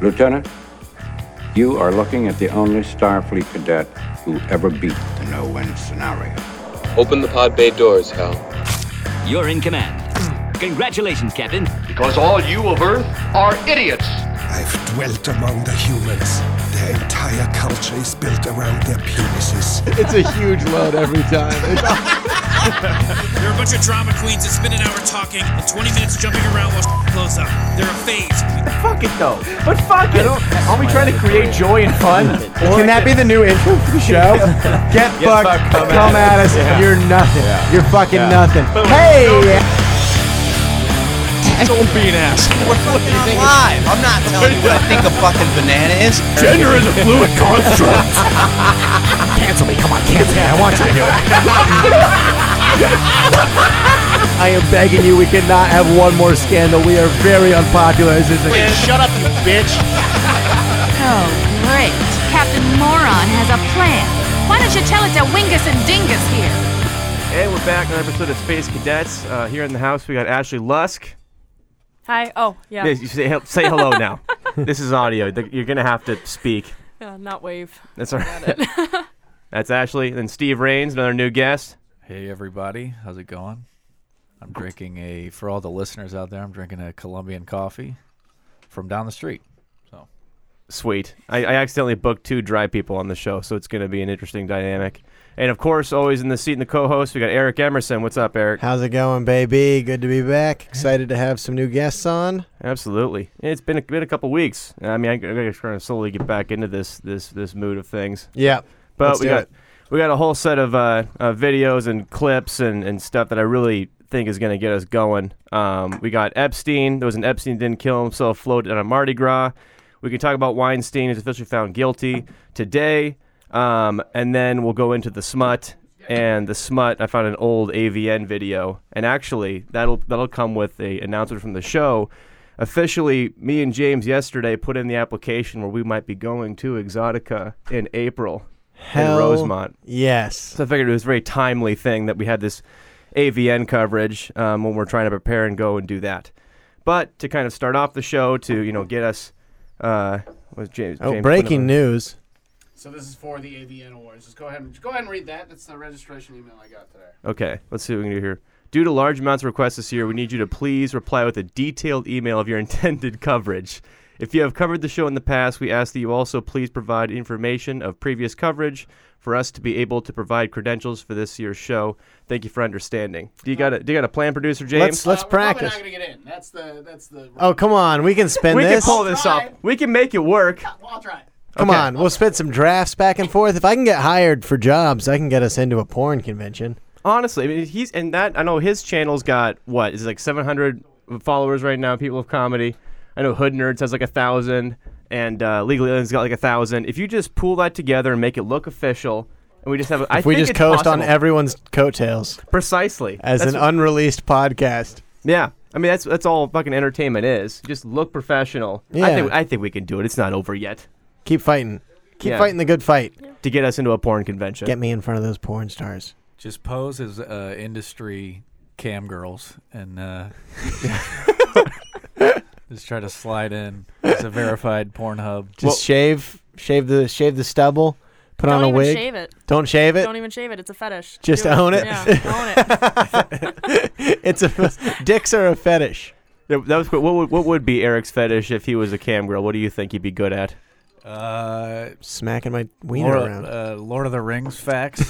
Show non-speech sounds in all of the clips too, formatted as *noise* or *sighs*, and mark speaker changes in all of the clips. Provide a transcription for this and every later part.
Speaker 1: Lieutenant, you are looking at the only Starfleet cadet who ever beat the no win scenario.
Speaker 2: Open the pod bay doors, Hal.
Speaker 3: You're in command. Congratulations, Captain.
Speaker 4: Because all you of Earth are idiots.
Speaker 5: I've dwelt among the humans. Their entire culture is built around their penises.
Speaker 6: It's a huge load every time.
Speaker 7: They're a bunch of drama queens that spend an hour talking and 20 minutes jumping around while blows up. They're a phase.
Speaker 8: Fuck it though. But fuck it. Are we trying to create joy and fun? Or-
Speaker 6: Can that be the new intro for the show? Get, fucked, come, at us. You're nothing. You're fucking nothing. Hey!
Speaker 7: Don't be an ass.
Speaker 9: live. I'm not telling you what I think a fucking banana is.
Speaker 4: Gender is a fluid
Speaker 9: *laughs*
Speaker 4: construct.
Speaker 6: Cancel me. Come on, cancel me. I want you to do it. *laughs* I am begging you, we cannot have one more scandal. We are very unpopular as this is.
Speaker 8: Shut up, you bitch.
Speaker 10: Oh, great. Captain Moron has a plan. Why don't you tell it to Wingus and Dingus here?
Speaker 8: Hey, we're back on another episode of Space Cadets. Uh, here in the house, we got Ashley Lusk.
Speaker 11: Hi. Oh, yeah.
Speaker 8: Yes, you say, hel- say
Speaker 11: *laughs*
Speaker 8: hello now. this is audio. Th- You're going to have to speak.
Speaker 11: Yeah, not wave.
Speaker 8: That's all right. That's Ashley. And Steve Rains, another new guest.
Speaker 12: Hey everybody, how's it going? I'm drinking a for all the listeners out there. I'm drinking a Colombian coffee from down the street. So
Speaker 8: Sweet. I, I accidentally booked two dry people on the show, so it's going to be an interesting dynamic. And of course, always in the seat in the co host, we got Eric Emerson. What's up, Eric?
Speaker 6: How's it going, baby? Good to be back. Excited to have some new guests on.
Speaker 8: Absolutely. And It's been a, been a couple weeks. I mean, I, I'm going to slowly get back into this this this mood of things.
Speaker 6: Yeah.
Speaker 8: But
Speaker 6: Let's
Speaker 8: we
Speaker 6: do
Speaker 8: got
Speaker 6: it.
Speaker 8: we got a whole set of uh, uh, videos and clips and, and stuff that I really think is going to get us going. Um, we got Epstein. There was an Epstein didn't kill himself float on a Mardi Gras. We can talk about Weinstein is officially found guilty today, um, and then we'll go into the smut. And the smut, I found an old AVN video, and actually that'll that'll come with the announcement from the show. Officially, me and James yesterday put in the application where we might be going to Exotica in April in
Speaker 6: Hell
Speaker 8: Rosemont.
Speaker 6: Yes.
Speaker 8: So I figured it was a very timely thing that we had this AVN coverage um, when we're trying to prepare and go and do that. But to kind of start off the show, to you know get us, uh, was James?
Speaker 6: Oh,
Speaker 8: James
Speaker 6: breaking
Speaker 8: putting up-
Speaker 6: news.
Speaker 13: So this is for the AVN awards. Just go ahead and just go ahead and read that. That's the registration email I got today.
Speaker 8: Okay, let's see what we can do here. Due to large amounts of requests this year, we need you to please reply with a detailed email of your *laughs* intended coverage. If you have covered the show in the past, we ask that you also please provide information of previous coverage for us to be able to provide credentials for this year's show. Thank you for understanding. Do you got a do you got a plan, producer
Speaker 6: Let's
Speaker 8: James?
Speaker 6: let's
Speaker 13: Uh, we're probably
Speaker 6: practice.
Speaker 13: not gonna get in. That's the that's the.
Speaker 6: Oh come on, we can spin
Speaker 8: we
Speaker 6: this.
Speaker 8: can pull this off. We can make it work.
Speaker 13: Well, I'll try. it.
Speaker 6: Come
Speaker 8: Okay.
Speaker 6: on, we'll spin some drafts back and forth. If I can get hired for jobs, I can get us into a porn convention.
Speaker 8: Honestly, I mean, he's and that I know his channel's got what is it like 700 followers right now. People of comedy. I know Hood Nerds has like a thousand, and uh, Legally Alien's got like a thousand. If you just pull that together and make it look official, and we just have, a, I
Speaker 6: If we
Speaker 8: think
Speaker 6: just
Speaker 8: it's
Speaker 6: coast on
Speaker 8: possible.
Speaker 6: everyone's coattails
Speaker 8: precisely
Speaker 6: as
Speaker 8: That's
Speaker 6: an
Speaker 8: what-
Speaker 6: unreleased podcast.
Speaker 8: yeah. I mean, that's that's all fucking entertainment is. Just look professional. I
Speaker 6: Yeah.
Speaker 8: think I think we can do it. It's not over yet.
Speaker 6: Keep fighting. Keep
Speaker 8: Yeah.
Speaker 6: fighting the good fight.
Speaker 8: To get us into a porn convention.
Speaker 6: Get me in front of those porn stars.
Speaker 12: just pose as uh, industry cam girls
Speaker 13: *laughs*
Speaker 12: and uh, just try to slide in as a verified Pornhub.
Speaker 6: Just shave, shave the shave the stubble, put
Speaker 11: Don't
Speaker 6: on a
Speaker 11: even
Speaker 6: wig.
Speaker 11: shave it.
Speaker 6: Don't shave it.
Speaker 11: Don't even shave it. It's a fetish.
Speaker 6: Just
Speaker 11: Do
Speaker 6: own it.
Speaker 11: Yeah, own
Speaker 6: *laughs*
Speaker 11: it.
Speaker 6: it's a dicks are a fetish.
Speaker 8: Yeah, That was what would, what would be Eric's fetish if he was a cam girl? What do you think he'd be good at?
Speaker 12: Uh,
Speaker 6: Smacking my wiener
Speaker 12: Lord,
Speaker 6: around.
Speaker 12: uh, Lord of the Rings facts.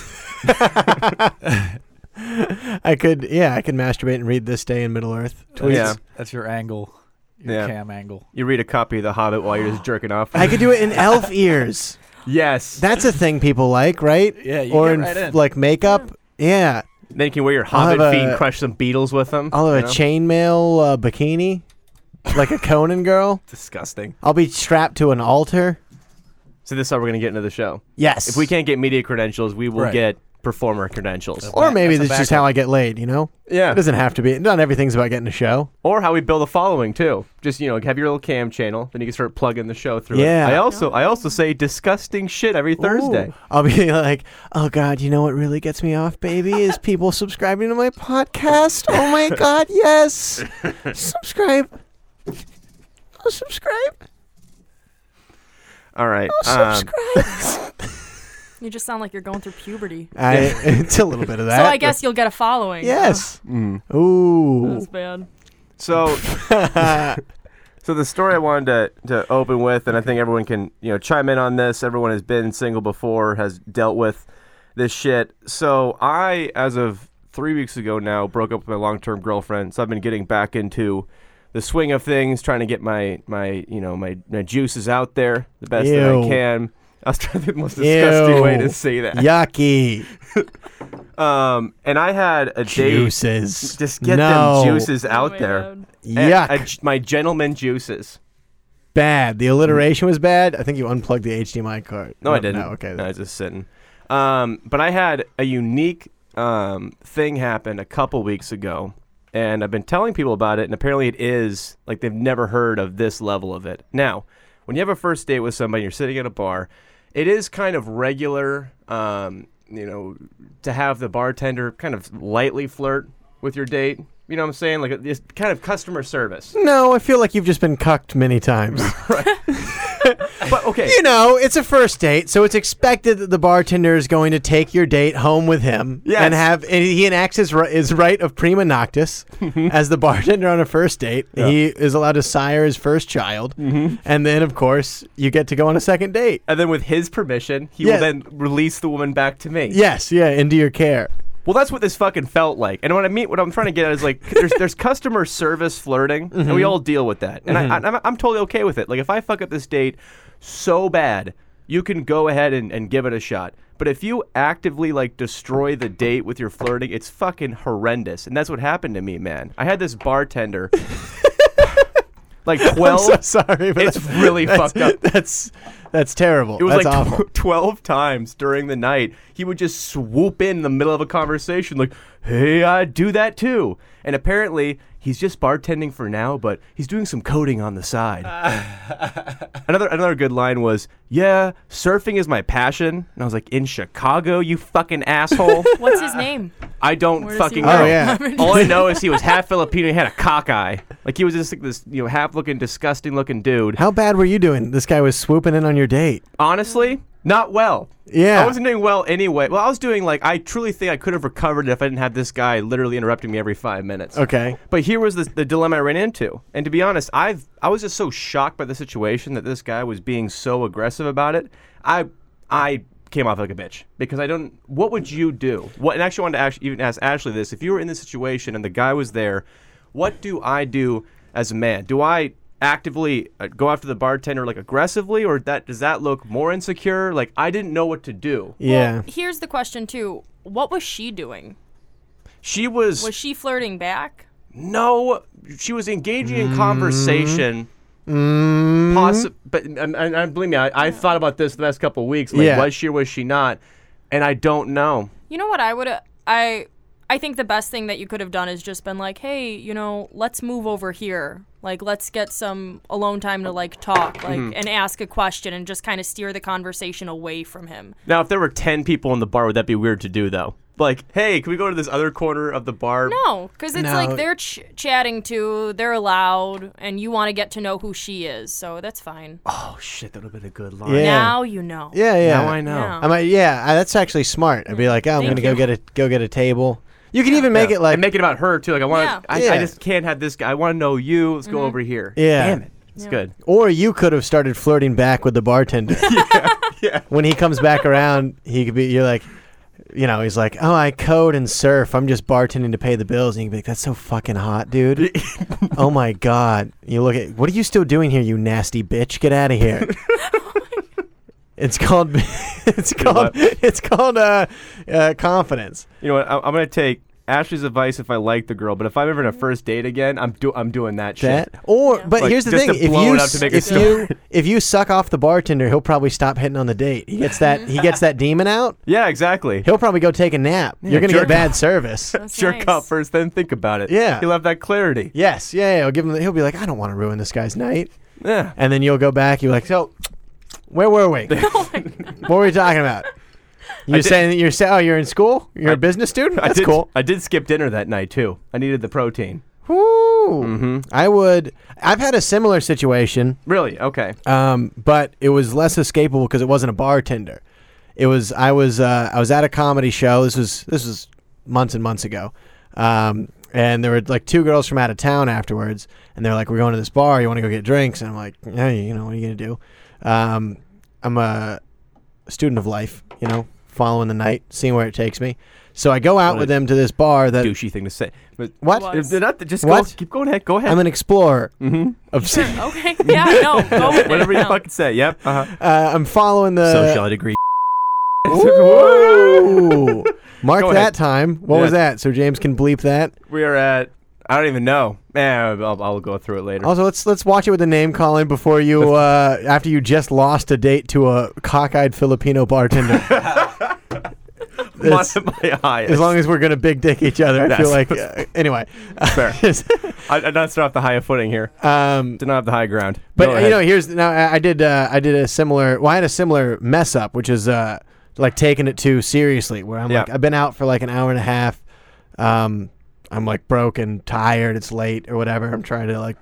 Speaker 6: I could, yeah, I could masturbate and read this day in Middle Earth. Tweets.
Speaker 8: Yeah.
Speaker 12: That's your angle, your
Speaker 8: Yeah.
Speaker 12: cam angle.
Speaker 8: You read a copy of The Hobbit while you're just jerking off.
Speaker 6: *gasps* I could do it
Speaker 12: *laughs*
Speaker 6: in elf ears.
Speaker 8: yes.
Speaker 6: That's a thing people like, right?
Speaker 12: Yeah, you
Speaker 6: or
Speaker 12: get
Speaker 6: in,
Speaker 12: right
Speaker 6: f-
Speaker 12: in.
Speaker 6: like makeup. Yeah,
Speaker 8: then you can wear your
Speaker 6: I'll have
Speaker 8: Hobbit feet and
Speaker 6: a-
Speaker 8: crush some beetles with them.
Speaker 6: I'll
Speaker 8: Mm-hmm. you
Speaker 6: have a
Speaker 8: know?
Speaker 6: chainmail uh, bikini, like a Conan girl.
Speaker 8: Disgusting.
Speaker 6: I'll be strapped to an altar.
Speaker 8: So this is how we're gonna get into the show.
Speaker 6: Yes.
Speaker 8: If we can't get media credentials, we will
Speaker 12: Right.
Speaker 8: get performer credentials.
Speaker 6: or maybe
Speaker 12: That's
Speaker 6: this
Speaker 12: a
Speaker 6: is just
Speaker 12: backup.
Speaker 6: how I get laid. You know,
Speaker 8: Yeah.
Speaker 6: it doesn't have to be. Not everything's about getting a show.
Speaker 8: Or how we build a following too. Just you know, have your little cam channel, then you can start plugging the show through. it.
Speaker 6: Yeah.
Speaker 8: I also I also say disgusting shit every Thursday.
Speaker 6: Ooh. I'll be *laughs* like, oh God, you know what really gets me off, baby, is people subscribing to my podcast. Oh
Speaker 8: *laughs*
Speaker 6: my God, yes, subscribe, oh, subscribe.
Speaker 8: All right.
Speaker 11: Oh,
Speaker 8: um,
Speaker 11: You just sound like you're going through puberty.
Speaker 6: I, it's a little bit of that.
Speaker 11: so I
Speaker 6: but-
Speaker 11: guess you'll get a following. Oh,
Speaker 6: Yes.
Speaker 8: Mm.
Speaker 6: Ooh.
Speaker 11: That's bad.
Speaker 8: So, *laughs* so the story I wanted to, to open with, and I think everyone can you know chime in on this. Everyone has been single before, has dealt with this shit. So I, as of three weeks ago now, broke up with my long term girlfriend. So I've been getting back into the swing of things, trying to get my my you know my, my juices out there the best that I
Speaker 6: Ew.
Speaker 8: can. *laughs* I was trying to think the most disgusting way to
Speaker 6: Ew.
Speaker 8: say that.
Speaker 6: Yucky.
Speaker 8: Um, and I had a date-
Speaker 6: Juices.
Speaker 8: Just get
Speaker 6: No.
Speaker 8: them juices
Speaker 11: Oh
Speaker 8: out there.
Speaker 6: Yuck.
Speaker 8: A- a j- my gentleman juices.
Speaker 6: Bad. The alliteration was bad. I think you unplugged the HDMI card.
Speaker 8: No, I didn't.
Speaker 6: No, okay.
Speaker 8: I was just sitting. Um, but I had a unique um, thing happen a couple weeks ago, and I've been telling people about it, and apparently it is like they've never heard of this level of it. Now, when you have a first date with somebody, you're sitting at a bar, it is kind of regular, um, you know, to have the bartender kind of lightly flirt with your date. You know what I'm saying? Like it's kind of customer service.
Speaker 6: *laughs* No, I feel like you've just been cucked many
Speaker 8: *laughs*
Speaker 6: times.
Speaker 8: but okay.
Speaker 6: You know, it's a first date, so it's expected that the bartender is going to take your date home with him
Speaker 8: Yes.
Speaker 6: and have and he enacts his ri- his right of prima noctis as the bartender on a first date.
Speaker 8: Mm-hmm. Yeah. Mm-hmm.
Speaker 6: He is allowed to sire his first child, and then of course you get to go on a second date.
Speaker 8: And then with his permission, he
Speaker 6: Yeah.
Speaker 8: will then release the woman back to me.
Speaker 6: Yes, yeah, into your care. *laughs*
Speaker 8: Well, that's what this fucking felt like. And what I mean, what I'm trying to get at is like, *laughs* there's there's customer service flirting, and we
Speaker 6: Mhm.
Speaker 8: all deal with that. And I,
Speaker 6: Mhm.
Speaker 8: I, I'm, I'm totally okay with it. Like, if I fuck up this date so bad, you can go ahead and, and give it a shot. But if you actively like destroy the date with your flirting, it's fucking horrendous. And that's what happened to me, man. I had
Speaker 6: *laughs*
Speaker 8: this bartender. Like
Speaker 6: I'm
Speaker 8: twelve.
Speaker 6: so sorry, but
Speaker 8: it's
Speaker 6: that-
Speaker 8: really
Speaker 6: *laughs* that's-
Speaker 8: fucked up.
Speaker 6: That's that's terrible.
Speaker 8: It was
Speaker 6: that's
Speaker 8: like *laughs*
Speaker 6: awful.
Speaker 8: tw- 12 times during the night. He would just swoop in, the middle of a conversation, like, hey, I do that too. And apparently, he's just bartending for now, but he's doing some coding on the side. another, another good line was, yeah, surfing is my passion. And I was like, in Chicago, you fucking asshole.
Speaker 11: What's his name? *laughs*
Speaker 8: I don't
Speaker 11: Where does he
Speaker 8: fucking
Speaker 11: work?
Speaker 8: know.
Speaker 11: Oh, yeah.
Speaker 8: All I know is he was half Filipino. He had a cockeye. Like he was just like this, you know, half-looking, disgusting-looking dude.
Speaker 6: How bad were you doing? This guy was swooping in on your date.
Speaker 8: honestly, not well.
Speaker 6: Yeah.
Speaker 8: I wasn't doing well anyway. Well, I was doing like I truly think I could have recovered if I didn't have this guy literally interrupting me every five minutes.
Speaker 6: Okay.
Speaker 8: But here was the, the dilemma I ran into, and to be honest, I've I was just so shocked by the situation that this guy was being so aggressive about it. I I came off like a bitch because I don't. What would you do? What and actually I wanted to actually even ask Ashley this: if you were in this situation and the guy was there, what do I do as a man? Do I actively uh, go after the bartender like aggressively, or that does that look more insecure? Like I didn't know what to do.
Speaker 6: Yeah.
Speaker 11: Here's the question too. What was she doing?
Speaker 8: She was
Speaker 11: Was she flirting back?
Speaker 8: No, she was engaging
Speaker 6: Mm.
Speaker 8: in conversation. Possi- but and, and, and believe me, I, I thought about this the last couple of weeks. Like,
Speaker 6: Yeah.
Speaker 8: was she or was she not? And I don't know.
Speaker 11: You know what I would I I think the best thing that you could have done is just been like, "Hey, you know, let's move over here. Like let's get some alone time to like talk, like
Speaker 6: Mm-hmm.
Speaker 8: Mhm.
Speaker 11: and ask a question and just kind of steer the conversation away from him."
Speaker 8: Now, if there were ten people in the bar, would that be weird to do though? Like, hey, can we go to this other corner of the bar?
Speaker 11: No, because it's
Speaker 8: No.
Speaker 11: like they're ch- chatting to, they're allowed, and you want to get to know who she is, so that's fine.
Speaker 8: Oh shit, that would have been a good line.
Speaker 6: Yeah.
Speaker 11: Now you know.
Speaker 6: Yeah, yeah.
Speaker 8: Now I know. Yeah. Mm.
Speaker 6: I'm like, yeah, uh, that's actually smart. I'd be like, oh, I'm
Speaker 8: Thank
Speaker 6: gonna go
Speaker 8: you.
Speaker 6: get a go get a table. You can even make
Speaker 8: Yeah.
Speaker 6: it like
Speaker 8: and make it about her too. Like, I want.
Speaker 6: Yeah.
Speaker 8: I, I
Speaker 6: Yeah.
Speaker 8: just can't have this guy. I want to know you. Let's go over here.
Speaker 6: Yeah.
Speaker 8: Damn it. It's good.
Speaker 6: Or you could have started flirting back with the bartender. yeah,
Speaker 8: *laughs* yeah.
Speaker 6: When he comes back around, he could be. You're like, you know, he's like, oh, I code and surf. I'm just bartending to pay the bills. And you can be like, that's so fucking hot,
Speaker 8: *laughs*
Speaker 6: dude. oh my god. You look at what are you still doing here, you nasty bitch? Get out of
Speaker 8: *laughs* Oh
Speaker 6: here. It's called. *laughs* It's called. It's called uh, uh, confidence.
Speaker 8: You know what? I, I'm gonna take Ashley's advice if I like the girl, but if I'm ever in a first date again, I'm do I'm doing that,
Speaker 6: That
Speaker 8: shit.
Speaker 6: or but
Speaker 8: Like,
Speaker 6: here's the
Speaker 8: just
Speaker 6: thing:
Speaker 8: to
Speaker 6: if
Speaker 8: blow
Speaker 6: you
Speaker 8: it up to
Speaker 6: s-
Speaker 8: make a
Speaker 6: if you if you suck off the bartender, he'll probably stop hitting on the date. He gets that he gets that demon out.
Speaker 8: Yeah, exactly.
Speaker 6: He'll probably go take a nap.
Speaker 8: Yeah,
Speaker 6: You're gonna get
Speaker 8: jerk
Speaker 6: bad
Speaker 8: off.
Speaker 6: service.
Speaker 8: jerk up first, then think about it.
Speaker 6: Yeah.
Speaker 8: you'll have that clarity.
Speaker 6: Yes, yeah, yeah, He'll give him. The, he'll be like, I don't want to ruin this guy's night.
Speaker 8: Yeah.
Speaker 6: And then you'll go back. You're like, so where were
Speaker 8: *laughs*
Speaker 6: we?
Speaker 8: Oh
Speaker 6: what were we talking about? You're
Speaker 8: did-
Speaker 6: saying that you're saying, oh, you're in school. You're a business student.
Speaker 8: *laughs* I
Speaker 6: That's
Speaker 8: did,
Speaker 6: cool.
Speaker 8: I did skip dinner that night too. I needed the protein.
Speaker 6: Ooh.
Speaker 8: Mm-hmm.
Speaker 6: I would. I've had a similar situation.
Speaker 8: Really? Okay.
Speaker 6: Um, but it was less escapable because it wasn't a bartender. It was. I was. Uh, I was at a comedy show. This was. This was months and months ago. Um, and there were like two girls from out of town afterwards, and they're like, "We're going to this bar. You want to go get drinks?" And I'm like, "Yeah, you know, what are you gonna do?" Um, I'm a student of life. You know, following the night, seeing where it takes me. So I go out
Speaker 8: What a
Speaker 6: with them to this bar that
Speaker 8: douchey thing to say. But
Speaker 6: what?
Speaker 8: If they're not, just
Speaker 6: What?
Speaker 8: Go, keep going ahead. Go ahead.
Speaker 6: I'm an explorer.
Speaker 8: Mm.
Speaker 6: Mm-hmm. Of
Speaker 11: okay. *laughs* Yeah. No. Go with
Speaker 8: *laughs* Whatever
Speaker 11: it.
Speaker 8: you
Speaker 11: No.
Speaker 8: fucking say. Yep. Uh-huh.
Speaker 6: Uh, I'm following the
Speaker 8: degree.
Speaker 6: Ooh. Mark
Speaker 8: Go
Speaker 6: that
Speaker 8: ahead.
Speaker 6: time. What was
Speaker 8: Yeah.
Speaker 6: that? So James can bleep that.
Speaker 8: *laughs* We are at. I don't even know. Man, I'll, I'll go through it later. *laughs*
Speaker 6: Also, let's let's watch it with the name calling before you uh, after you just lost a date to a cockeyed Filipino
Speaker 8: *laughs*
Speaker 6: bartender. It's-
Speaker 8: One of my highest.
Speaker 6: as long as we're gonna big dick each other, I feel like. Uh, anyway, *laughs*
Speaker 8: fair. I, I'm not off the higher footing here.
Speaker 6: Um,
Speaker 8: Did not have the high ground.
Speaker 6: But
Speaker 8: Go
Speaker 6: you
Speaker 8: ahead.
Speaker 6: know, here's now I, I did uh, I did a similar well I had a similar mess up, which is uh, like taking it too seriously, where I'm
Speaker 8: Yeah.
Speaker 6: like I've been out for like an hour and a half, um, I'm like broken, tired, it's late or whatever. I'm trying to like,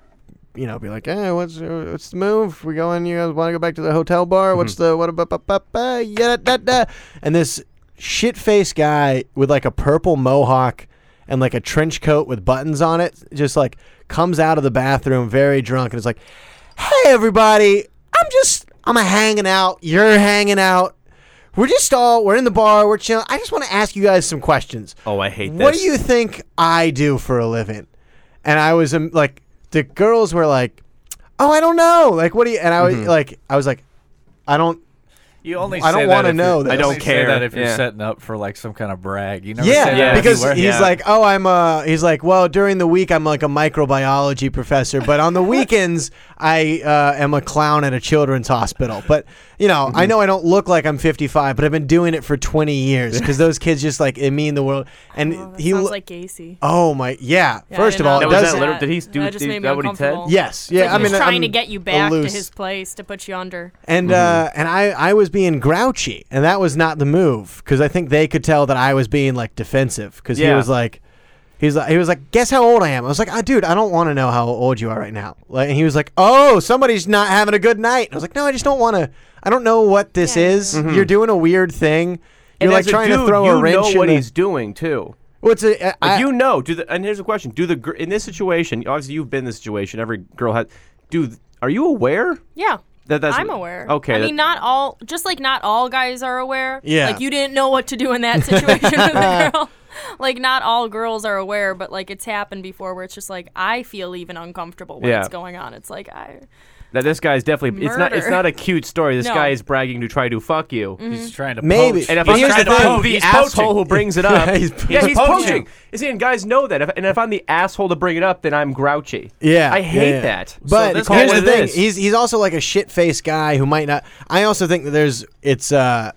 Speaker 6: you know, be like, hey, what's uh, what's the move? We going? You guys want to go back to the hotel bar? What's the what about ba- ba- ba- yeah da da? And this shit face guy with like a purple mohawk and like a trench coat with buttons on it just like comes out of the bathroom very drunk and is like hey everybody i'm just i'm hanging out you're hanging out we're just all we're in the bar we're chilling i just want to ask you guys some questions
Speaker 8: Oh, I hate
Speaker 6: what
Speaker 8: this.
Speaker 6: do you think i do for a living and i was um, like the girls were like oh i don't know like what do you and i was
Speaker 8: Mhm.
Speaker 6: like i was like i don't
Speaker 12: You only.
Speaker 6: i
Speaker 12: say
Speaker 6: don't
Speaker 12: that
Speaker 6: want to
Speaker 12: if you're-
Speaker 6: know
Speaker 12: you
Speaker 6: this.
Speaker 12: only Say that if you're setting up for like some kind of brag, you never
Speaker 6: yeah,
Speaker 12: say that
Speaker 6: because
Speaker 12: anywhere.
Speaker 6: he's
Speaker 12: Yeah.
Speaker 6: like, oh, I'm uh He's like, well, during the week I'm like a microbiology professor,
Speaker 12: *laughs*
Speaker 6: but on the weekends I uh, am a clown at a children's hospital. But you know,
Speaker 12: Mm-hmm.
Speaker 6: I know I don't look like I'm 55, but I've been doing it for 20 years because those kids just like it mean the world. And he
Speaker 11: Sounds
Speaker 6: lo-
Speaker 11: like Gacy.
Speaker 6: oh my, yeah.
Speaker 11: Yeah, I
Speaker 6: First of
Speaker 11: didn't
Speaker 6: all,
Speaker 11: know
Speaker 6: it
Speaker 11: that was
Speaker 6: does
Speaker 11: that literal-
Speaker 8: did he do-
Speaker 11: that just
Speaker 8: do-
Speaker 11: made me
Speaker 8: that what he said?
Speaker 11: uncomfortable.
Speaker 6: Yes,
Speaker 11: It's
Speaker 6: yeah,
Speaker 11: like
Speaker 6: I
Speaker 11: he was
Speaker 6: mean,
Speaker 11: trying
Speaker 6: I'm
Speaker 11: to get you back
Speaker 6: aloof.
Speaker 11: to his place to put you under.
Speaker 6: And uh,
Speaker 8: Mm-hmm.
Speaker 6: and I, I was being grouchy, and that was not the move because I think they could tell that I was being like defensive because he
Speaker 8: Yeah.
Speaker 6: was like, he's like, he was like, guess how old I am? I was like, ah, dude, I don't want to know how old you are right now. Like, and he was like, oh, somebody's not having a good night. I was like, no, I just don't want to. I don't know what this is.
Speaker 8: Mhm.
Speaker 6: You're doing a weird thing. You're
Speaker 8: And
Speaker 6: like
Speaker 8: as a
Speaker 6: trying to
Speaker 8: dude,
Speaker 6: throw
Speaker 8: you
Speaker 6: a wrench
Speaker 8: know what
Speaker 6: in the-
Speaker 8: he's doing too.
Speaker 6: Well, it's a, I-
Speaker 8: Like, you know, do the, and here's a question: Do the gr- in this situation? Obviously, you've been in this situation. Every girl has. Do th- are you aware?
Speaker 11: Yeah.
Speaker 8: That- that's
Speaker 11: I'm
Speaker 8: what-
Speaker 11: aware.
Speaker 8: okay,
Speaker 11: I
Speaker 8: that-
Speaker 11: mean, not all, just like not all guys are aware.
Speaker 8: Yeah.
Speaker 11: Like you didn't know what to do in that situation
Speaker 6: *laughs*
Speaker 11: with a girl. Like not all girls are aware, but like it's happened before where it's just like I feel even uncomfortable when
Speaker 8: Yeah.
Speaker 11: it's going on. It's like I.
Speaker 8: That this guy's definitely. It's not. It's
Speaker 11: Murder.
Speaker 8: not a cute story. This
Speaker 11: No.
Speaker 8: guy is bragging to try to fuck you.
Speaker 11: Mhm. He's
Speaker 12: trying to
Speaker 8: Maybe.
Speaker 12: poach.
Speaker 8: And if
Speaker 12: He's
Speaker 8: I'm
Speaker 12: trying
Speaker 8: trying to
Speaker 12: to
Speaker 8: poach,
Speaker 12: poach.
Speaker 8: the
Speaker 12: He's
Speaker 8: asshole
Speaker 12: poaching.
Speaker 8: who brings it
Speaker 6: *laughs*
Speaker 8: up.
Speaker 12: Yeah, he's
Speaker 8: yeah, he's
Speaker 12: poaching.
Speaker 8: poaching. See, and guys know that. If, and if I'm the asshole to bring it up, then I'm grouchy.
Speaker 6: Yeah,
Speaker 8: I hate
Speaker 6: yeah.
Speaker 8: that.
Speaker 6: But
Speaker 8: So
Speaker 6: here's the
Speaker 8: this-
Speaker 6: thing: he's he's also like a shit faced guy who might not. I also think that there's it's uh,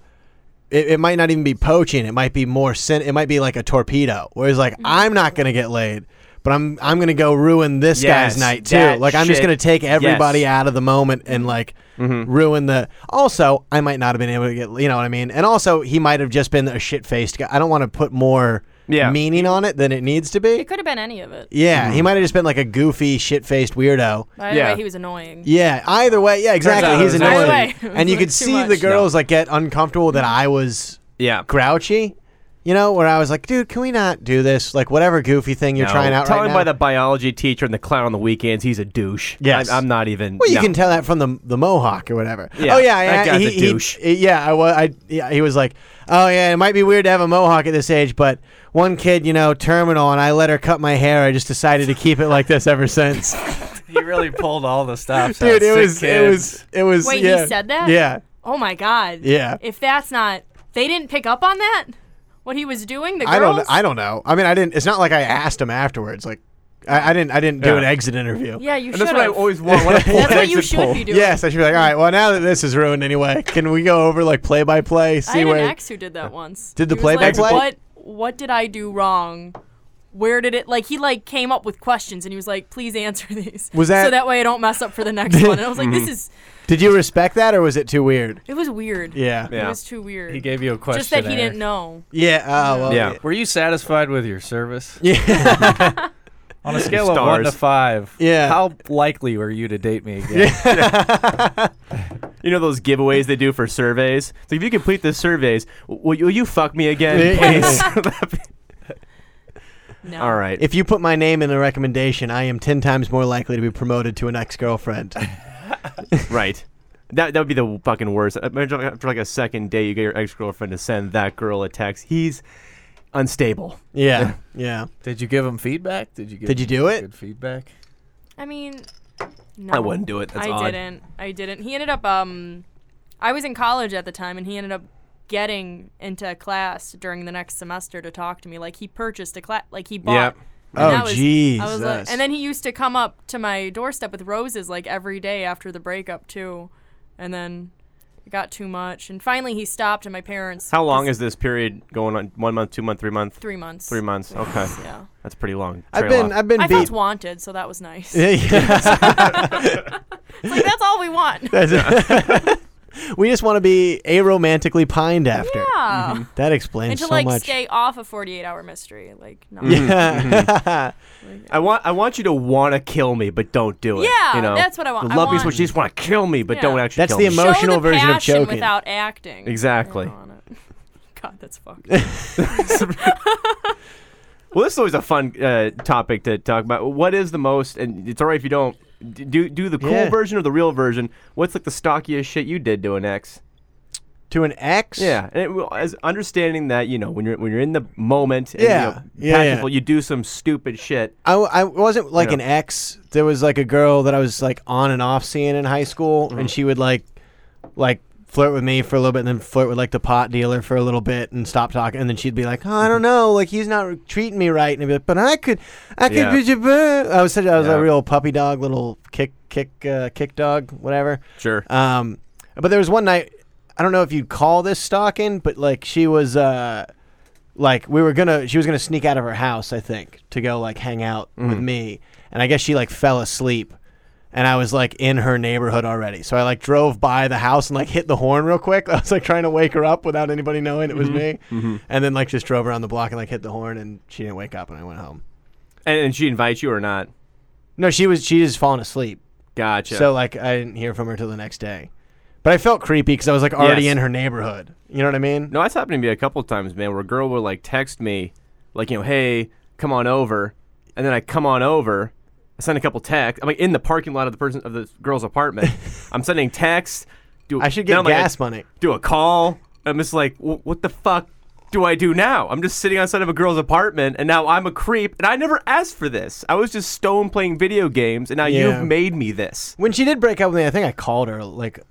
Speaker 6: it, it might not even be poaching. It might be more sin. It might be like a torpedo, where he's like, I'm not gonna get laid, but I'm I'm gonna go ruin this
Speaker 8: Yes,
Speaker 6: guy's night too.
Speaker 8: that
Speaker 6: Like I'm just
Speaker 8: shit.
Speaker 6: gonna take everybody
Speaker 8: Yes. Mm-hmm.
Speaker 6: out of the moment and like ruin the. Also, I might not have been able to get. You know what I mean? And also, he might have just been a shit faced guy. I don't want to put more.
Speaker 8: Yeah.
Speaker 6: Meaning on it than it needs to be.
Speaker 11: It could have been any of it.
Speaker 6: Yeah,
Speaker 8: Mm-hmm.
Speaker 6: he might have just been like a goofy, shit faced weirdo.
Speaker 11: By the way, he was annoying.
Speaker 6: Yeah, either way, yeah,
Speaker 11: out
Speaker 6: exactly.
Speaker 11: it
Speaker 6: He's
Speaker 11: was Either way,
Speaker 6: annoying.
Speaker 11: it was
Speaker 6: *laughs* And you
Speaker 11: like
Speaker 6: could
Speaker 11: too
Speaker 6: see
Speaker 11: much.
Speaker 6: the girls like get uncomfortable that I was
Speaker 8: yeah.
Speaker 6: grouchy. You know, where I was like, dude, can we not do this? Like whatever goofy thing you're
Speaker 8: No.
Speaker 6: trying out
Speaker 8: Tell
Speaker 6: right
Speaker 8: him
Speaker 6: now.
Speaker 8: by the biology teacher and the clown on the weekends, he's a douche.
Speaker 6: Yes.
Speaker 8: I, am not even.
Speaker 6: well, you
Speaker 8: no.
Speaker 6: can tell that from the the mohawk or whatever.
Speaker 8: Yeah,
Speaker 6: oh yeah, yeah,
Speaker 8: that guy's
Speaker 6: he,
Speaker 8: a
Speaker 6: he-
Speaker 8: douche.
Speaker 6: he- yeah, I was. I yeah, he was like, oh yeah, it might be weird to have a mohawk at this age, but one kid, you know, terminal, and I let her cut my hair. I just decided to keep it like this ever since.
Speaker 12: *laughs* He really pulled all the stops. out.
Speaker 6: Dude, it
Speaker 12: Sick
Speaker 6: was, it
Speaker 12: kids.
Speaker 6: was, it was.
Speaker 11: Wait,
Speaker 6: yeah.
Speaker 11: he said that?
Speaker 6: Yeah.
Speaker 11: Oh my god.
Speaker 6: Yeah.
Speaker 11: If that's not, they didn't pick up on that. What he was doing, the girls.
Speaker 6: I don't. I don't know. I mean, I didn't. It's not like I asked him afterwards. Like, I, I didn't. I didn't do
Speaker 8: Yeah.
Speaker 6: an exit interview.
Speaker 11: Yeah, you
Speaker 8: And that's
Speaker 11: should
Speaker 8: what I
Speaker 11: have.
Speaker 8: always want. When I pull
Speaker 11: That's
Speaker 8: an
Speaker 11: what you
Speaker 8: exit
Speaker 11: should
Speaker 8: poll.
Speaker 11: be doing.
Speaker 6: Yes, I should be like, all right. Well, now that this is ruined anyway, can we go over like play by play?
Speaker 11: I
Speaker 6: See
Speaker 11: had
Speaker 6: where
Speaker 11: an ex who did that once.
Speaker 6: Did the
Speaker 11: He was like,
Speaker 6: play-by-play?
Speaker 11: What What did I do wrong? Where did it like he like came up with questions and he was like, please answer *laughs* these.
Speaker 6: Was that- Mm-hmm.
Speaker 11: so that way I don't mess up for the next one? And I
Speaker 6: *laughs*
Speaker 11: was like, this is
Speaker 6: did you respect that or was it too weird?
Speaker 11: it was weird.
Speaker 6: Yeah.
Speaker 11: it
Speaker 6: Yeah.
Speaker 11: was too weird.
Speaker 12: He gave you a
Speaker 11: Just that he
Speaker 12: questionnaire.
Speaker 11: didn't know.
Speaker 6: Yeah. Oh well.
Speaker 12: Were you satisfied with your service?
Speaker 6: *laughs* Yeah.
Speaker 12: *laughs* On a scale of one to five,
Speaker 8: Yeah.
Speaker 12: how likely were you to date me again?
Speaker 8: *laughs* You know those giveaways they do for surveys? It's like if you complete the surveys, w- will you, will you fuck me again, *laughs* please?
Speaker 11: No.
Speaker 8: All right.
Speaker 6: If you put my name in a recommendation, I am 10 times more likely to be promoted to an ex girlfriend.
Speaker 8: right. That, that would be the fucking worst. Uh, Imagine like, after like a second date, you get your ex girlfriend to send that girl a text. He's unstable.
Speaker 6: Yeah. yeah.
Speaker 12: Did you give him feedback? Did you give
Speaker 6: Did you
Speaker 12: him
Speaker 6: do it?
Speaker 12: Good feedback.
Speaker 11: I mean, no.
Speaker 8: I wouldn't do it. That's
Speaker 11: I
Speaker 8: odd.
Speaker 11: didn't. I didn't. He ended up. Um, I was in college at the time, and he ended up getting into a class during the next semester to talk to me. Like he purchased a class. Like he bought.
Speaker 6: Yep.
Speaker 11: And
Speaker 6: Oh,
Speaker 11: that was- I was like,
Speaker 6: Jesus.
Speaker 11: and then he used to come up to my doorstep with roses like every day after the breakup too, and then it got too much, and finally he stopped, and my parents.
Speaker 8: How long is this period going on? One month, two month, three month?
Speaker 11: Three months.
Speaker 8: Three months.
Speaker 11: Three
Speaker 8: Okay.
Speaker 11: months, yeah.
Speaker 8: That's pretty long.
Speaker 6: I've
Speaker 8: Trail
Speaker 6: been-
Speaker 8: off.
Speaker 6: I've been
Speaker 11: I felt
Speaker 6: beat.
Speaker 11: wanted, so that was nice. *laughs*
Speaker 6: Yeah, *laughs* yeah.
Speaker 11: It's like that's all we
Speaker 8: *laughs*
Speaker 11: want.
Speaker 6: That's it. *laughs* we just want to be aromantically pined after.
Speaker 11: Yeah.
Speaker 8: Mm-hmm.
Speaker 11: Mhm.
Speaker 6: That explains
Speaker 11: and to
Speaker 6: so
Speaker 11: like
Speaker 6: much. *laughs*
Speaker 11: stay off a 48 hour mystery like no
Speaker 8: Mm-hmm. Yeah. I want I want you to want to kill me, but don't do it.
Speaker 11: Yeah,
Speaker 8: you know?
Speaker 11: that's what I want.
Speaker 8: The
Speaker 11: I
Speaker 8: love is
Speaker 11: want-
Speaker 8: what you just want to kill me, but don't
Speaker 11: Yeah.
Speaker 8: actually.
Speaker 6: That's
Speaker 8: kill
Speaker 6: the
Speaker 8: me.
Speaker 6: emotional
Speaker 11: Show the
Speaker 6: version of
Speaker 11: passion
Speaker 6: choking.
Speaker 11: without acting
Speaker 8: Exactly.
Speaker 11: *laughs* god that's fucked
Speaker 8: Well, this is always a fun uh, topic to talk about. What is the most? And it's all right if you don't d- do do the cool
Speaker 6: Yeah.
Speaker 8: version or the real version. What's like the stockiest shit you did to an ex?
Speaker 6: To an ex?
Speaker 8: Yeah, and it, well, as understanding that you know when you're when you're in the moment, and,
Speaker 6: Yeah.
Speaker 8: you know,
Speaker 6: Yeah, yeah.
Speaker 8: passionful, you do some stupid shit.
Speaker 6: I, I wasn't like
Speaker 8: Yeah.
Speaker 6: an ex. There was like a girl that I was like on and off seeing in high school,
Speaker 8: Mm-hmm.
Speaker 6: and she would like, like flirt with me for a little bit, and then flirt with like the pot dealer for a little bit, and stop talking, and then she'd be like, oh,
Speaker 8: Mm-hmm.
Speaker 6: I don't know, like he's not treating me right, and I'd be like, but I could, I could.
Speaker 8: Yeah.
Speaker 6: be your boo." I was such, I was
Speaker 8: Yeah.
Speaker 6: a real puppy dog, little kick, kick, uh, kick dog, whatever.
Speaker 8: Sure.
Speaker 6: Um, but there was one night, I don't know if you'd call this stalking, but like she was, uh, like we were gonna, she was gonna sneak out of her house, I think, to go like hang out with
Speaker 8: Mhm.
Speaker 6: me, and I guess she like fell asleep, and I was like in her neighborhood already, so I like drove by the house and like hit the horn real quick. *laughs* I was like trying to wake her up without anybody knowing it was
Speaker 8: Mhm.
Speaker 6: me,
Speaker 8: Mhm.
Speaker 6: and then like just drove around the block and like hit the horn, and she didn't wake up, and I went home.
Speaker 8: And, and she invites you or not?
Speaker 6: No, she was she just fallen asleep.
Speaker 8: Gotcha.
Speaker 6: So like I didn't hear from her till the next day. But I felt creepy because I was like already
Speaker 8: Yes.
Speaker 6: in her neighborhood. You know what I mean?
Speaker 8: No, that's happened to me a couple times, man, where a girl will like text me, like, you know, hey, come on over. And then I come on over. I send a couple texts. I'm like in the parking lot of the person of the
Speaker 6: *laughs*
Speaker 8: girl's apartment. I'm sending texts. Do
Speaker 6: I should
Speaker 8: then
Speaker 6: get
Speaker 8: I'm like,
Speaker 6: gas money.
Speaker 8: Do a call. I'm just like, "Wh- what the fuck do I do now? I'm just sitting outside of a girl's apartment, and now I'm a creep, and I never asked for this. I was just stone playing video games, and now
Speaker 6: Yeah.
Speaker 8: you've made me this.
Speaker 6: When she did break up with me, I think I called her like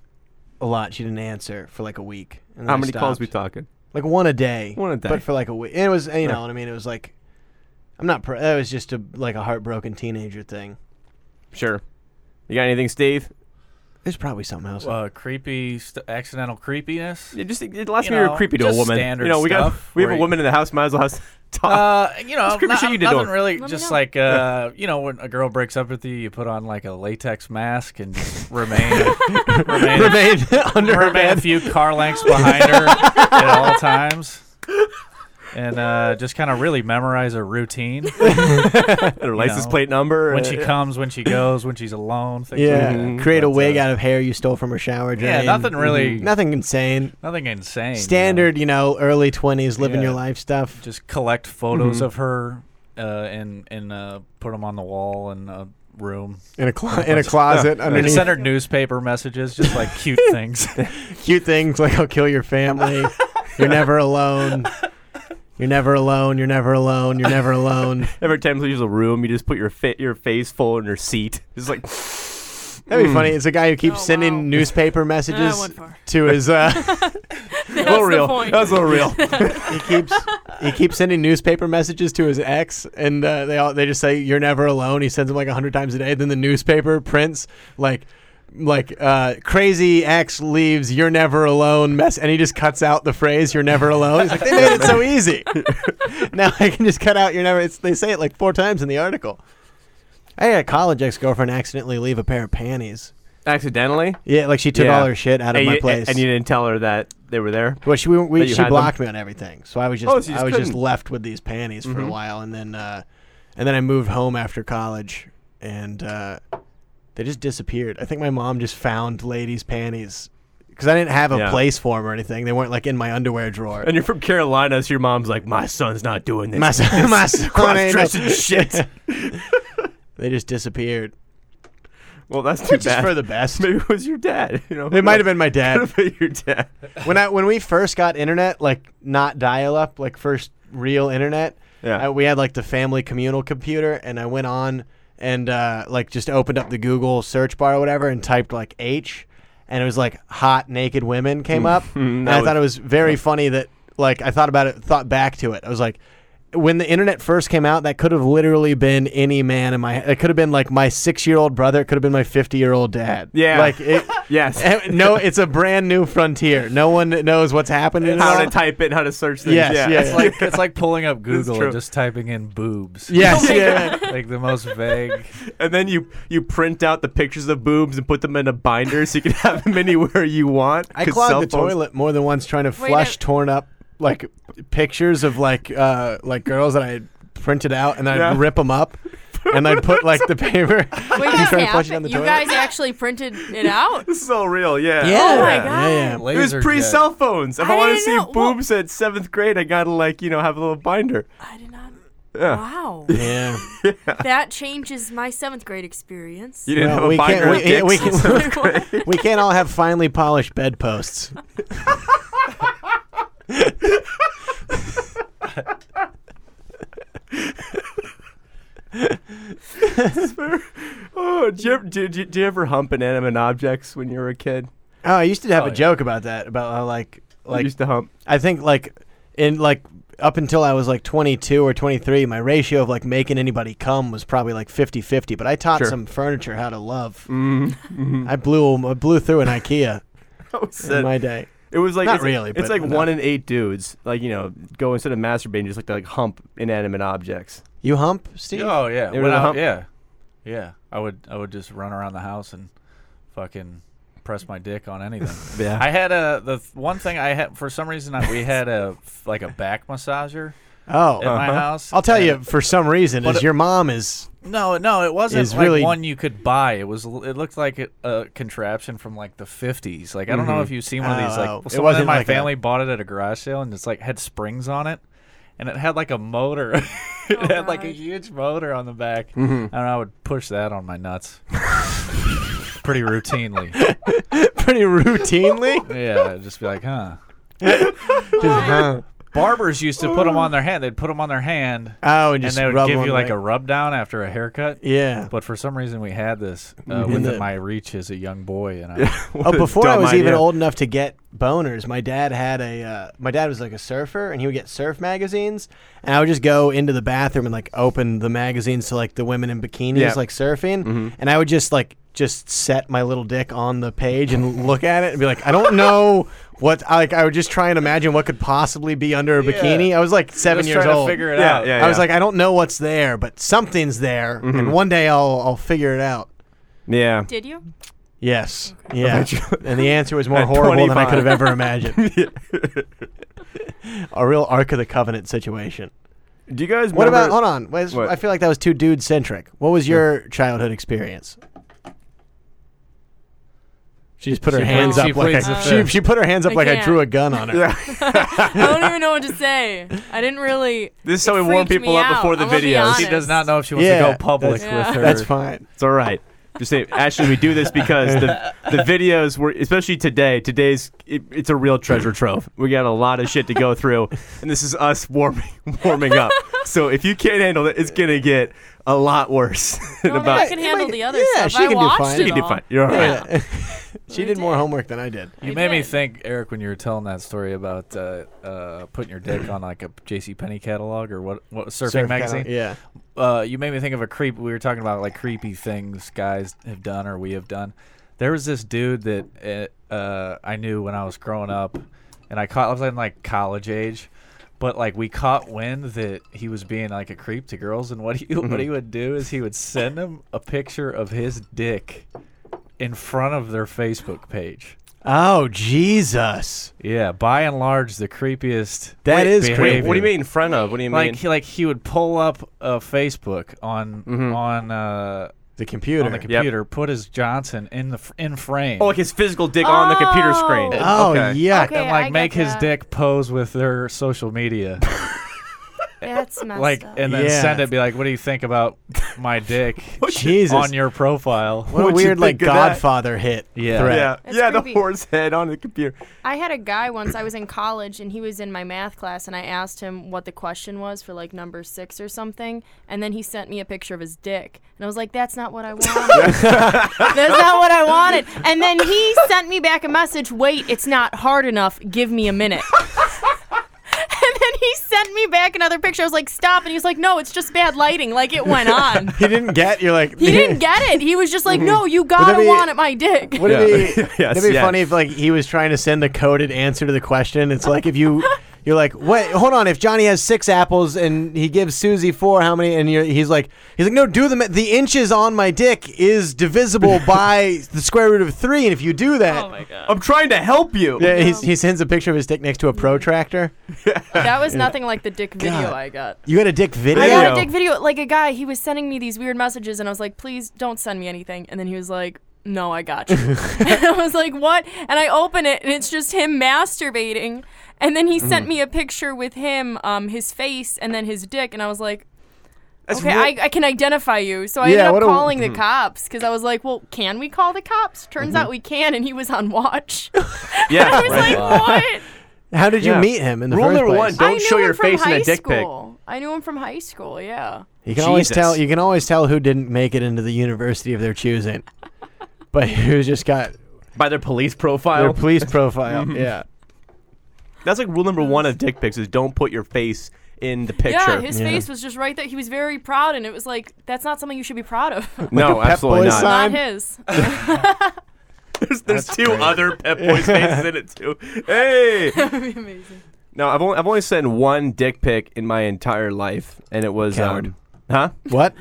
Speaker 6: a lot. She didn't answer for like a week. And then
Speaker 8: How
Speaker 6: I
Speaker 8: many calls
Speaker 6: stopped.
Speaker 8: we talking?
Speaker 6: Like one a day.
Speaker 8: One a day.
Speaker 6: But for like a week, and it was and you
Speaker 8: Yeah.
Speaker 6: know what I mean. It was like I'm not. Pr- that was just a like a heartbroken teenager thing.
Speaker 8: Sure. You got anything, Steve?
Speaker 6: There's probably something else. *laughs*
Speaker 12: Uh, creepy, st- accidental creepiness.
Speaker 8: Yeah, just the last
Speaker 12: You
Speaker 8: time you were
Speaker 12: know,
Speaker 8: creepy to a
Speaker 12: just
Speaker 8: woman.
Speaker 12: Standard
Speaker 8: you know, we
Speaker 12: stuff
Speaker 8: got we have a
Speaker 12: where-
Speaker 8: woman in the house. Might as well have *laughs* talk.
Speaker 12: Uh, you know,
Speaker 8: Just creepy
Speaker 12: not-
Speaker 8: shit you did to
Speaker 12: nothing
Speaker 8: him.
Speaker 12: really.
Speaker 8: Let me
Speaker 12: just
Speaker 8: know.
Speaker 12: like uh, you know, when a girl breaks up with you, you put on like a latex mask and just remain,
Speaker 8: *laughs*
Speaker 12: remain,
Speaker 6: Remain under her
Speaker 12: remain a
Speaker 6: bed.
Speaker 12: few car lengths behind her at all times, and uh, just kind of really memorize her
Speaker 8: *laughs*
Speaker 12: routine,
Speaker 8: Her
Speaker 12: You
Speaker 8: license
Speaker 12: know,
Speaker 8: plate number.
Speaker 12: when
Speaker 8: uh,
Speaker 12: she
Speaker 8: yeah.
Speaker 12: comes, when she goes, when she's alone. Things
Speaker 6: Yeah,
Speaker 12: Like
Speaker 8: mm-hmm.
Speaker 12: that.
Speaker 6: create a
Speaker 12: But, uh,
Speaker 6: wig out of hair you stole from her shower drain.
Speaker 12: Yeah, nothing really-
Speaker 6: nothing insane.
Speaker 12: Nothing insane. you know.
Speaker 6: Standard, you know, early twenties living
Speaker 12: Yeah.
Speaker 6: your life stuff.
Speaker 12: just collect photos
Speaker 6: Mhm.
Speaker 12: of her uh, and and uh, put them on the wall in a room
Speaker 6: In a clo- in a closet
Speaker 12: And
Speaker 6: underneath.
Speaker 12: send her newspaper messages, just like
Speaker 8: *laughs*
Speaker 12: cute things.
Speaker 6: Cute things like I'll kill your family.
Speaker 12: *laughs*
Speaker 6: You're never alone. You're never alone. You're never alone. You're never alone.
Speaker 8: Every time you use a room, you just put your fa- your face full in her seat. It's like *laughs*
Speaker 6: That'd be
Speaker 12: Hmm.
Speaker 8: Mm.
Speaker 6: funny. It's a guy who
Speaker 11: Oh,
Speaker 6: keeps sending
Speaker 11: *laughs*
Speaker 6: newspaper messages
Speaker 11: Ah, went far.
Speaker 6: to his. Uh,
Speaker 11: *laughs* *laughs* That's the
Speaker 8: real. *laughs*
Speaker 11: point.
Speaker 8: That's a
Speaker 12: *laughs*
Speaker 8: little real.
Speaker 6: he keeps he keeps sending newspaper messages to his ex, and uh, they all they just say you're never alone. He sends them like hundred times a day. Then the newspaper prints like like uh, crazy ex leaves. You're never alone. Mess, and he just cuts out the phrase "you're never alone." He's like, they made it so easy. *laughs* now I can just cut out "you're never." It's, they say it like four times in the article. I had a college ex girlfriend accidentally leave a pair of panties.
Speaker 8: accidentally.
Speaker 6: Yeah, like she took all her shit out of
Speaker 8: And
Speaker 6: my
Speaker 8: you-
Speaker 6: place.
Speaker 8: and you didn't tell her that they were there.
Speaker 6: Well, she we, we-
Speaker 8: That you
Speaker 6: she
Speaker 8: had them?
Speaker 6: blocked me on everything, so I was just,
Speaker 8: Oh, so you just
Speaker 6: I was just
Speaker 8: couldn't.
Speaker 6: left with these panties for a
Speaker 8: Mhm.
Speaker 6: while, and then uh, And then I moved home after college, and uh, they just disappeared. I think my mom just found ladies' panties because I didn't have a
Speaker 8: Yeah.
Speaker 6: place for them or anything. They weren't like in my underwear drawer.
Speaker 8: And you're from Carolina, so your mom's like, my son's not doing *laughs* this.
Speaker 6: My son, *laughs* my son ain't no-
Speaker 8: dressing shit.
Speaker 6: *laughs* they just disappeared.
Speaker 8: Well, that's too
Speaker 6: Which is
Speaker 8: bad.
Speaker 6: for the best.
Speaker 8: *laughs* Maybe it was your dad. You know,
Speaker 6: It might have been
Speaker 8: *laughs*
Speaker 6: my dad.
Speaker 8: Could have been your
Speaker 6: *laughs*
Speaker 8: dad.
Speaker 6: when I when we first got internet, like not dial up, like first real internet.
Speaker 8: Yeah.
Speaker 6: I- we had like the family communal computer, and I went on and uh, like just opened up the Google search bar or whatever and typed like H, and it was like hot naked women came
Speaker 8: *laughs*
Speaker 6: up,
Speaker 8: Mhm,
Speaker 6: and
Speaker 8: that
Speaker 6: I
Speaker 8: was-
Speaker 6: thought it was very funny that like I thought about it, thought back to it. I was like. When the internet first came out, that could have literally been any man in my. It could have been like my six-year-old brother. It could have been my fifty-year-old dad.
Speaker 8: Yeah.
Speaker 6: like it.
Speaker 8: *laughs* Yes.
Speaker 6: And *laughs* no, it's a brand new frontier. No one knows what's happening. at
Speaker 8: How
Speaker 6: *laughs* all.
Speaker 8: to type it, how to search things.
Speaker 6: Yes,
Speaker 8: yeah.
Speaker 6: yeah,
Speaker 12: It's like it's like pulling up
Speaker 8: *laughs* That's
Speaker 12: Google
Speaker 8: true.
Speaker 12: and just typing in boobs.
Speaker 6: *laughs* Yes,
Speaker 8: *laughs*
Speaker 6: Oh my
Speaker 8: yeah.
Speaker 12: like the most vague.
Speaker 8: and then you you print out the pictures of boobs and put them in a binder so you can have them *laughs* anywhere you want.
Speaker 6: I
Speaker 8: 'cause
Speaker 6: clogged
Speaker 8: cell
Speaker 6: the
Speaker 8: phones-
Speaker 6: toilet more than once trying to
Speaker 11: Wait,
Speaker 6: flush
Speaker 11: I-
Speaker 6: torn up like pictures of like uh like girls that I had printed out, and I'd
Speaker 8: Yeah.
Speaker 6: rip them up, and I'd put like the paper. and try
Speaker 11: Wait,
Speaker 6: to
Speaker 11: that
Speaker 6: flush it down
Speaker 11: happened?
Speaker 6: the
Speaker 11: You
Speaker 6: toilet.
Speaker 11: guys actually printed it out?
Speaker 8: This is all real, yeah.
Speaker 6: Yeah.
Speaker 11: Oh my
Speaker 6: Yeah,
Speaker 11: god.
Speaker 6: yeah, yeah.
Speaker 8: It was
Speaker 12: Laser
Speaker 8: pre cell phones. If I,
Speaker 11: I
Speaker 8: want to
Speaker 11: didn't
Speaker 8: see
Speaker 11: know- well-
Speaker 8: boobs at seventh grade, I gotta like you know have a little binder. I did
Speaker 11: not-
Speaker 8: Yeah.
Speaker 11: Wow.
Speaker 6: Yeah.
Speaker 11: That changes my seventh grade experience. *laughs*
Speaker 8: You didn't
Speaker 6: Well,
Speaker 8: have a
Speaker 6: we
Speaker 8: binder
Speaker 6: can't.
Speaker 8: of
Speaker 6: We, yeah, we,
Speaker 8: dicks in
Speaker 6: can,
Speaker 8: seventh grade.
Speaker 6: we can't all have finely polished bedposts.
Speaker 8: *laughs* oh, did you, ever, did, you, did you ever hump inanimate objects when you were a kid?
Speaker 6: Oh, I used to have
Speaker 8: Oh,
Speaker 6: a
Speaker 8: yeah.
Speaker 6: joke about that. About how like
Speaker 8: I
Speaker 6: like
Speaker 8: used
Speaker 6: *laughs*
Speaker 8: to hump.
Speaker 6: I think like in like up until I was like 22 or 23, my ratio of like making anybody come was probably like 50-50, but I taught
Speaker 8: Sure.
Speaker 6: some furniture how to love.
Speaker 8: Mm-hmm.
Speaker 6: I blew 'em- I blew through an
Speaker 8: *laughs*
Speaker 6: IKEA in
Speaker 8: said-
Speaker 6: my day.
Speaker 8: It was like
Speaker 6: Not
Speaker 8: it's,
Speaker 6: really,
Speaker 8: It's
Speaker 6: but
Speaker 8: like
Speaker 6: no.
Speaker 8: one in eight dudes, like you know, go instead of masturbating, just like to like hump inanimate objects.
Speaker 6: You hump, Steve?
Speaker 12: Oh yeah,
Speaker 8: They were
Speaker 12: When
Speaker 8: the
Speaker 12: I-
Speaker 8: hump-
Speaker 12: yeah, yeah. I would I would just run around the house and fucking press my dick on anything.
Speaker 8: Yeah.
Speaker 12: I had a the th- one thing I had for some reason I, we had a like a back massager.
Speaker 6: Oh,
Speaker 12: at
Speaker 8: Uh-huh.
Speaker 12: my house.
Speaker 6: I'll tell you
Speaker 12: and-
Speaker 6: for some reason
Speaker 12: But
Speaker 6: is
Speaker 12: it-
Speaker 6: your mom is
Speaker 12: No, no, it wasn't
Speaker 6: is
Speaker 12: like
Speaker 6: really-
Speaker 12: one you could buy. It was l- it looked like a, a contraption from like the 50s. Like I don't know
Speaker 8: Mhm.
Speaker 12: if you've seen one of these like
Speaker 6: Oh,
Speaker 12: well,
Speaker 6: it
Speaker 12: someone in
Speaker 6: wasn't
Speaker 12: my
Speaker 6: like a-
Speaker 12: family bought it at a garage sale and it's like had springs on it and it had like a motor. *laughs*
Speaker 6: Oh,
Speaker 12: it had like a huge motor on the back. And
Speaker 8: Mm-hmm.
Speaker 12: I would push that on my nuts. Pretty routinely.
Speaker 6: *laughs* pretty routinely.
Speaker 12: *laughs* yeah, it'd just be like, "Huh."
Speaker 6: Just, huh.
Speaker 12: Barbers used to put them on their hand. They'd put them on their hand.
Speaker 6: Oh, and
Speaker 12: And
Speaker 6: just
Speaker 12: they would
Speaker 6: rub
Speaker 12: give
Speaker 6: one
Speaker 12: you like
Speaker 6: right-
Speaker 12: a rub down after a haircut.
Speaker 6: Yeah.
Speaker 12: But for some reason, we had this uh,
Speaker 6: Mhm.
Speaker 12: within
Speaker 6: Yeah.
Speaker 12: my reach as a young boy, and
Speaker 8: *laughs*
Speaker 12: I, *laughs*
Speaker 6: Oh, before I was even
Speaker 8: old.
Speaker 6: old enough to get boners, my dad had a uh, my dad was like a surfer, and he would get surf magazines, and I would just go into the bathroom and like open the magazines to like the women in bikinis
Speaker 8: Yeah.
Speaker 6: like surfing,
Speaker 12: Mm-hmm.
Speaker 6: and I would just like just set my little dick on the page and look at it and be like, I don't know what I- like I would just try and imagine what could possibly be under a bikini. I was like seven
Speaker 12: Just
Speaker 6: years
Speaker 12: trying to
Speaker 6: old.
Speaker 12: figure it
Speaker 8: Yeah,
Speaker 12: out.
Speaker 8: yeah.
Speaker 6: I was like, I don't know what's there, but something's there,
Speaker 12: Mm-hmm.
Speaker 6: and one day I'll I'll figure it out.
Speaker 8: Yeah.
Speaker 11: Did you?
Speaker 6: Yes. Yeah.
Speaker 12: *laughs*
Speaker 8: Eventually.
Speaker 6: and the answer was more
Speaker 8: At
Speaker 6: horrible than I
Speaker 8: 25.
Speaker 6: could have ever imagined. *laughs* A real Ark of the Covenant situation.
Speaker 8: Do you guys
Speaker 6: What about?
Speaker 8: remember-
Speaker 6: Hold on. Was-
Speaker 8: What?
Speaker 6: I feel like that was too dude centric. What was your childhood experience? She just put her
Speaker 12: She
Speaker 6: hands
Speaker 12: pleads-
Speaker 6: up
Speaker 12: she
Speaker 6: like
Speaker 12: pleads
Speaker 6: I,
Speaker 12: the
Speaker 6: she,
Speaker 12: fifth.
Speaker 6: she put her hands up
Speaker 11: I
Speaker 6: like I
Speaker 11: can't.
Speaker 6: drew a gun on
Speaker 12: *laughs*
Speaker 6: her.
Speaker 11: I don't even know what to say. I didn't really.
Speaker 8: This is
Speaker 11: it
Speaker 8: how we warm
Speaker 11: freaked
Speaker 8: people
Speaker 11: me
Speaker 8: up before
Speaker 11: out,
Speaker 8: the
Speaker 11: I'm gonna be
Speaker 8: videos.
Speaker 12: she does not know if she wants
Speaker 6: Yeah,
Speaker 12: to go public
Speaker 6: that's-
Speaker 11: yeah.
Speaker 12: with her.
Speaker 6: That's fine.
Speaker 8: It's all right. Just say, actually, we do this
Speaker 6: *laughs*
Speaker 8: because the the videos were, especially today. Today's it, it's a real treasure trove. We got a lot of shit to go through, and this is us warming *laughs* warming up. So if you can't handle it, it's gonna get a lot worse. *laughs* in
Speaker 11: No,
Speaker 8: about
Speaker 11: I can handle the other
Speaker 6: yeah,
Speaker 11: stuff.
Speaker 6: she
Speaker 11: I
Speaker 6: can do
Speaker 11: watched
Speaker 6: fine.
Speaker 11: it
Speaker 8: you can do
Speaker 11: all.
Speaker 8: fine. You're all right.
Speaker 11: Yeah.
Speaker 12: *laughs*
Speaker 6: She did more homework than I did.
Speaker 12: You
Speaker 11: I
Speaker 12: made me
Speaker 11: did.
Speaker 12: think, Eric, when you were telling that story about uh, uh, putting your dick on like a J.C. Penney catalog or what, what surfing
Speaker 6: Surf
Speaker 12: magazine.
Speaker 6: catalog, yeah.
Speaker 12: Uh, you made me think of a creep. We were talking about like creepy things guys have done or we have done. There was this dude that uh, uh, I knew when I was growing up, and I caught. I was in like college age, but like we caught wind that he was being like a creep to girls. And what he *laughs* what he would do is he would send them a picture of his dick in front of their Facebook page.
Speaker 6: Oh Jesus!
Speaker 12: Yeah, by and large, the creepiest.
Speaker 6: That is
Speaker 12: behavior.
Speaker 6: creepy. What do you
Speaker 8: mean, in front of? What do you
Speaker 12: like,
Speaker 8: mean?
Speaker 12: He, like he would pull up uh, Facebook on on uh,
Speaker 6: the computer,
Speaker 12: on the
Speaker 8: Mm-hmm. Yep.
Speaker 12: computer, put his Johnson in the fr- in frame.
Speaker 8: Oh, like his physical dick on the computer screen.
Speaker 12: Oh,
Speaker 8: Okay.
Speaker 12: yeah,
Speaker 11: Okay,
Speaker 12: and
Speaker 11: I
Speaker 12: like make
Speaker 11: get
Speaker 12: his
Speaker 11: that.
Speaker 12: dick pose with their social media,
Speaker 11: That's messed
Speaker 12: like,
Speaker 11: up.
Speaker 12: and then
Speaker 6: Yeah.
Speaker 12: send it. Be like, what do you think
Speaker 8: *laughs*
Speaker 12: about my dick?
Speaker 6: Jesus.
Speaker 12: on your profile.
Speaker 6: What a What'd you weird, like, think of that? Godfather hit
Speaker 12: Yeah,
Speaker 6: threat.
Speaker 8: Yeah,
Speaker 11: That's
Speaker 8: yeah, the
Speaker 11: creepy.
Speaker 8: horse head on the computer.
Speaker 11: I had a guy once. I was in college and he was in my math class, and I asked him what the question was for like number six or something, and then he sent me a picture of his dick, and I was like, "That's not what I wanted. That's not what I wanted." And then he sent me back a message. Wait, it's not hard enough. Give me a minute. *laughs* And then he sent me back another picture. I was like, "Stop!" And he was like, "No, it's just bad lighting. Like it went on."
Speaker 6: *laughs* he didn't get. You're like
Speaker 11: He didn't get it. He was just like, "No, you
Speaker 6: Would that
Speaker 11: gotta
Speaker 6: be-
Speaker 11: want it, my dick."
Speaker 6: Would it
Speaker 8: *laughs*
Speaker 6: be,
Speaker 8: Yes,
Speaker 6: that'd be
Speaker 8: yes.
Speaker 6: funny if like he was trying to send the coded answer to the question. It's like if
Speaker 11: *laughs*
Speaker 6: you you're like, wait, hold on. If Johnny has six apples and he gives Susie four, how many? And you're, he's like, he's like, no, do the ma- the inches on my dick is
Speaker 8: *laughs*
Speaker 6: divisible by the square root of three, and if you do that, oh my god,
Speaker 8: I'm trying to help you.
Speaker 6: Yeah, he's, he sends a picture of his dick next to a protractor.
Speaker 11: That was nothing like the dick video
Speaker 6: God.
Speaker 11: I got.
Speaker 6: You got a dick video?
Speaker 11: I got a dick video. Like a guy, he was sending me these weird messages, and I was like, please don't send me anything. And then he was like, no, I got you.
Speaker 8: *laughs*
Speaker 11: *laughs* and I was like, what? And I open it, and it's just him masturbating. And then he
Speaker 8: Mm-hmm.
Speaker 11: sent
Speaker 14: Mhm.
Speaker 11: me a picture with him, um, his face, and then his dick, and I was like,
Speaker 14: That's
Speaker 11: okay,
Speaker 14: real-
Speaker 11: I, I can identify you. So I
Speaker 14: Yeah,
Speaker 11: ended
Speaker 14: what
Speaker 11: up
Speaker 14: a-
Speaker 11: calling the
Speaker 8: Mm-hmm.
Speaker 14: Mhm.
Speaker 11: cops because I was like, well, can we call the cops? Turns out we can, and he was on
Speaker 8: *laughs*
Speaker 11: watch.
Speaker 8: *laughs*
Speaker 11: *laughs*
Speaker 8: Yeah.
Speaker 11: I was like, what?
Speaker 6: How did you
Speaker 8: Yeah.
Speaker 6: meet him in the
Speaker 8: Rule
Speaker 6: first
Speaker 8: number
Speaker 6: place?
Speaker 8: one, don't
Speaker 11: I
Speaker 8: show
Speaker 11: knew him
Speaker 8: your
Speaker 11: from
Speaker 8: face in
Speaker 11: high
Speaker 8: a dick pic.
Speaker 11: school. I knew him from high school. Yeah.
Speaker 6: You can always
Speaker 8: Jesus.
Speaker 6: tell. You can always tell who didn't make it into the university of their choosing, but who just got
Speaker 8: By their police profile.
Speaker 6: Their police
Speaker 8: *laughs*
Speaker 6: profile,
Speaker 8: Mhm.
Speaker 6: yeah.
Speaker 8: That's like rule number one of dick pics is don't put your face in the picture.
Speaker 11: Yeah, his face was just right there. He was very proud, and it was like that's not something you should be proud
Speaker 8: *laughs*
Speaker 11: of. *laughs*
Speaker 6: Like
Speaker 8: No,
Speaker 6: a Pep
Speaker 8: absolutely
Speaker 6: Boys
Speaker 8: not.
Speaker 11: not
Speaker 6: sign.
Speaker 11: his.
Speaker 8: *laughs* There's, there's two other
Speaker 6: *laughs*
Speaker 8: Pep Boys faces in it too.
Speaker 11: *laughs*
Speaker 8: Hey.
Speaker 11: amazing.
Speaker 8: No, I've only I've only sent one dick pic in my entire life, and it was
Speaker 6: Coward.
Speaker 8: um,
Speaker 6: *laughs*
Speaker 8: huh?
Speaker 6: What?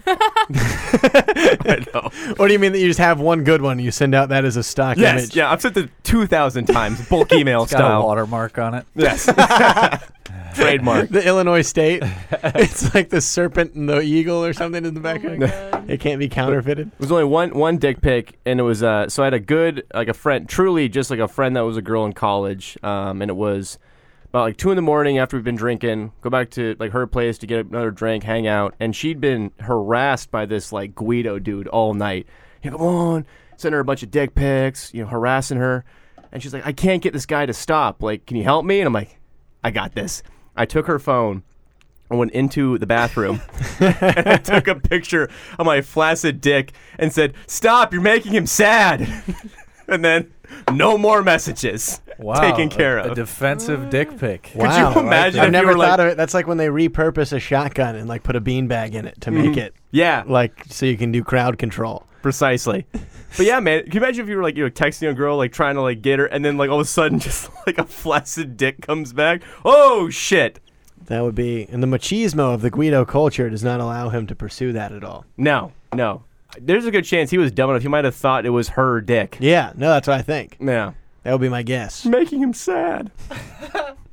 Speaker 6: Or do you mean that you just have one good one and you send out that as a stock
Speaker 8: *laughs* Yes,
Speaker 6: image?
Speaker 8: yeah, I've sent it two thousand times,
Speaker 6: *laughs*
Speaker 8: bulk email
Speaker 12: It's got
Speaker 8: style.
Speaker 6: Oh.
Speaker 12: a watermark on it.
Speaker 8: Yes. *laughs* Trademark.
Speaker 6: The Illinois
Speaker 8: *laughs*
Speaker 6: State. it's like the serpent and the eagle or something in the background. *laughs* it can't be counterfeited.
Speaker 8: It was only one one dick pic, and it was uh. So I had a good like a friend, truly just like a friend that was a girl in college. Um, and it was about like two in the morning after we've been drinking. Go back to like her place to get another drink, hang out, and she'd been harassed by this like Guido dude all night. He come on, send her a bunch of dick pics, you know, harassing her, and she's like, I can't get this guy to stop. Like, can you help me? And I'm like, I got this. I took her phone. I went into the bathroom and *laughs* I took a picture of my flaccid dick and said, Stop, you're making him sad. *laughs* and then no more messages
Speaker 12: Wow,
Speaker 8: taken care
Speaker 12: a,
Speaker 8: of.
Speaker 12: A defensive dick pic.
Speaker 6: Wow.
Speaker 8: Could you imagine
Speaker 6: I've
Speaker 8: if
Speaker 6: never
Speaker 8: you were
Speaker 6: thought
Speaker 8: like,
Speaker 6: of it. That's like when they repurpose a shotgun and like put a beanbag in it to
Speaker 8: Mhm.
Speaker 6: make it
Speaker 8: Yeah.
Speaker 6: like so you can do crowd control.
Speaker 8: Precisely. But yeah, man, can you imagine if you were like you know texting a girl, like trying to like get her, and then like all of a sudden *laughs* just like a flaccid dick comes back? Oh shit.
Speaker 6: That would be and the machismo of the Guido culture does not allow him to pursue that at all.
Speaker 8: No, no. There's a good chance he was dumb enough. He might have thought it was her dick.
Speaker 6: Yeah, no, that's what I think.
Speaker 8: Yeah.
Speaker 6: That would be my guess.
Speaker 8: Making him sad.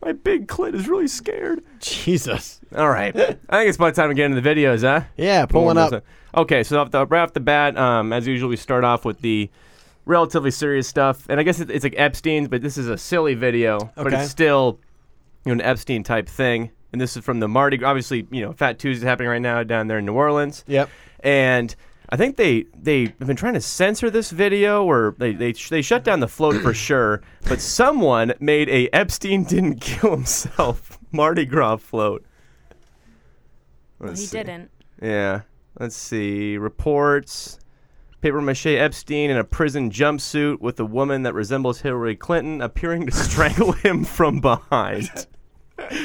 Speaker 8: my big clit is really scared.
Speaker 6: Jesus.
Speaker 8: All right. I think it's about time to get into the videos, huh?
Speaker 6: Yeah, pulling
Speaker 8: Pulling those
Speaker 6: up.
Speaker 8: Okay, so off the, right off the bat, um, as usual, we start off with the relatively serious stuff, and I guess it, it's like Epstein's, but this is a silly video, but
Speaker 6: Okay.
Speaker 8: it's still you know, an Epstein type thing. And this is from the Mardi, Gras- obviously, you know, Fat Tuesday happening right now down there in New Orleans.
Speaker 6: Yep.
Speaker 8: And I think they they have been trying to censor this video, or they they, sh- they shut down the float
Speaker 6: *clears throat*
Speaker 8: for sure. But someone made a Epstein didn't kill himself *laughs* Mardi Gras float. Let's
Speaker 11: he
Speaker 8: see.
Speaker 11: didn't.
Speaker 8: Yeah. Let's see. Reports. Paper mache Epstein in a prison jumpsuit with a woman that resembles Hillary Clinton
Speaker 6: *laughs*
Speaker 8: appearing to strangle him from behind.
Speaker 6: Oh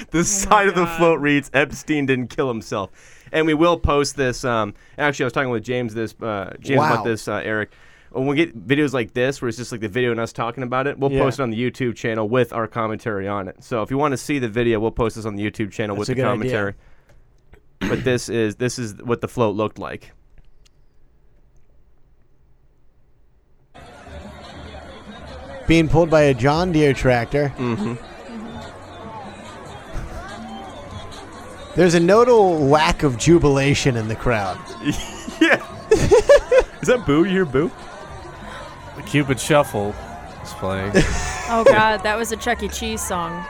Speaker 8: the side of the float reads Epstein didn't kill himself. And we will post this. Um, actually, I was talking with James this uh, James
Speaker 6: Wow.
Speaker 8: about this, uh, Eric. When we get videos like this, where it's just like the video and us talking about it, we'll
Speaker 6: Yeah.
Speaker 8: post it on the YouTube channel with our commentary on it. So if you want to see the video, we'll post this on the YouTube channel
Speaker 6: That's a
Speaker 8: with the
Speaker 6: good idea.
Speaker 8: commentary but this is this is what the float looked like.
Speaker 6: being pulled by a John Deere tractor. There's a notable lack of jubilation in the crowd.
Speaker 8: Is that Boo? You hear Boo?
Speaker 12: The Cupid Shuffle is playing.
Speaker 11: Oh God, that was a Chuck E. Cheese song.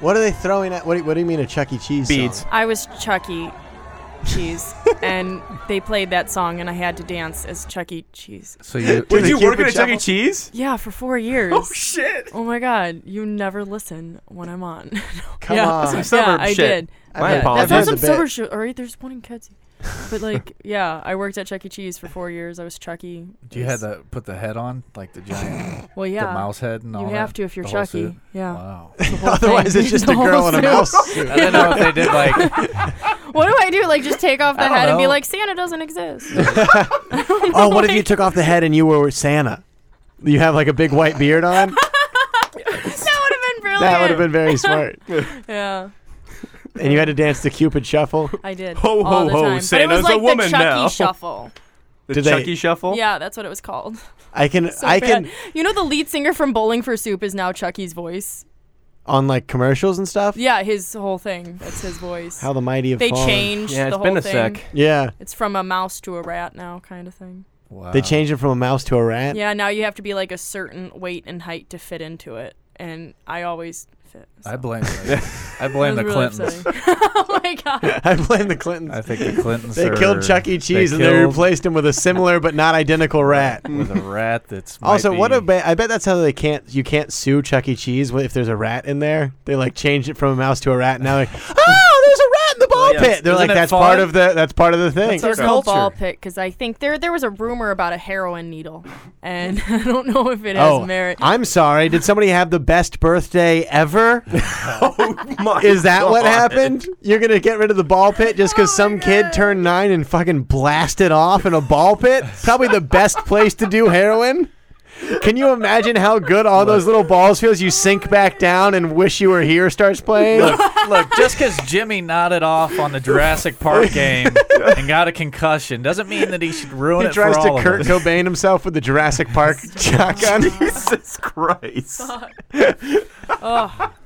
Speaker 6: What are they throwing at? What do, what do you mean a Chuck E. Cheese? Beads.
Speaker 11: I was Chuck E.
Speaker 8: *laughs*
Speaker 11: Cheese, and they played that song, and I had to dance as Chuck E. Cheese.
Speaker 12: So you-
Speaker 8: Did you work at a
Speaker 12: Cupid
Speaker 8: Chuck E.
Speaker 12: Shuffle?
Speaker 8: Cheese?
Speaker 11: Yeah, for four years.
Speaker 8: *laughs* Oh, shit!
Speaker 11: Oh my God, you never listen when I'm on. *laughs*
Speaker 6: Come
Speaker 11: yeah.
Speaker 6: on.
Speaker 11: yeah,
Speaker 6: Some suburb
Speaker 11: I
Speaker 6: shit.
Speaker 11: did.
Speaker 6: My
Speaker 11: Yeah.
Speaker 6: apologies. I've
Speaker 11: That's *laughs* not
Speaker 6: heard
Speaker 11: some
Speaker 6: the
Speaker 11: sober
Speaker 6: bit.
Speaker 11: shit. All right, there's one in Kedzie.
Speaker 12: *laughs*
Speaker 11: But like, yeah, I worked at Chuck E. Cheese for four years. I was Chuck E.
Speaker 12: Do you had to put the head on, like the giant,
Speaker 11: *laughs* Well, yeah.
Speaker 12: the mouse head, and all
Speaker 11: You
Speaker 12: that?
Speaker 11: have to if you're
Speaker 12: The whole
Speaker 11: Chucky.
Speaker 12: suit?
Speaker 11: Yeah.
Speaker 12: Wow.
Speaker 11: The
Speaker 6: *laughs*
Speaker 11: whole
Speaker 6: Otherwise,
Speaker 11: thing.
Speaker 6: it's just
Speaker 11: The
Speaker 6: a girl
Speaker 11: whole
Speaker 6: in a
Speaker 11: suit. *laughs*
Speaker 6: mouse suit.
Speaker 12: I didn't know if they did like
Speaker 11: What do I do? Like, just take off
Speaker 12: *laughs*
Speaker 11: the
Speaker 12: I don't
Speaker 11: head and be
Speaker 12: know.
Speaker 11: like, Santa
Speaker 12: *laughs*
Speaker 11: doesn't exist.
Speaker 6: *laughs* oh, what if
Speaker 11: *laughs*
Speaker 6: you took off the head and you were Santa? You have like a big white beard
Speaker 11: *laughs*
Speaker 6: on.
Speaker 11: Oh, that would have been brilliant.
Speaker 6: that would have been very
Speaker 11: *laughs*
Speaker 6: smart.
Speaker 11: yeah,
Speaker 6: and you had to dance the Cupid Shuffle.
Speaker 11: I did.
Speaker 8: Ho,
Speaker 11: all
Speaker 8: ho,
Speaker 11: the
Speaker 8: ho,
Speaker 11: time.
Speaker 8: Santa's a
Speaker 11: but it was like
Speaker 8: woman
Speaker 11: the Chucky
Speaker 8: now.
Speaker 11: Shuffle.
Speaker 8: The
Speaker 6: Did they-
Speaker 8: Chuck E.
Speaker 12: Oh.
Speaker 8: Shuffle?
Speaker 11: Yeah, that's what it was called. *laughs*
Speaker 6: I can.
Speaker 11: So
Speaker 6: I
Speaker 11: bad.
Speaker 6: can
Speaker 11: You know, the lead singer from Bowling for Soup is now Chucky's voice.
Speaker 6: on like commercials and stuff.
Speaker 11: Yeah, his whole thing. That's his voice.
Speaker 6: How the mighty have
Speaker 11: they
Speaker 6: fallen.
Speaker 11: changed
Speaker 8: Yeah,
Speaker 11: the
Speaker 8: it's
Speaker 11: whole
Speaker 8: been a
Speaker 11: thing.
Speaker 8: sec.
Speaker 6: *laughs* Yeah.
Speaker 11: It's from a mouse to a rat now, kind of thing.
Speaker 6: They changed it from a mouse to a rat.
Speaker 11: Yeah, now you have to be like a certain weight and height to fit into it, and I always fit.
Speaker 12: I
Speaker 11: *laughs*
Speaker 12: blame. the- I blame the
Speaker 11: It was really
Speaker 12: Clintons.
Speaker 11: upsetting. *laughs* oh my
Speaker 12: *laughs*
Speaker 6: *laughs*
Speaker 11: god.
Speaker 6: I blame the Clintons.
Speaker 12: I think the Clintons.
Speaker 6: *laughs* They
Speaker 12: are-
Speaker 6: killed Chuck E.
Speaker 12: they
Speaker 6: Cheese and they
Speaker 12: killed
Speaker 6: replaced him with a similar but not identical
Speaker 12: *laughs*
Speaker 6: rat.
Speaker 12: with a rat that's. might
Speaker 6: Also, what
Speaker 12: be-
Speaker 6: a ba- I bet that's how they can't you can't sue Chuck E. Cheese if there's a rat in there. They like changed it from a mouse to a rat. And now like, *laughs* oh, there's a rat in the ball
Speaker 12: yeah.
Speaker 6: pit. They're
Speaker 12: Isn't
Speaker 6: like
Speaker 12: it
Speaker 6: that's
Speaker 12: fun?
Speaker 6: part of the that's part of the thing.
Speaker 12: That's our
Speaker 11: There's no
Speaker 12: culture.
Speaker 11: ball pit because I think there there was a rumor about a heroin needle, and *laughs* I don't know if it has
Speaker 6: Oh,
Speaker 11: merit.
Speaker 6: I'm sorry. Did somebody have the best
Speaker 12: *laughs*
Speaker 6: birthday ever?
Speaker 12: Oh
Speaker 6: Is that what
Speaker 8: God.
Speaker 6: happened? You're gonna get rid of the ball pit just
Speaker 12: Oh,
Speaker 6: because some kid turned nine and fucking blasted off in a ball pit? Probably the best place to do heroin. Can you imagine how good all those little balls feels? You sink back down and wish you were here. Starts playing.
Speaker 12: Look, look, just because Jimmy nodded off on the Jurassic
Speaker 6: *laughs*
Speaker 12: Park game and got a concussion doesn't mean that he should ruin
Speaker 6: he
Speaker 12: it
Speaker 6: tries
Speaker 12: for
Speaker 6: to
Speaker 12: all
Speaker 6: Kurt
Speaker 12: of us.
Speaker 6: Cobain himself with the Jurassic
Speaker 12: *laughs*
Speaker 6: Park shotgun.
Speaker 8: Jesus Christ.
Speaker 11: Oh,
Speaker 6: *laughs*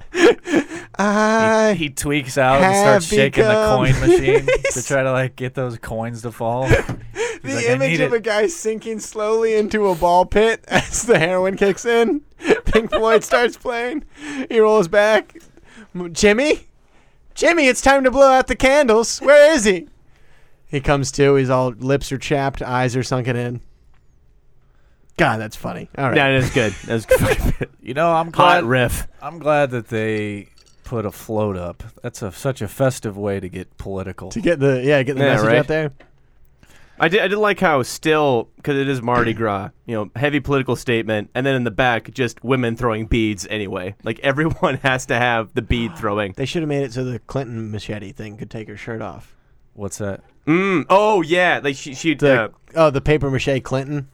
Speaker 6: I
Speaker 12: He tweaks out and
Speaker 6: Have
Speaker 12: starts shaking the
Speaker 6: become
Speaker 12: coin machine to try to like get those coins to fall. He's
Speaker 6: The
Speaker 12: like, I
Speaker 6: image
Speaker 12: need
Speaker 6: of
Speaker 12: it.
Speaker 6: a guy sinking slowly into a ball pit *laughs* as the heroin kicks in. *laughs* Pink Floyd starts playing. He rolls back. M- Jimmy? Jimmy, it's time to blow out the candles. Where is he? He comes to. He's all lips are chapped, eyes are sunken in. God, that's funny. All right.
Speaker 8: That is good. That's good.
Speaker 12: You know, I'm
Speaker 8: Hot
Speaker 12: glad.
Speaker 8: riff.
Speaker 12: I'm glad that they put a float up. That's a such a festive way to get political.
Speaker 6: to get the yeah, get the
Speaker 8: Yeah,
Speaker 6: message
Speaker 8: right.
Speaker 6: out there.
Speaker 8: I did, I did like how still because it is *clears throat* Mardi Gras, you know, heavy political statement, and then in the back, just women throwing beads anyway. Like everyone *laughs* has to have the bead throwing.
Speaker 6: They should have made it so the Clinton machete thing could take her shirt off.
Speaker 12: What's that?
Speaker 8: *gasps* Mm, oh yeah, like she she
Speaker 6: The
Speaker 8: uh,
Speaker 6: oh, the paper mache Clinton.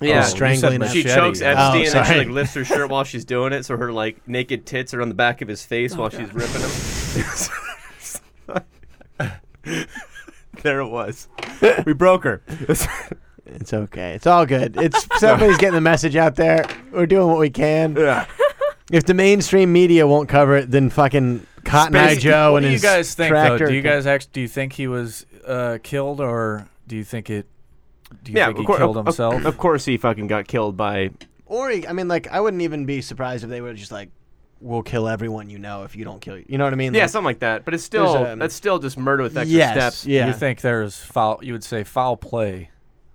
Speaker 8: yeah.
Speaker 12: you said
Speaker 6: strangling
Speaker 12: machete.
Speaker 8: she chokes
Speaker 12: Oh,
Speaker 8: Epstein and then she
Speaker 6: sorry.
Speaker 8: like lifts her shirt while she's doing it, so her like naked tits are on the back of his face while she's ripping him.
Speaker 12: *laughs*
Speaker 8: there it was. We broke her.
Speaker 6: It's okay. It's all good.
Speaker 12: *laughs*
Speaker 6: It's somebody's getting the message out there. We're doing what we can.
Speaker 8: yeah.
Speaker 6: If the mainstream media won't cover it, then fucking Cotton Eye
Speaker 12: Space-
Speaker 6: Joe
Speaker 12: what
Speaker 6: and
Speaker 12: do you
Speaker 6: his
Speaker 12: guys think though?
Speaker 6: tractor.
Speaker 12: Do you guys actually do you think he was uh, killed or do you think it? Do you
Speaker 8: yeah,
Speaker 12: think
Speaker 8: of
Speaker 12: he
Speaker 8: course.
Speaker 12: killed
Speaker 8: of,
Speaker 12: himself?
Speaker 8: Of, course, he fucking got killed by.
Speaker 6: or he- I mean, like I wouldn't even be surprised if they were just like, "We'll kill everyone you know if you don't kill." You, you know what I mean?
Speaker 8: Yeah,
Speaker 6: Like,
Speaker 8: something like that. But it's still
Speaker 6: There's a-
Speaker 8: that's still just murder with extra
Speaker 6: yes,
Speaker 8: steps.
Speaker 6: Yeah.
Speaker 12: You think there's foul? You would say foul play.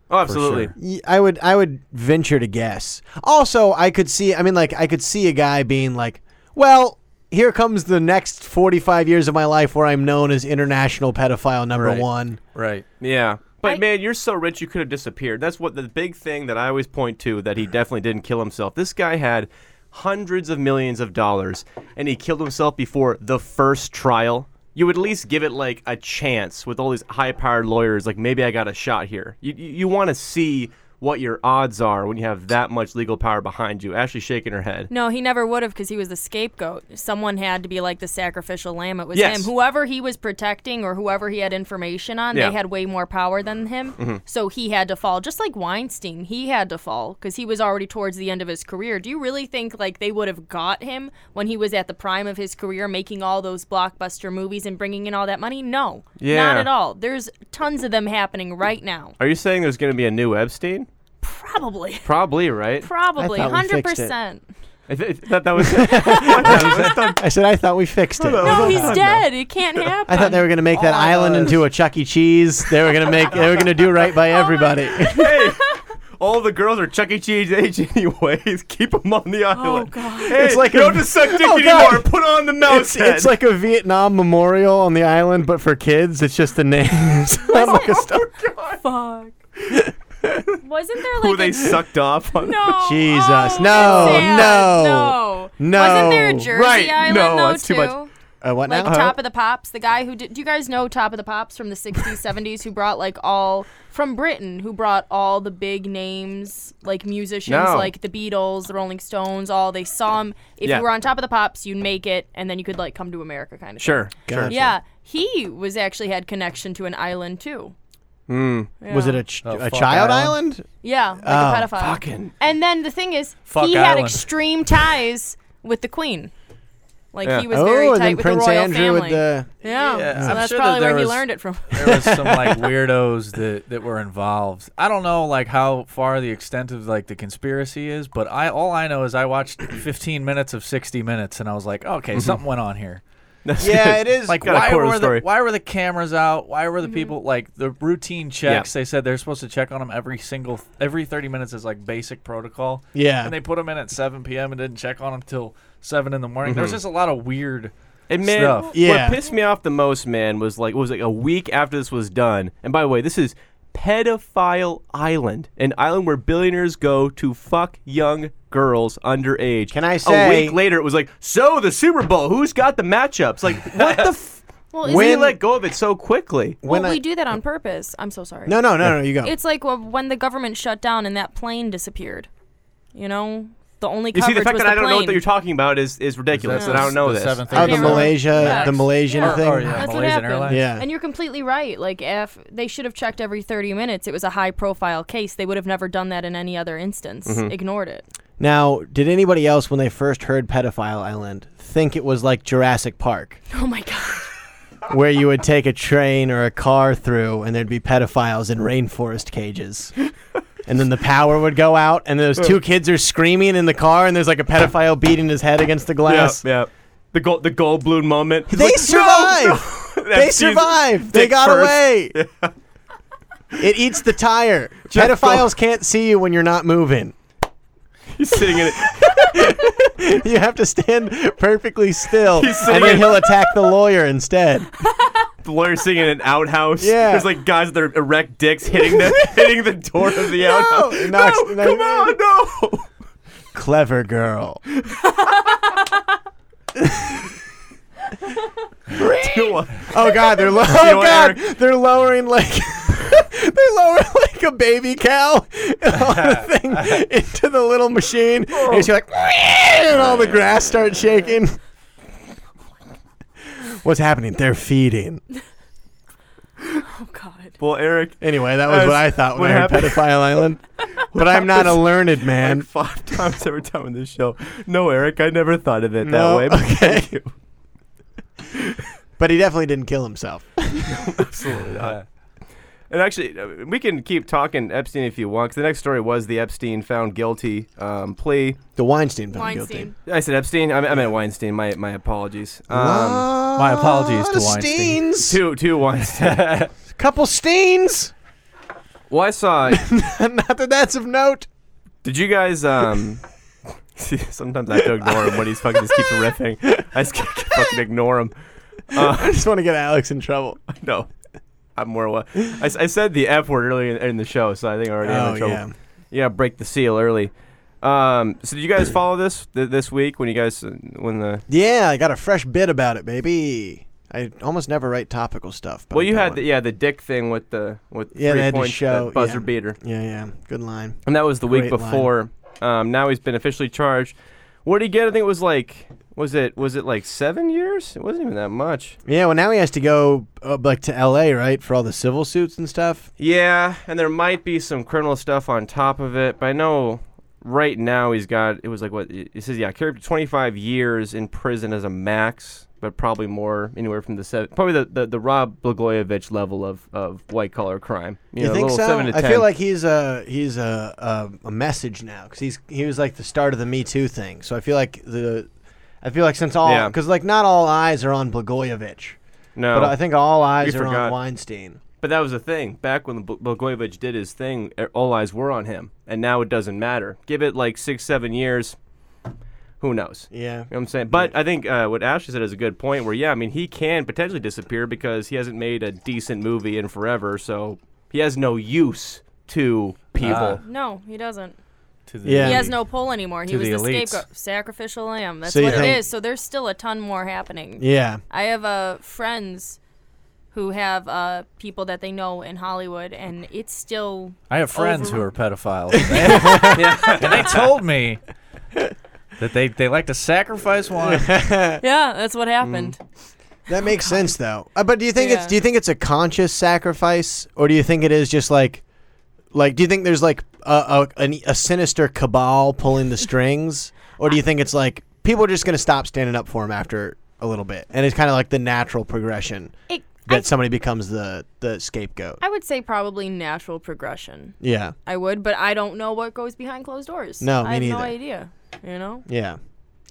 Speaker 8: Oh, absolutely.
Speaker 12: sure.
Speaker 6: Y- I would I would venture to guess. Also, I could see I mean like I could see a guy being like, "Well, here comes the next 45 years of my life where I'm known as international pedophile number
Speaker 12: Right.
Speaker 6: 1."
Speaker 12: Right.
Speaker 8: Yeah. But
Speaker 11: I-
Speaker 8: man, you're so rich you could have disappeared. That's what the big thing that I always point
Speaker 11: *sighs*
Speaker 8: to that he definitely didn't kill himself. This guy had hundreds of millions of dollars and he killed himself before the first trial. You would at least give it like a chance with all these high-powered lawyers like maybe I got a shot here. You you, you want to see what your odds are when you have that much legal power behind you. Ashley's shaking her head.
Speaker 11: No, he never would have because he was the scapegoat. Someone had to be like the sacrificial lamb. It was
Speaker 8: Yes.
Speaker 11: him. Whoever he was protecting or whoever he had information on,
Speaker 8: Yeah.
Speaker 11: they had way more power than him.
Speaker 6: Mm-hmm.
Speaker 8: Mhm.
Speaker 11: So he had to fall. Just like Weinstein, he had to fall because he was already towards the end of his career. Do you really think like they would have got him when he was at the prime of his career, making all those blockbuster movies and bringing in all that money? No,
Speaker 8: Yeah.
Speaker 11: not at all. There's tons of them happening right now.
Speaker 8: Are you saying there's going to be a new Epstein?
Speaker 11: Probably.
Speaker 8: Probably, right?
Speaker 11: Probably,
Speaker 6: thought we
Speaker 11: hundred
Speaker 6: fixed it.
Speaker 11: percent.
Speaker 8: I th- I thought that
Speaker 11: *laughs*
Speaker 8: was.
Speaker 6: I said I thought we fixed it. *laughs*
Speaker 11: No, he's dead. It can't happen.
Speaker 6: I thought they were gonna make that island into a Chuck E. Cheese. They were gonna make. They were gonna do right by everybody.
Speaker 8: hey, all the girls are Chuck E. Cheese age anyways. *laughs* Keep them on the island.
Speaker 11: Oh, God.
Speaker 8: Hey,
Speaker 6: It's like
Speaker 8: you
Speaker 6: a-
Speaker 8: don't just suck dick
Speaker 6: Oh, God.
Speaker 8: anymore. Put on the
Speaker 6: It's,
Speaker 8: mouse
Speaker 6: it's like a Vietnam memorial on the island, but for kids. It's just the names. *laughs* I'm like a star.
Speaker 11: Fuck. Wasn't there like
Speaker 8: who
Speaker 11: a-
Speaker 8: they sucked off on.
Speaker 11: No. Oh,
Speaker 6: Jesus, no,
Speaker 11: sad.
Speaker 6: no, no,
Speaker 11: Wasn't there a Jersey
Speaker 6: Right,
Speaker 11: Island
Speaker 6: no,
Speaker 11: though
Speaker 6: that's
Speaker 11: too?
Speaker 6: too much. Uh, what
Speaker 11: like
Speaker 6: now?
Speaker 11: Top of the Pops, the guy who did. Do you guys know Top of the Pops from the '60s, '70s, who brought like all from Britain, who brought all the big names, like musicians,
Speaker 14: No.
Speaker 11: like the Beatles, the Rolling Stones, all. They saw him. If
Speaker 14: Yeah.
Speaker 11: you were on Top of the Pops, you'd make it, and then you could like come to America, kind of.
Speaker 8: Sure,
Speaker 11: Thing.
Speaker 8: sure.
Speaker 11: Yeah, he was actually had connection to an island too.
Speaker 8: Mm.
Speaker 6: Was
Speaker 11: Yeah.
Speaker 6: it a, ch-
Speaker 8: Oh,
Speaker 6: a
Speaker 8: fuck
Speaker 6: child
Speaker 8: island?
Speaker 6: island?
Speaker 11: Yeah, like a
Speaker 6: Oh,
Speaker 11: pedophile.
Speaker 6: fucking-
Speaker 11: And then the thing is,
Speaker 6: Fuck
Speaker 11: he had
Speaker 6: Island.
Speaker 11: extreme ties with the queen. Like
Speaker 6: Yeah.
Speaker 11: he was
Speaker 6: Oh,
Speaker 11: very
Speaker 6: and
Speaker 11: tight
Speaker 6: then
Speaker 11: with
Speaker 6: Prince
Speaker 11: the royal
Speaker 6: Andrew
Speaker 11: family.
Speaker 6: with the-
Speaker 11: yeah.
Speaker 12: Yeah,
Speaker 11: so
Speaker 12: I'm
Speaker 11: that's
Speaker 12: sure that
Speaker 11: probably
Speaker 12: there
Speaker 11: where
Speaker 12: was-
Speaker 11: he learned it from.
Speaker 12: there was some like weirdos that, that were involved. I don't know like how far the extent of like the conspiracy is, but I all I know is I watched 15 minutes of 60 minutes and I was like, okay,
Speaker 6: Mm-hmm.
Speaker 8: Mhm.
Speaker 12: something went on here.
Speaker 6: *laughs*
Speaker 8: Yeah, it is
Speaker 12: Like
Speaker 8: got a
Speaker 12: why
Speaker 8: core of the
Speaker 12: were
Speaker 8: story.
Speaker 12: the why were the cameras out? Why were the people like the routine checks? They said they're supposed to check on them every single every 30 minutes is like basic protocol.
Speaker 6: Yeah.
Speaker 12: and they put them in at 7 p.m. and didn't check on them till seven in the morning. There was
Speaker 8: Mhm.
Speaker 12: just a lot of weird
Speaker 8: And man,
Speaker 12: stuff.
Speaker 8: what pissed me off the most, man, was like was like a week after this was done. And by the way, this is pedophile island, an island where billionaires go to fuck young girls underage. Can I
Speaker 6: say-
Speaker 8: a week later it was like, so the Super Bowl, who's got the matchups? Like
Speaker 6: *laughs*
Speaker 8: what the f-
Speaker 11: Well,
Speaker 8: we
Speaker 11: isn't it-
Speaker 8: let go of it so quickly.
Speaker 11: Well, we do that on purpose. I'm so sorry.
Speaker 8: No, no, no, no, you go.
Speaker 11: It's like well, when the government shut down and that plane disappeared. You know, the only
Speaker 8: you see,
Speaker 11: coverage
Speaker 8: the fact
Speaker 11: was
Speaker 8: that I
Speaker 11: the
Speaker 8: don't know what
Speaker 11: plane.
Speaker 8: you're talking about is, is ridiculous,
Speaker 12: the
Speaker 8: and I don't know
Speaker 12: s- the
Speaker 8: this.
Speaker 12: seventh
Speaker 6: Oh, the Malaysia, the Malaysian
Speaker 12: Yeah.
Speaker 6: thing.
Speaker 12: Oh, yeah,
Speaker 11: That's
Speaker 12: Malaysian
Speaker 11: what happened.
Speaker 12: Airlines.
Speaker 6: Yeah.
Speaker 11: And you're completely right. Like, if they should have checked every 30 minutes, it was a high profile case. They would have never done that in any other instance.
Speaker 8: Mm-hmm.
Speaker 6: Mhm. *laughs*
Speaker 11: Ignored it.
Speaker 6: Now, did anybody else, when they first heard Pedophile Island, think it was like Jurassic Park,
Speaker 11: Oh my God.
Speaker 6: where you would take a train or a car through and there'd be pedophiles in rainforest cages? And then the power would go out, and those two kids are screaming in the car, and there's like a pedophile beating his head against the glass.
Speaker 8: Yeah, yeah. The gold, the gold balloon moment.
Speaker 6: They
Speaker 8: *laughs*
Speaker 6: survive. They survive. They got away. It eats the
Speaker 8: *laughs*
Speaker 6: tire.
Speaker 8: Jeff
Speaker 6: Pedophiles can't see you when you're not moving.
Speaker 8: He's sitting in it.
Speaker 6: you have to stand perfectly still,
Speaker 8: He's
Speaker 6: and then
Speaker 8: singing.
Speaker 6: he'll attack the lawyer instead.
Speaker 8: The lawyer sitting in an outhouse.
Speaker 6: Yeah.
Speaker 8: There's like guys with their erect dicks hitting *laughs* the hitting the door of the outhouse.
Speaker 6: it knocks-
Speaker 8: no, come on, no.
Speaker 6: Clever girl.
Speaker 8: *laughs*
Speaker 6: *laughs* Oh God, they're lo-
Speaker 8: You know
Speaker 6: oh
Speaker 8: what,
Speaker 6: God, they're lowering like *laughs* they're lowering like a baby cow *laughs* on the thing into the little machine, and she's like, and all the grass starts shaking. What's happening? They're feeding. Oh,
Speaker 8: Well, Eric.
Speaker 6: Anyway, that was what I thought when I heard Pedophile Island. But I'm not a learned man.
Speaker 8: five *laughs* times every time on this show. No, Eric, I never thought of it
Speaker 6: No,
Speaker 8: that way. but thank you.
Speaker 6: *laughs* But he definitely didn't kill himself.
Speaker 8: Absolutely not. And actually, uh, we can keep talking Epstein if you want. 'cause the next story was the Epstein found guilty um, plea.
Speaker 6: The Weinstein
Speaker 8: found guilty. I said Epstein. I, mean, I meant Weinstein. My my apologies. Um,
Speaker 6: my apologies to Weinstein. Weinsteins.
Speaker 8: Two two *laughs* Weinstein.
Speaker 6: Couple Steens. *laughs*
Speaker 8: well, I saw.
Speaker 6: Not that that's of note.
Speaker 8: Did you guys? um *laughs* see, Sometimes I have to ignore him when he's fucking just keeps riffing. I just can't *laughs* fucking ignore him.
Speaker 6: *laughs* I just want to get Alex in trouble.
Speaker 8: No, I'm more. wa- I, s- I said the F word early in, in the show, so I think I already am
Speaker 6: Oh,
Speaker 8: in trouble.
Speaker 6: yeah.
Speaker 8: Yeah, break the seal early. Um, so did you guys follow this th- this week uh, when you guys when the
Speaker 6: Yeah, I got a fresh bit about it, baby. I almost never write topical stuff. But
Speaker 8: well,
Speaker 6: I
Speaker 8: you
Speaker 6: got
Speaker 8: had
Speaker 6: one.
Speaker 8: the, yeah the dick thing with the with
Speaker 6: yeah,
Speaker 8: three
Speaker 6: they had to
Speaker 8: points,
Speaker 6: show
Speaker 8: that buzzer
Speaker 6: yeah.
Speaker 8: beater.
Speaker 6: Yeah, yeah, good line.
Speaker 8: And that was the week
Speaker 6: Great line.
Speaker 8: before. Um, now he's been officially charged. What did he get? I think it was like was it was it like seven years? It wasn't even that much.
Speaker 6: Yeah, well, now he has to go uh, like to L.A. right for all the civil suits and stuff.
Speaker 8: Yeah, and there might be some criminal stuff on top of it, but I know right now he's got it was like what it says yeah, carried up to 25 years in prison as a max, but probably more anywhere from the seven, probably the the, the Rob Blagojevich level of, of white collar crime. You, know, a
Speaker 6: think
Speaker 8: little
Speaker 6: so?
Speaker 8: Seven to
Speaker 6: I
Speaker 8: 10.
Speaker 6: feel like he's a he's a a, a message now because he's he was like the start of the Me Too thing. So I feel like the I feel like since all
Speaker 8: Yeah.
Speaker 6: because like not all eyes are on Blagojevich.
Speaker 8: No.
Speaker 6: but I think all eyes
Speaker 8: We
Speaker 6: are
Speaker 8: forgot.
Speaker 6: on Weinstein.
Speaker 8: But that was the thing. Back when Bl- Blagojevich did his thing, e- all eyes were on him, and now it doesn't matter. Give it like six, seven years, who knows?
Speaker 6: Yeah.
Speaker 8: you know what I'm saying. But I think uh, what Ashley said is a good point. Where yeah, I mean he can potentially disappear because he hasn't made a decent movie in forever, so he has no use to people.
Speaker 11: No, he doesn't.
Speaker 12: Ah, To
Speaker 8: the Yeah.
Speaker 11: He has no pull anymore. He
Speaker 8: To
Speaker 11: was
Speaker 8: the
Speaker 11: the,
Speaker 8: elites.
Speaker 11: scapegoat, sacrificial lamb. That's
Speaker 6: So you
Speaker 11: what it
Speaker 6: think-
Speaker 11: is. So there's still a ton more happening.
Speaker 6: Yeah.
Speaker 11: I have uh, friends who have uh, people that they know in Hollywood, and it's still.
Speaker 12: I have friends
Speaker 11: over-
Speaker 12: who are
Speaker 8: *laughs*
Speaker 12: pedophiles. *laughs* and they told me that they, they like to sacrifice one.
Speaker 11: Yeah, that's what happened.
Speaker 6: Mm. That makes sense though. Uh, but do you think it's
Speaker 11: Yeah.
Speaker 6: do you think it's a conscious sacrifice or do you think it is just like like do you think there's like a a, an, a sinister cabal pulling the strings or do you think it's like people are just going to stop standing up for him after a little bit and it's kind of like the natural progression
Speaker 11: It-
Speaker 6: that somebody becomes the the scapegoat.
Speaker 11: I would say probably natural progression.
Speaker 6: Yeah.
Speaker 11: I would, but I don't know what goes behind closed doors.
Speaker 6: No,
Speaker 11: I
Speaker 6: me
Speaker 11: have no
Speaker 6: neither.
Speaker 11: idea. You know?
Speaker 6: Yeah.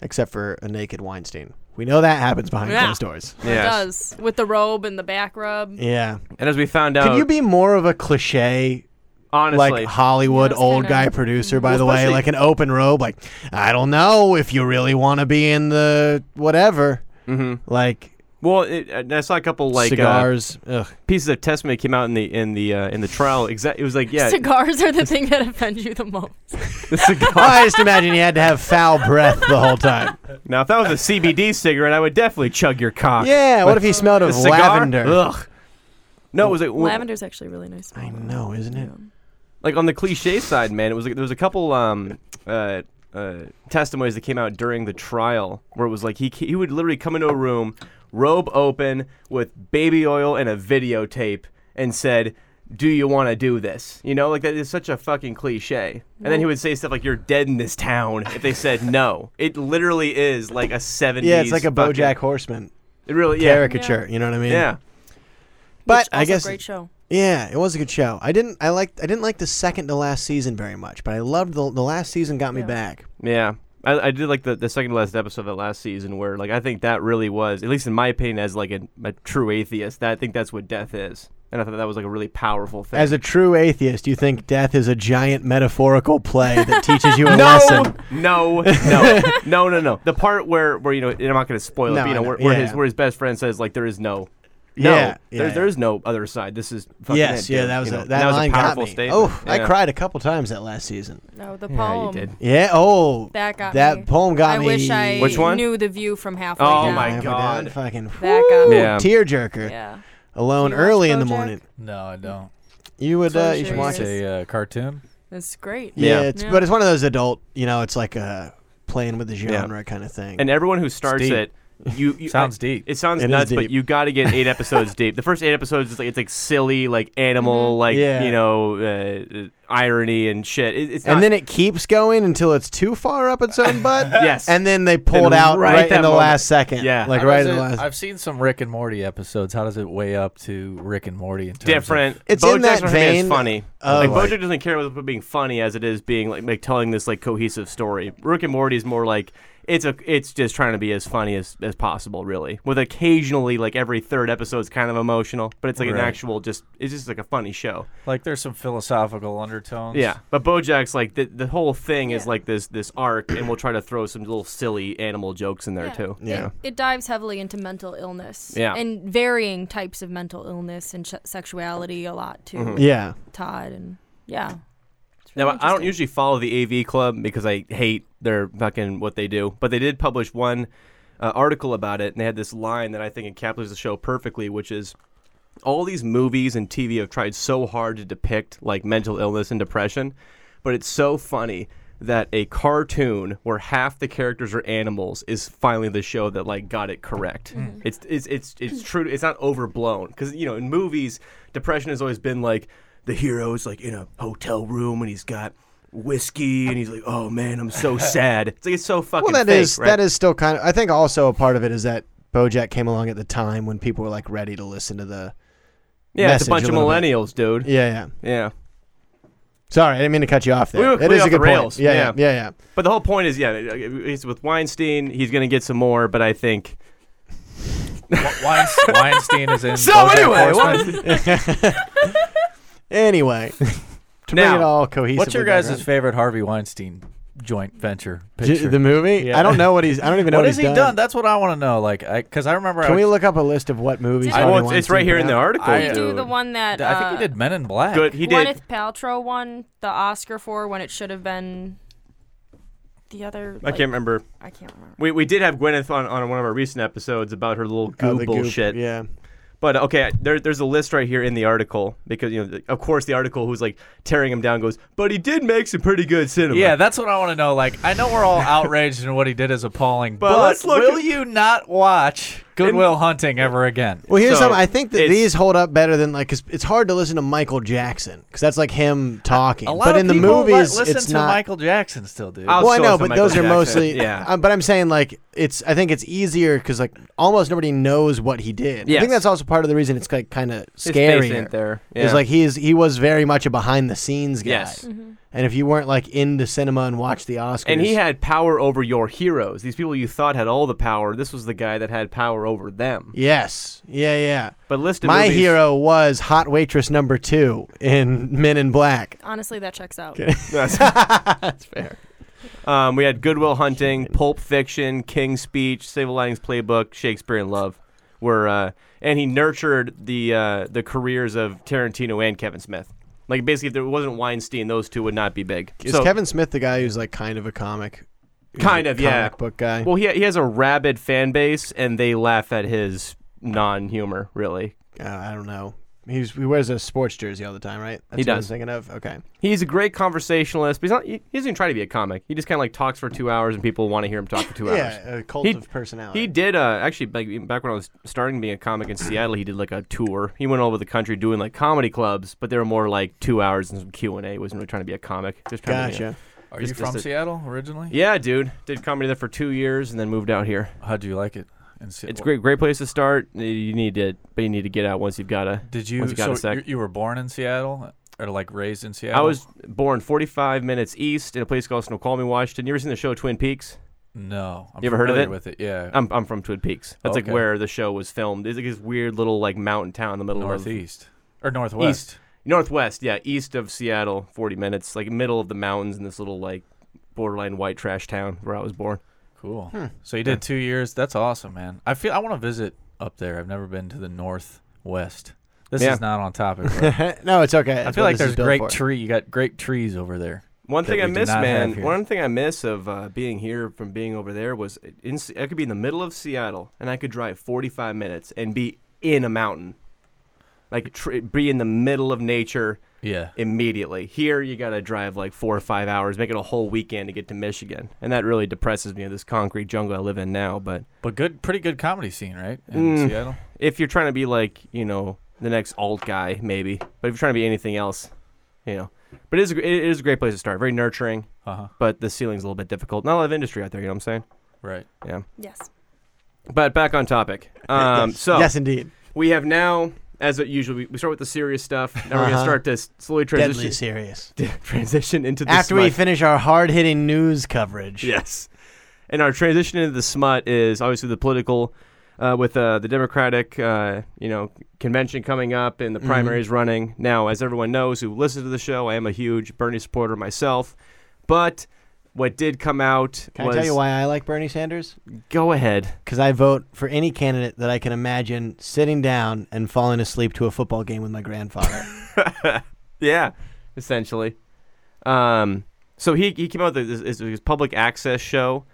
Speaker 6: Except for a naked Weinstein. We know that happens behind
Speaker 11: Yeah.
Speaker 6: closed doors.
Speaker 11: It does. With the robe and the back rub.
Speaker 6: Yeah.
Speaker 8: And as we found out,
Speaker 6: Could you be more of a cliche,
Speaker 8: Honestly.
Speaker 6: like Hollywood old guy producer? By the way,
Speaker 8: Especially-
Speaker 6: like an open robe. Like I don't know if you really want to be in the whatever.
Speaker 8: Mm-hmm.
Speaker 6: Like
Speaker 8: Well, it, and I saw a couple like uh, *laughs*
Speaker 6: Cigars, ugh.
Speaker 8: pieces of testimony came out in the in the uh, in the trial. Exactly, it was like yeah,
Speaker 11: Cigars are the thing that offend you the most.
Speaker 6: Oh, *laughs* I just imagine you had to have foul breath the whole
Speaker 8: *laughs*
Speaker 6: time.
Speaker 8: Now, if that was a
Speaker 6: *laughs*
Speaker 8: CBD cigarette, I would definitely chug your cock.
Speaker 6: Yeah, what
Speaker 8: But
Speaker 6: if he smelled
Speaker 8: a
Speaker 6: of
Speaker 8: cigar?
Speaker 6: lavender?
Speaker 8: Ugh. No, it was like
Speaker 11: Lavender's actually really nice. I
Speaker 6: know, isn't it?
Speaker 8: like on the cliche side, man. It was like there was a couple um uh, uh testimonies that came out during the trial where it was like he he would literally come into a room, robe open with baby oil and a videotape, and said. Do you want to do this? You know, like that is such a fucking cliche. And then he would say stuff like, "You're dead in this town." If they said no, it literally is like a seventies.
Speaker 6: Yeah, it's like a
Speaker 8: fucking-
Speaker 6: BoJack Horseman.
Speaker 8: It really yeah.
Speaker 6: caricature. You know what I mean?
Speaker 8: Yeah.
Speaker 6: But
Speaker 11: Which
Speaker 6: I
Speaker 11: also
Speaker 6: guess
Speaker 11: great show.
Speaker 6: Yeah, it was a good show. I didn't I liked I didn't like the second to last season very much, but I loved the the last season got me back.
Speaker 8: Yeah. I, I did like the, the second to last episode of that last season where like I think that really was at least in my opinion as like a, a true atheist that I think that's what death is and I thought that was like a really powerful thing.
Speaker 6: As a true atheist, you think death is a giant metaphorical play that teaches *laughs* you a
Speaker 8: no,
Speaker 6: lesson. *laughs*
Speaker 8: no, no, no, no, no. The part where where you know and I'm not going to spoil it.
Speaker 6: No,
Speaker 8: But, you know,
Speaker 6: I know.
Speaker 8: where, where
Speaker 6: Yeah.
Speaker 8: his where his best friend says like there is no. No,
Speaker 6: Yeah, yeah,
Speaker 8: there,
Speaker 6: yeah.
Speaker 8: there is no other side. This is fucking
Speaker 6: Yes,
Speaker 8: it,
Speaker 6: yeah,
Speaker 8: dude.
Speaker 6: that was
Speaker 8: You know,
Speaker 6: a, that,
Speaker 8: was
Speaker 6: line
Speaker 8: a powerful
Speaker 6: got me.
Speaker 8: statement.
Speaker 6: Oh, I
Speaker 8: Yeah.
Speaker 6: cried a couple times that last season.
Speaker 11: No, Oh, the poem.
Speaker 6: Yeah. Oh,
Speaker 11: That got
Speaker 6: that
Speaker 11: me.
Speaker 6: poem got
Speaker 11: I
Speaker 6: me.
Speaker 11: wish I knew the view from halfway
Speaker 6: Oh
Speaker 11: down.
Speaker 6: my God. Fucking
Speaker 11: that got
Speaker 6: Ooh,
Speaker 11: me.
Speaker 6: tearjerker.
Speaker 11: Yeah.
Speaker 6: Alone early in the morning.
Speaker 12: No, I don't.
Speaker 6: You would. Uh, you should
Speaker 12: It's
Speaker 6: watch it.
Speaker 12: a uh, cartoon.
Speaker 11: It's great.
Speaker 6: Yeah, it's, but it's one of those adult. You know, it's like uh, playing with the
Speaker 8: Yeah.
Speaker 6: genre kind of thing.
Speaker 8: And everyone who starts
Speaker 6: deep.
Speaker 8: it, you,
Speaker 6: *laughs*
Speaker 8: you
Speaker 6: Sounds
Speaker 8: I-
Speaker 6: deep.
Speaker 8: It sounds
Speaker 6: It is
Speaker 8: nuts, but
Speaker 6: deep.
Speaker 8: you got to get
Speaker 6: *laughs*
Speaker 8: eight episodes deep. The first eight episodes is like it's like silly, like animal, like
Speaker 6: Mm-hmm. Yeah.
Speaker 8: you know, uh, uh, irony and shit. It, it's
Speaker 6: and
Speaker 8: not-
Speaker 6: then it keeps going until it's too far up its
Speaker 12: *laughs*
Speaker 6: own butt.
Speaker 8: Yes.
Speaker 6: And then they pull it out right, in the last second. Like
Speaker 12: How
Speaker 6: right
Speaker 12: does
Speaker 6: in the
Speaker 12: it-
Speaker 6: last.
Speaker 12: I've seen some Rick and Morty episodes. How does it weigh up to Rick and Morty? In terms of-
Speaker 8: different. BoJack's not gonna be as funny. like, BoJack doesn't care about being funny as it is being like, like telling this like cohesive story. Rick and Morty is more like it's a it's just trying to be as funny as, as possible, really. With occasionally like every third episode is kind of emotional, but it's like an
Speaker 12: Right.
Speaker 8: actual just it's just like a funny show.
Speaker 12: Like there's some philosophical undertones.
Speaker 8: Yeah, but BoJack's like the, the whole thing is like this this arc, and we'll try to throw some little silly animal jokes in there too.
Speaker 11: It, it dives heavily into mental illness.
Speaker 8: Yeah.
Speaker 11: And varying types of mental illness and sh- sexuality a lot too.
Speaker 8: Mhm.
Speaker 11: with
Speaker 8: Yeah.
Speaker 11: Todd and yeah.
Speaker 8: Now I- I don't usually follow the AV Club because I hate their fucking what they do, but they did publish one uh, article about it, and they had this line that I think encapsulates the show perfectly, which is all these movies and TV have tried so hard to depict like mental illness and depression, but it's so funny that a cartoon where half the characters are animals is finally the show that like got it correct.
Speaker 6: Mm-hmm.
Speaker 14: Mhm.
Speaker 8: It's it's it's it's true. It's not overblown because you know in movies depression has always been like the hero's like in a hotel room and he's got whiskey and he's like oh man
Speaker 6: *laughs*
Speaker 8: I'm so sad. It's like it's so fucking.
Speaker 6: well, that
Speaker 8: fake,
Speaker 6: is
Speaker 8: right?
Speaker 6: that is still kind of. I think also a part of it is that BoJack came along at the time when people were like ready to listen to the.
Speaker 8: Yeah,
Speaker 6: message
Speaker 8: it's a bunch of
Speaker 6: little bit.
Speaker 8: millennials, dude.
Speaker 6: Yeah,
Speaker 8: yeah, yeah.
Speaker 6: Sorry, I didn't mean to cut you off there.
Speaker 8: We were
Speaker 6: it
Speaker 8: completely
Speaker 6: is
Speaker 8: off
Speaker 6: a good
Speaker 8: the rails.
Speaker 6: point. Yeah, yeah, yeah, yeah.
Speaker 8: But the whole point is, yeah, it's with Weinstein. He's going to get some more, but I think. *laughs*
Speaker 12: Weinstein, Weinstein is in.
Speaker 8: So
Speaker 12: BoJack
Speaker 8: anyway,
Speaker 12: Horseman.
Speaker 6: Anyway, *laughs* to make it all cohesive.
Speaker 12: What's your guys' favorite Harvey Weinstein joint venture?
Speaker 6: J-
Speaker 12: Picture?
Speaker 6: the movie? I don't know what he's- I don't even know what
Speaker 12: what has
Speaker 6: he's
Speaker 12: he
Speaker 6: done.
Speaker 12: That's what I want to know. Like, because I, remember. I
Speaker 6: Can we
Speaker 12: was-
Speaker 6: look up a list of what movies?
Speaker 12: I-
Speaker 6: Harvey
Speaker 12: well, it's- it's
Speaker 6: Weinstein
Speaker 12: right here
Speaker 6: put
Speaker 12: in the
Speaker 6: out?
Speaker 8: article.
Speaker 12: I-
Speaker 11: Did he do the one that
Speaker 12: I think
Speaker 11: uh,
Speaker 12: he did Men in Black.
Speaker 8: Good, he did.
Speaker 11: Gwyneth Paltrow won the Oscar for when it should have been the other.
Speaker 8: I
Speaker 11: like-
Speaker 8: can't remember.
Speaker 11: I can't remember.
Speaker 8: We, we did have Gwyneth on, on one of our recent episodes about her little
Speaker 6: Oh,
Speaker 8: goo
Speaker 6: the goop,
Speaker 8: bullshit.
Speaker 6: yeah.
Speaker 8: But okay, there, there's a list right here in the article because you know, the- of course, the article who's like tearing him down goes, but he did make some pretty good cinema.
Speaker 12: Yeah, that's what I want to know. Like, I know we're all outraged and what he did is appalling,
Speaker 8: But
Speaker 12: but,
Speaker 8: let's look
Speaker 12: will
Speaker 8: at-
Speaker 12: you not watch Goodwill Hunting ever again?
Speaker 6: Well, here's something. I think that these hold up better than like 'cause it's hard to listen to Michael Jackson because that's like him talking.
Speaker 12: A lot
Speaker 6: but
Speaker 12: of
Speaker 6: in the
Speaker 12: people li-
Speaker 6: movies,
Speaker 12: listen
Speaker 6: it's
Speaker 12: to
Speaker 6: not.
Speaker 12: Michael Jackson still, dude.
Speaker 6: well, I know, but those are mostly. um, but I'm saying like it's. I think it's easier because like almost nobody knows what he did. I
Speaker 8: Yes.
Speaker 6: think that's also part of the reason it's like kind of
Speaker 8: face
Speaker 6: scary.
Speaker 8: ain't there. Yeah.
Speaker 6: Is like he is he was very much a behind the scenes guy.
Speaker 8: Yes.
Speaker 6: And if you weren't like into cinema and watched the Oscars,
Speaker 8: And he had power over your heroes. These people you thought had all the power. This was the guy that had power over them.
Speaker 6: Yes. Yeah, yeah.
Speaker 8: But list of
Speaker 6: my
Speaker 8: movies-
Speaker 6: hero was hot waitress number two in Men in Black.
Speaker 11: Honestly, that checks out.
Speaker 6: Okay.
Speaker 8: That's,
Speaker 6: fair.
Speaker 8: Um, we had Goodwill Hunting, Pulp Fiction, King's Speech, Silver Linings Playbook, Shakespeare in Love. Were uh, and he nurtured the uh, the careers of Tarantino and Kevin Smith. Like basically, if there wasn't Weinstein, those two would not be big.
Speaker 6: Is
Speaker 8: So-
Speaker 6: Kevin Smith the guy who's like kind of a comic? He's a
Speaker 8: kind of yeah
Speaker 6: Comic book guy.
Speaker 8: Well, he he has a rabid fan base, and they laugh at his non humor. Really,
Speaker 6: Uh, I don't know. He's, he wears a sports jersey all the time, right? That's
Speaker 8: He
Speaker 6: what I was
Speaker 8: does.
Speaker 6: thinking of. Okay.
Speaker 8: He's a great conversationalist, but he's not, he, he doesn't even try to be a comic. He just kind of like talks for two hours, and people want to hear him talk for two
Speaker 6: *laughs* Yeah,
Speaker 8: hours.
Speaker 6: a cult
Speaker 8: He-
Speaker 6: of personality.
Speaker 8: He did uh, actually back, back when I was starting being a comic in Seattle. He did like a tour. He went all over the country doing like comedy clubs, but they were more like two hours and some Q and A. wasn't really trying to be a comic. Just trying To, you know,
Speaker 6: Gotcha.
Speaker 12: Are
Speaker 8: just-
Speaker 12: you from
Speaker 8: just a-
Speaker 12: Seattle originally?
Speaker 8: Yeah, dude. Did comedy there for two years and then moved out here.
Speaker 12: How'd you like it? In Se-
Speaker 8: It's a great, great place to start. You need to, but you need to get out once you've got a.
Speaker 12: Did you?
Speaker 8: Once you got
Speaker 12: so
Speaker 8: a sec.
Speaker 12: you, you were born in Seattle, or like raised in Seattle?
Speaker 8: I was born 45 minutes east in a place called Snoqualmie, Washington. You ever seen the show Twin Peaks?
Speaker 12: No. I'm
Speaker 8: you ever heard of
Speaker 12: familiar
Speaker 8: it?
Speaker 12: with it, yeah.
Speaker 8: I'm, I'm from Twin Peaks. That's
Speaker 12: Okay.
Speaker 8: like where the show was filmed. It's like this weird little like mountain town in the middle of
Speaker 12: Northeast. Or northwest.
Speaker 8: East. Northwest, yeah, east of Seattle, 40 minutes, like middle of the mountains in this little like borderline white trash town where I was born.
Speaker 12: Cool. So you did two years. That's awesome, man. I feel I want to visit up there. I've never been to the northwest. This
Speaker 8: Yeah.
Speaker 12: is not on topic. but-
Speaker 6: Uh, No, it's okay.
Speaker 12: I
Speaker 6: That's
Speaker 12: feel
Speaker 6: what
Speaker 12: like
Speaker 6: this is
Speaker 12: there's
Speaker 6: built
Speaker 12: great
Speaker 6: for.
Speaker 12: tree. You got great trees over there.
Speaker 8: One
Speaker 12: that
Speaker 8: thing I
Speaker 12: we do
Speaker 8: miss,
Speaker 12: not have
Speaker 8: man.
Speaker 12: here.
Speaker 8: One thing I miss of uh, being here from being over there was in, Se- I could be in the middle of Seattle and I could drive 45 minutes and be in a mountain, like tr- be in the middle of nature.
Speaker 12: Yeah.
Speaker 8: Immediately here, you gotta drive like four or five hours, make it a whole weekend to get to Michigan, and that really depresses me. This concrete jungle I live in now, but
Speaker 12: but good, pretty good comedy scene, right? In
Speaker 8: Mm,
Speaker 12: Seattle.
Speaker 8: If you're trying to be like, you know, the next alt guy, maybe. But if you're trying to be anything else, you know. But it is a, it is a great place to start. Very nurturing.
Speaker 12: Uh-huh.
Speaker 8: But the ceiling's a little bit difficult. Not a lot of industry out there. You know what I'm saying?
Speaker 12: Right.
Speaker 8: Yeah.
Speaker 11: Yes.
Speaker 8: But back
Speaker 12: *laughs*
Speaker 8: on topic. Um,
Speaker 6: Yes.
Speaker 8: So
Speaker 6: Yes, indeed.
Speaker 8: We have now, as usual, we, we start with the serious stuff. Now we're gonna
Speaker 6: Uh-huh.
Speaker 8: start to s- slowly
Speaker 6: Deadly
Speaker 8: transition.
Speaker 6: serious.
Speaker 8: *laughs* transition into the
Speaker 6: After we
Speaker 8: smut.
Speaker 6: finish our hard hitting news coverage.
Speaker 8: *laughs* Yes. And our transition into the smut is obviously the political, uh, with uh, the Democratic, uh, you know, convention coming up and the
Speaker 6: Mhm.
Speaker 8: primaries running. Now, as everyone knows who listens to the show, I am a huge Bernie supporter myself. But what did come out
Speaker 6: Can
Speaker 8: was
Speaker 6: I tell you why I like Bernie Sanders?
Speaker 8: Go ahead.
Speaker 6: Because I vote for any candidate that I can imagine sitting down and falling asleep to a football game with my
Speaker 8: *laughs*
Speaker 6: grandfather.
Speaker 8: yeah, essentially. Um, so he he came out with this, this, this public access show,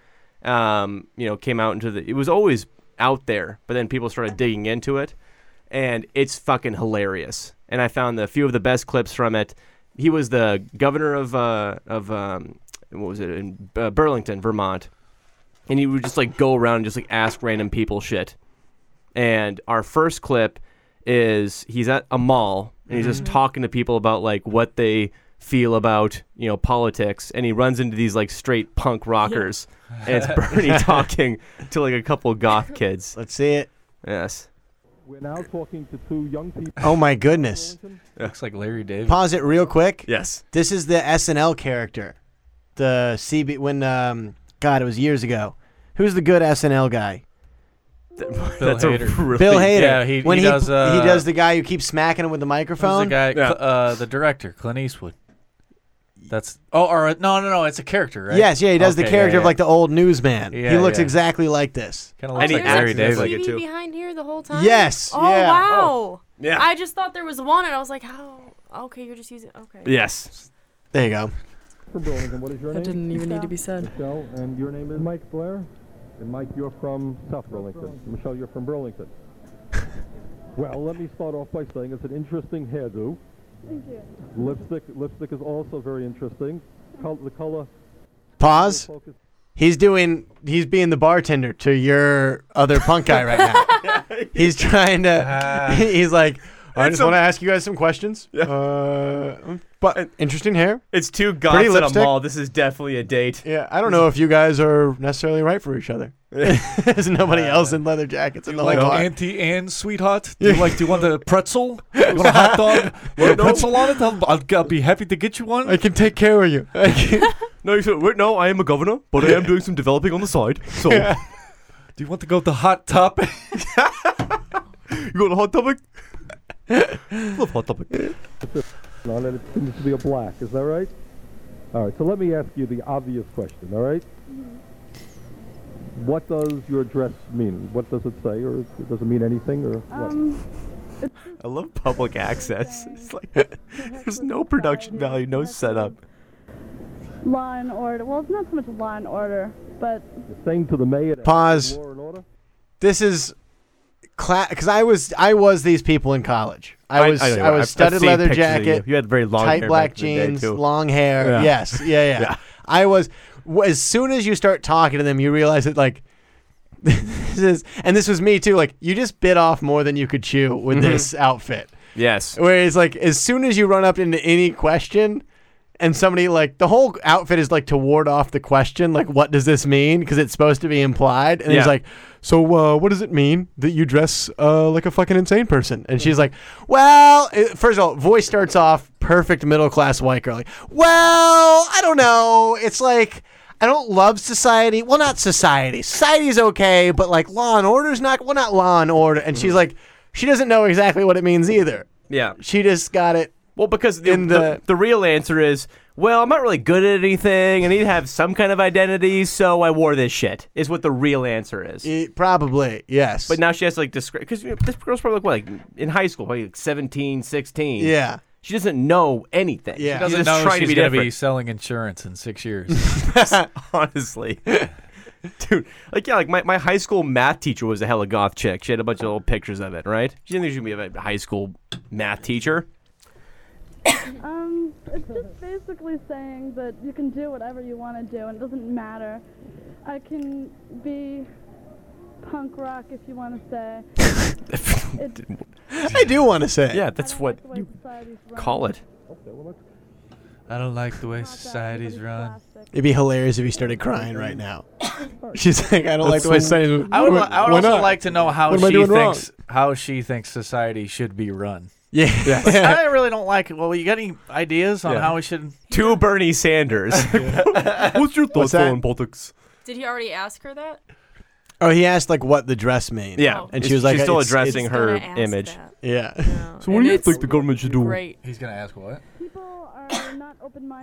Speaker 8: um, you know, came out into the. It was always out there, but then people started digging into it, and it's fucking hilarious. And I found a few of the best clips from it. He was the governor of uh, of um, what was it in uh, Burlington, Vermont, and he would just like go around and just like ask random people shit. And our first clip is he's at a mall and he's just talking to people about like what they feel about you know politics and he runs into these like straight punk rockers and it's Bernie talking to like a couple goth kids.
Speaker 6: Let's see it.
Speaker 8: Yes.
Speaker 14: We're now talking to two young people.
Speaker 6: Oh my goodness.
Speaker 12: Looks like Larry David.
Speaker 6: Pause it real quick.
Speaker 8: Yes.
Speaker 6: This is the SNL character. The CB when um God, it was years ago. Who's the good SNL guy?
Speaker 8: That's a Hader. *laughs* really-
Speaker 6: Bill Hader.
Speaker 12: Yeah, he-
Speaker 6: when
Speaker 12: he does, uh,
Speaker 6: he does the guy who keeps smacking him with the
Speaker 12: Who's
Speaker 6: microphone.
Speaker 12: the guy? Cl- uh, the director, Clint Eastwood. That's oh, or no, no, no. It's a character, right?
Speaker 6: Yes, yeah, he does the
Speaker 12: Okay,
Speaker 6: character
Speaker 12: yeah,
Speaker 6: of like the old newsman.
Speaker 12: Yeah,
Speaker 6: he looks
Speaker 12: yeah.
Speaker 6: exactly like this.
Speaker 12: Kinda
Speaker 11: Oh,
Speaker 12: looks
Speaker 11: there's
Speaker 12: like Larry
Speaker 11: a
Speaker 12: David.
Speaker 11: TV
Speaker 12: Like it, too.
Speaker 11: behind here the whole time.
Speaker 6: Yes,
Speaker 11: Oh
Speaker 6: yeah.
Speaker 11: wow.
Speaker 8: yeah.
Speaker 11: I just thought there was one, and I was like, how? Okay, you're just using. Okay.
Speaker 8: Yes.
Speaker 6: There you go.
Speaker 14: From Burlington, what is your
Speaker 11: That
Speaker 14: name?
Speaker 11: didn't even need to be said.
Speaker 14: Michelle, and your name is? Mike Blair. And Mike, you're from South Burlington. Michelle, you're from Burlington. well, let me start off by saying it's an interesting hairdo.
Speaker 15: Thank you.
Speaker 14: Lipstick, lipstick is also very interesting. Col- the color
Speaker 6: Pause. He's doing. He's being the bartender to your other punk guy right
Speaker 12: *laughs*
Speaker 6: now. he's trying to.
Speaker 12: Ah.
Speaker 6: *laughs* he's like, I
Speaker 8: It's
Speaker 6: just
Speaker 8: a-
Speaker 6: want to ask you guys some questions. Uh, but interesting hair.
Speaker 8: It's two
Speaker 6: goths
Speaker 8: goths
Speaker 6: Pretty at a
Speaker 8: at a
Speaker 6: lipstick.
Speaker 8: mall.
Speaker 6: mall.
Speaker 8: This is definitely a date.
Speaker 6: Yeah, I don't know if you guys are necessarily right for each
Speaker 8: *laughs*
Speaker 6: other. There's nobody
Speaker 8: Uh,
Speaker 6: else in leather jackets in the whole
Speaker 12: like
Speaker 6: bar.
Speaker 12: Auntie Anne, sweetheart. Do you like? Do you want a pretzel? You want a hot
Speaker 8: *laughs*
Speaker 12: dog? Want a pretzel on it? I'll, I'll, I'll be happy to get you one.
Speaker 6: I can take care of you.
Speaker 8: no, you said, wait, no, I am a governor, but *laughs* I am doing some developing on the side. *laughs* So,
Speaker 12: Yeah. Do you want to go to Hot Topic?
Speaker 8: *laughs* you go to Hot *laughs* Topic? Love Hot Topic.
Speaker 14: No, that it seems to be a black. Is that right? All right. So let me ask you the obvious question. All right. What does your dress mean? What does it say, or does it mean anything, or what?
Speaker 8: I love public access. It's like *laughs* there's no production value, no setup.
Speaker 15: Law and order. Well, it's not so much law and order, but
Speaker 14: Same to the mayor. that-
Speaker 6: *laughs* Pause.
Speaker 14: Law and order?
Speaker 6: This is class because I was I was these people in college. I
Speaker 8: I-
Speaker 6: was
Speaker 8: I know
Speaker 6: I,
Speaker 8: you were.
Speaker 6: was
Speaker 8: I've- I've
Speaker 6: studded
Speaker 8: seen
Speaker 6: leather
Speaker 8: pictures of you.
Speaker 6: jacket.
Speaker 8: You had very long
Speaker 6: tight
Speaker 8: hair
Speaker 6: black
Speaker 8: back in the day,
Speaker 6: jeans,
Speaker 8: too.
Speaker 6: long hair.
Speaker 8: Yeah.
Speaker 6: Yes, yeah, yeah.
Speaker 8: *laughs* Yeah.
Speaker 6: I was. w- As soon as you start talking to them, you realize that like. *laughs* this is, and this was me too. Like you just bit off more than you could chew with
Speaker 8: Mhm.
Speaker 6: this outfit.
Speaker 8: Yes.
Speaker 6: Where it's like as soon as you run up into any question and somebody like the whole outfit is like to ward off the question, like what does this mean? Because it's supposed to be implied. And he's
Speaker 8: Yeah.
Speaker 6: like, So uh, what does it mean that you dress uh, like a fucking insane person? And
Speaker 8: Mm-hmm.
Speaker 6: she's like, Well it, first of all, voice starts off perfect middle class white girl. Like, well, I don't know. It's like I don't love society. Well, not society. Society's okay, but like law and order's not well not law and order. And
Speaker 8: Mm-hmm.
Speaker 6: she's like she doesn't know exactly what it means either.
Speaker 8: Yeah.
Speaker 6: She just got it.
Speaker 8: Well, because the,
Speaker 6: In
Speaker 8: the,
Speaker 6: the-
Speaker 8: the, real answer is, well, I'm not really good at anything. I need to have some kind of identity, so I wore this shit. Is what the real answer is.
Speaker 6: E- probably, yes.
Speaker 8: But now she has to like describe because this girl's probably like, what, like in high school, probably like 17, 16.
Speaker 6: Yeah.
Speaker 8: She doesn't know anything.
Speaker 6: Yeah.
Speaker 8: She
Speaker 12: Doesn't
Speaker 8: just
Speaker 12: know
Speaker 8: trying
Speaker 12: she's
Speaker 8: to be
Speaker 12: gonna
Speaker 8: different.
Speaker 12: be selling insurance in six
Speaker 8: *laughs*
Speaker 12: years.
Speaker 6: *laughs*
Speaker 8: honestly. Dude, like yeah, like my, my high school math teacher was a hella goth chick. She had a bunch of old pictures of it, right? She didn't think she was gonna be a high school math teacher.
Speaker 15: um, it's just basically saying that you can do whatever you want to do, and it doesn't matter. I can be punk rock if you want to say. It's
Speaker 6: I do want to say.
Speaker 8: Yeah, that's what
Speaker 15: the way society's run.
Speaker 8: call it.
Speaker 12: I don't like the way society's run.
Speaker 6: It'd be hilarious if he started crying right now. *laughs* She's like, I don't like the way
Speaker 12: That's-
Speaker 6: Sunny.
Speaker 12: I would, li- I would
Speaker 6: Why
Speaker 12: also
Speaker 6: not?
Speaker 12: like to know how
Speaker 6: What am I
Speaker 12: she
Speaker 6: doing
Speaker 12: thinks
Speaker 6: wrong?
Speaker 12: how she thinks society should be run.
Speaker 8: *laughs*
Speaker 6: Yeah.
Speaker 12: Like, I really don't like it. Well, you got any ideas on
Speaker 8: Yeah.
Speaker 12: how we should?
Speaker 8: To
Speaker 11: *laughs*
Speaker 8: Bernie Sanders. What's your
Speaker 6: What's
Speaker 8: thoughts
Speaker 6: that?
Speaker 8: on politics?
Speaker 11: Did he already ask her that?
Speaker 6: Oh, he asked like what the dress means.
Speaker 8: Yeah.
Speaker 6: and she was like,
Speaker 8: she's still
Speaker 6: it's-
Speaker 8: addressing
Speaker 6: it's-
Speaker 8: her
Speaker 11: gonna ask
Speaker 8: image.
Speaker 11: that.
Speaker 6: Yeah.
Speaker 8: So what do you think the government should do?
Speaker 11: Great.
Speaker 12: He's gonna ask what?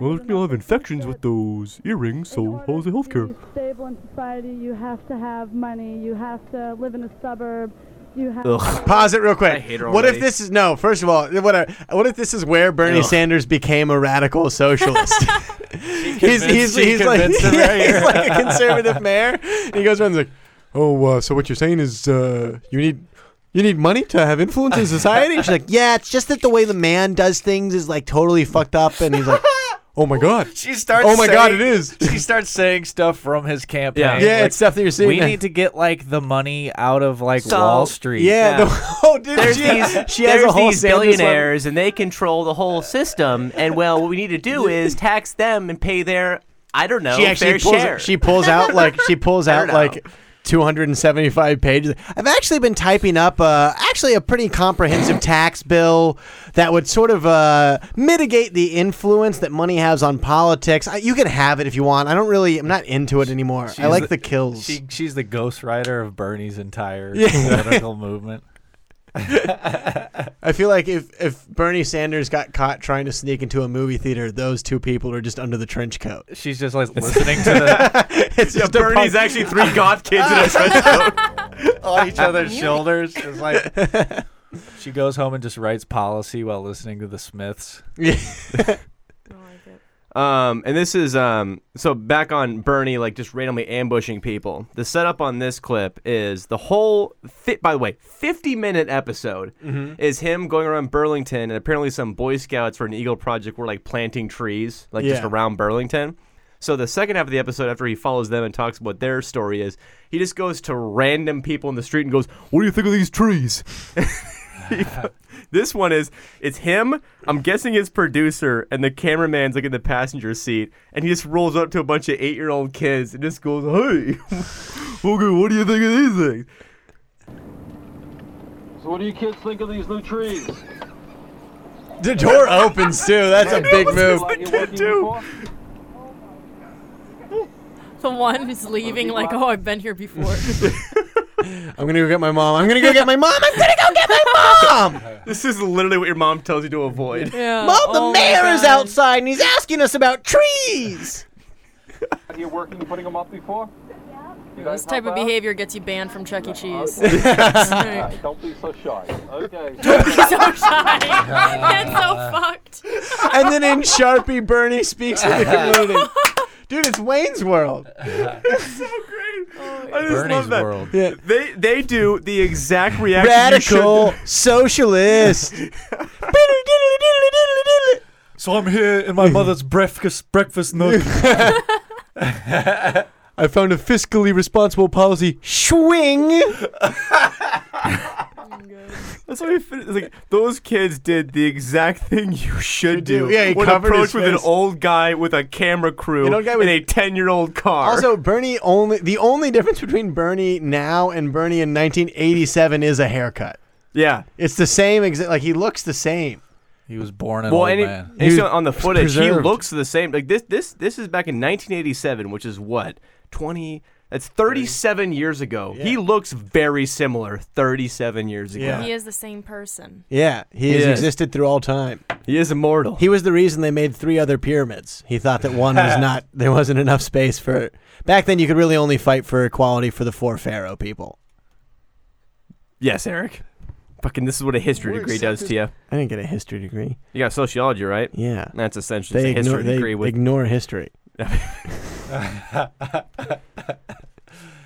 Speaker 8: Well, people have infections with those earrings, so how's the healthcare?
Speaker 15: stable in society, you have to have money, you have to live in a suburb, You have.
Speaker 6: Pause it real quick.
Speaker 8: hate her
Speaker 6: what if
Speaker 8: already.
Speaker 6: this is no? First of all, what, are, what if this is where Bernie
Speaker 8: Ugh.
Speaker 6: Sanders became a radical socialist? *laughs* he's he's,
Speaker 8: convinced- she
Speaker 6: he's, like, *laughs*
Speaker 8: convinced him
Speaker 6: yeah,
Speaker 8: right
Speaker 6: he's
Speaker 8: here.
Speaker 6: like a *laughs* conservative mayor, and he goes around and he's like, "Oh, uh, so what you're saying is uh, you need." You need money to have influence in society? She's like, yeah, it's just that the way the man does things is like totally fucked up. And
Speaker 12: *laughs*
Speaker 6: he's like, oh my God.
Speaker 12: She starts.
Speaker 6: Oh my God,
Speaker 12: saying-
Speaker 6: it is.
Speaker 12: She starts saying stuff from his campaign.
Speaker 6: Yeah. Yeah, it's stuff that you're seeing
Speaker 12: We
Speaker 6: now."
Speaker 12: need to get like the money out of like
Speaker 6: So-
Speaker 12: Wall Street.
Speaker 6: Yeah, the- *laughs* oh, dude,
Speaker 16: there's
Speaker 6: she-
Speaker 16: these,
Speaker 6: *laughs* she has a
Speaker 16: there's
Speaker 6: whole
Speaker 16: these
Speaker 6: Sanders level.
Speaker 16: billionaires and they control the whole system. And well, what we need to
Speaker 6: *laughs*
Speaker 16: do is tax them and pay their I don't know
Speaker 6: she
Speaker 16: fair
Speaker 6: actually pulls,
Speaker 16: share.
Speaker 6: she pulls out like
Speaker 16: *laughs*
Speaker 6: she pulls out like 275 pages. I've actually been typing up uh, actually a pretty comprehensive tax bill that would sort of uh, mitigate the influence that money has on politics. I, you can have it if you want. I don't really. I'm not into it anymore. I
Speaker 12: She's
Speaker 6: like the, kills.
Speaker 12: She, she's the ghostwriter of Bernie's entire
Speaker 6: Yeah. *laughs*
Speaker 12: political movement.
Speaker 6: I feel like if if Bernie Sanders got caught trying to sneak into a movie theater, those two people are just under the trench coat.
Speaker 12: She's just like listening
Speaker 16: *laughs*
Speaker 12: to the.
Speaker 6: It's *laughs* just a
Speaker 12: Bernie's
Speaker 6: punk-
Speaker 12: actually three
Speaker 6: *laughs*
Speaker 12: goth kids in a trench
Speaker 6: coat.
Speaker 12: on each other's shoulders. It's like *laughs* she goes home and just writes policy while listening to the Smiths. *laughs*
Speaker 8: Um, and this is um, so back on Bernie, like just randomly ambushing people. The setup on this clip is the whole fit. By the way, fifty-minute episode
Speaker 12: Mm-hmm.
Speaker 16: Mhm.
Speaker 8: is him going around Burlington, and apparently some Boy Scouts for an Eagle Project were like planting trees, like just
Speaker 16: Yeah.
Speaker 8: around Burlington. So the second half of the episode, after he follows them and talks about what their story is, he just goes to random people in the street and goes, "What do you think of these trees?" *laughs* This one is it's him. I'm guessing his producer and the cameraman's like in the passenger seat, and he just rolls up to a bunch of eight year old kids and just goes, "Hey, *laughs* okay, what do you think of these things?"
Speaker 17: So what do you kids think of these new trees?
Speaker 6: The door opens too. That's a big move.
Speaker 11: The one who's leaving, like, oh, I've been here before.
Speaker 6: I'm gonna go get my mom. I'm gonna go get my mom. I'm gonna go get my mom.
Speaker 8: This is literally what your mom tells you
Speaker 11: *laughs*
Speaker 8: to avoid.
Speaker 11: Yeah.
Speaker 6: Mom,
Speaker 11: oh
Speaker 6: the mayor
Speaker 11: my
Speaker 6: is
Speaker 11: God.
Speaker 6: outside and he's asking us about trees.
Speaker 17: Are you working, putting them up before? You guys
Speaker 11: This type of
Speaker 17: help out?
Speaker 11: behavior gets you banned from Chuck E. Cheese. *laughs*
Speaker 17: Okay. Don't be so shy. Okay.
Speaker 11: Don't be so shy. *laughs* That's so fucked.
Speaker 6: And then in Sharpie, Bernie speaks to the community. Dude, it's Wayne's World.
Speaker 8: *laughs* I just
Speaker 6: Bernie's
Speaker 8: love that.
Speaker 6: world.
Speaker 8: They they do the exact reaction.
Speaker 6: Radical *laughs* socialist.
Speaker 12: So I'm here in my mother's breakfast breakfast *laughs* nook.
Speaker 6: *laughs* I found a fiscally responsible policy. Swing.
Speaker 8: That's why it's like those kids did the exact thing you should do.
Speaker 6: do. Yeah, he
Speaker 8: when
Speaker 6: covered
Speaker 8: approached
Speaker 6: his
Speaker 8: with an
Speaker 6: face.
Speaker 8: old guy with a camera crew
Speaker 6: An old guy with-
Speaker 8: in a ten year old car.
Speaker 6: Also, Bernie only the only difference between Bernie now and Bernie in 1987 is a haircut.
Speaker 8: yeah.
Speaker 6: It's the same exact. Like he looks the same.
Speaker 12: He was born
Speaker 8: Well, and, he- and
Speaker 6: He
Speaker 8: so
Speaker 6: was
Speaker 8: on the footage,
Speaker 6: preserved.
Speaker 8: he looks the same. Like this, this, this is back in 1987, which is what 20. That's 37 years ago. He looks very similar 37 years ago.
Speaker 11: He is the same person.
Speaker 6: Yeah, he
Speaker 8: He
Speaker 6: has
Speaker 8: is.
Speaker 6: existed through all time.
Speaker 8: He is immortal.
Speaker 6: He was the reason they made three other pyramids. He thought that one *laughs* was not there wasn't enough space for. Back then, you could really only fight for equality for the four pharaoh people.
Speaker 8: Yes, Eric. Fucking, this is what a history degree does to you.
Speaker 6: I didn't get a history degree.
Speaker 8: You got sociology, right?
Speaker 6: Yeah,
Speaker 8: That's essentially
Speaker 6: they
Speaker 8: it's a history
Speaker 6: ignore, they
Speaker 8: degree with
Speaker 6: ignore history.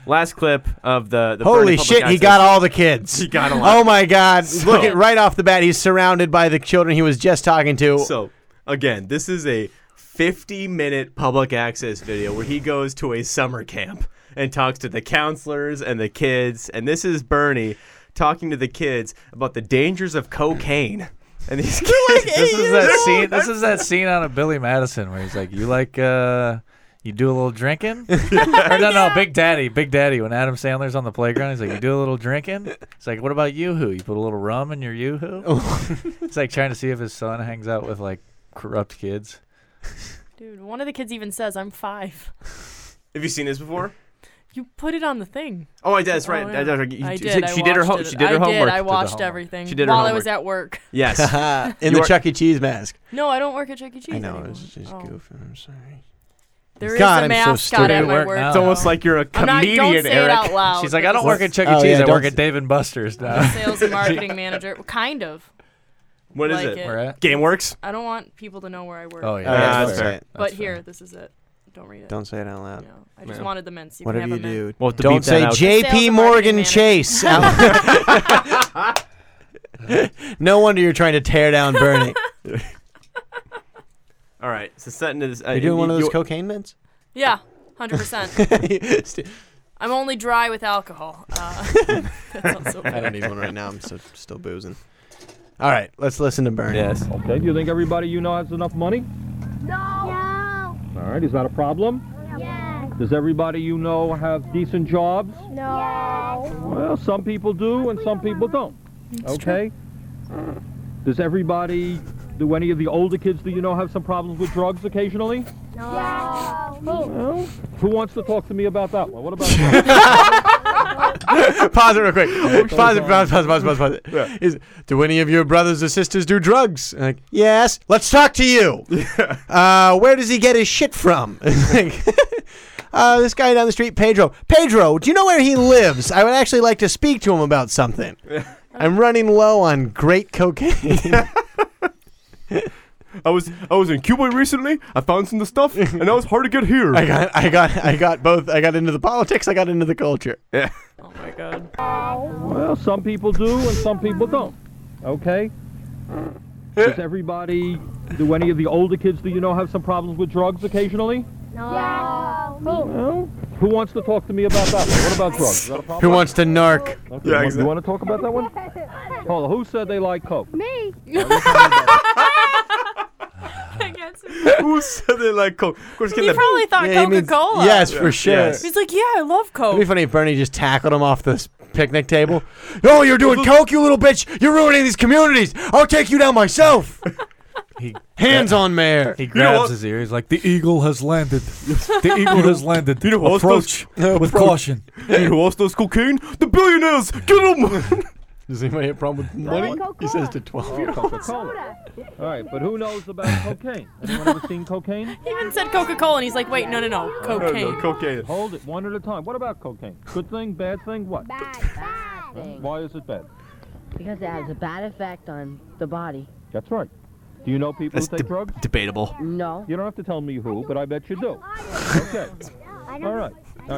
Speaker 8: Last clip of the, the Bernie
Speaker 6: Holy
Speaker 8: public
Speaker 6: shit, he
Speaker 8: access.
Speaker 6: got all the kids.
Speaker 8: He got a lot.
Speaker 6: Oh my god.
Speaker 8: *laughs* So-
Speaker 6: Look at right off the bat, he's surrounded by the children he was just talking to.
Speaker 8: So, again, this is a 50 minute public access video where he goes to a summer camp and talks to the counselors and the kids. And this is Bernie talking to the kids about the dangers of cocaine. And *laughs* these kids,
Speaker 12: this is that scene. This is that scene out of Billy Madison where he's like, "You like, uh, you do a little
Speaker 8: *laughs*
Speaker 12: drinking." or no, no, Big *laughs* Daddy, Big Daddy. When Adam Sandler's on the playground, he's like, "You do a little drinking." It's like, "What about yoo-hoo? You put a little rum in your yoo-hoo?" *laughs* it's like trying to see if his son hangs out with like corrupt kids.
Speaker 11: Dude, one of the kids even says, I'm five. *laughs*
Speaker 8: Have you seen this before?
Speaker 11: You put it on the thing.
Speaker 8: Oh, I did. That's
Speaker 11: Oh,
Speaker 8: right.
Speaker 11: yeah.
Speaker 8: I, did. You-
Speaker 11: I
Speaker 8: you-
Speaker 11: did.
Speaker 8: She
Speaker 11: I
Speaker 8: did her,
Speaker 11: watched
Speaker 8: home,
Speaker 11: it.
Speaker 8: she did her
Speaker 11: I
Speaker 8: homework.
Speaker 11: Did. I watched
Speaker 8: She did her
Speaker 11: everything
Speaker 8: homework.
Speaker 11: while I was at work.
Speaker 8: Yes.
Speaker 6: *laughs*
Speaker 8: *laughs*
Speaker 6: In
Speaker 8: You
Speaker 6: the
Speaker 8: are-
Speaker 6: Chuck E. Cheese mask.
Speaker 11: No, I don't work at Chuck E. Cheese.
Speaker 6: I know,
Speaker 11: anymore.
Speaker 6: it's just
Speaker 11: Oh.
Speaker 6: goofy. I'm sorry.
Speaker 11: There is
Speaker 8: God,
Speaker 11: a
Speaker 8: I'm so
Speaker 11: mascot
Speaker 8: stupid.
Speaker 11: at
Speaker 8: It
Speaker 11: my
Speaker 8: worked
Speaker 11: work.
Speaker 8: out. It's almost like *laughs* you're a
Speaker 11: I'm not- don't
Speaker 8: comedian,
Speaker 11: say it
Speaker 8: Eric.
Speaker 11: out
Speaker 8: *laughs*
Speaker 11: loud.
Speaker 12: She's like, I don't
Speaker 11: This
Speaker 12: work
Speaker 11: is-
Speaker 12: at Chuck E.
Speaker 8: Oh,
Speaker 12: Cheese.
Speaker 8: yeah,
Speaker 12: I work
Speaker 8: don't-
Speaker 12: at Dave and Buster's now.
Speaker 11: *laughs* sales and
Speaker 8: *laughs*
Speaker 11: marketing manager. Kind of.
Speaker 8: What is
Speaker 11: Like
Speaker 8: it?
Speaker 11: it.
Speaker 8: Where at? GameWorks?
Speaker 11: I don't want people to know where I work.
Speaker 8: Oh, yeah. Uh, that's
Speaker 11: But
Speaker 8: fair. That's
Speaker 11: But
Speaker 8: fair.
Speaker 11: here, this is it. Don't read it.
Speaker 6: Don't say it out loud.
Speaker 11: No, I just wanted the mints. You can
Speaker 6: Whatever
Speaker 11: have
Speaker 6: you
Speaker 11: a mint.
Speaker 6: do,
Speaker 8: We'll have to
Speaker 6: don't
Speaker 8: beep
Speaker 6: say
Speaker 8: that out.
Speaker 11: Sales
Speaker 6: J.P.
Speaker 11: and
Speaker 6: Morgan
Speaker 11: marketing
Speaker 6: Chase. out. *laughs* no wonder you're trying to tear down *laughs* Bernie.
Speaker 8: All right. So setting is. Uh,
Speaker 6: You're doing one of those
Speaker 8: your-
Speaker 6: cocaine *laughs* mints?
Speaker 11: Yeah, hundred
Speaker 8: *laughs*
Speaker 11: percent. I'm only dry with alcohol. Uh, that sounds so
Speaker 6: I
Speaker 11: bad.
Speaker 6: don't need one right now. I'm so, still boozing. All right, let's listen to Bernie.
Speaker 8: Yes.
Speaker 17: Okay, do you think everybody you know has enough money?
Speaker 18: No.
Speaker 17: All right, is that a problem?
Speaker 18: Yes.
Speaker 17: Does everybody you know have decent jobs?
Speaker 18: No.
Speaker 17: Well, some people do and some people don't. okay? Does everybody, do any of the older kids do you know have some problems with drugs occasionally?
Speaker 18: No.
Speaker 17: Who wants to talk to me about that one? What about that?
Speaker 6: pause it real quick. pause,
Speaker 17: sorry.
Speaker 6: it, pause, pause, pause, pause, pause. it. Is, do any of your brothers or sisters do drugs? And like, yes. Let's talk to you. uh, where does he get his shit from? *laughs* Like, uh, this guy down the street, Pedro. Pedro, do you know where he lives? I would actually like to speak to him about something. I'm running low on great cocaine.
Speaker 8: I was I was in Cuba recently. I found some of the stuff, and that was hard to get here.
Speaker 6: I got, I got, I got both. I got into the politics. I got into the culture.
Speaker 8: Yeah.
Speaker 11: Oh my god.
Speaker 17: well, some people do and some people don't. Okay? Does everybody, do any of the older kids do you know have some problems with drugs occasionally?
Speaker 18: No.
Speaker 17: Well, who wants to talk to me about that one? What about drugs? Is that a problem?
Speaker 6: Who wants to narc?
Speaker 17: Okay, you want- You
Speaker 8: *laughs*
Speaker 17: want to talk about that one? Hold on, who said they like coke?
Speaker 18: Me.
Speaker 8: Who said they like Coke? Of course,
Speaker 11: He probably thought
Speaker 6: Yeah, he means-
Speaker 11: Coca-Cola.
Speaker 6: yes, for sure. Yes.
Speaker 11: He's like, yeah, I love Coke.
Speaker 6: It'd be funny if Bernie just tackled him off this picnic table. oh, you're doing coke, you little bitch! You're ruining these communities. I'll take you down myself. Hands on mayor.
Speaker 12: He grabs his ear. He's like, "The eagle has landed. *laughs* The eagle has *laughs*
Speaker 6: *laughs*
Speaker 12: landed.
Speaker 8: You know who else
Speaker 12: Approach
Speaker 8: does-
Speaker 12: with
Speaker 8: Approach.
Speaker 12: caution."
Speaker 8: You know who else does cocaine? The billionaires. Get them.
Speaker 6: Does anybody have a problem with money? He says to twelve year
Speaker 17: Coca Cola. All right, but who knows
Speaker 8: *laughs*
Speaker 17: about cocaine? Anyone ever seen cocaine?
Speaker 11: He even said Coca-Cola, and he's like, wait, no, no, no, cocaine.
Speaker 8: cocaine.
Speaker 17: Hold it one at a time. What about cocaine? Good thing, bad thing, what? Bad, bad Why is it bad?
Speaker 19: Because it has a bad effect on the body.
Speaker 17: That's right. Do you know people
Speaker 8: That's
Speaker 17: who take drugs?
Speaker 8: Debatable.
Speaker 19: No.
Speaker 17: You don't have to tell me who, but I bet you do. Okay. All right. All right.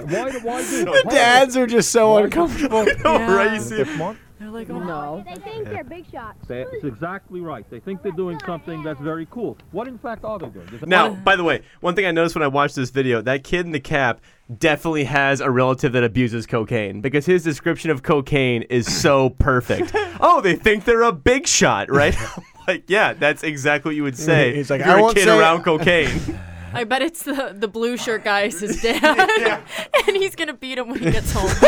Speaker 17: Why, do- why do
Speaker 6: The dads are just so uncomfortable.
Speaker 11: They're like,
Speaker 19: no.
Speaker 18: They think they're big shots.
Speaker 17: That's exactly right. They think they're doing something that's very cool. What, in fact, are they doing? Does-
Speaker 8: Now, by the way, one thing I noticed when I watched this video, that kid in the cap definitely has a relative that abuses cocaine because his description of cocaine is
Speaker 12: *laughs*
Speaker 8: so perfect. oh, they think they're a big shot, right? like, yeah, that's exactly what you would say.
Speaker 6: He's like,
Speaker 8: if you're
Speaker 6: "I
Speaker 8: a
Speaker 6: won't
Speaker 8: kid
Speaker 6: say-
Speaker 8: around cocaine.
Speaker 11: I bet it's the, the blue shirt guy is his dad, and he's gonna beat him when he gets home. *laughs*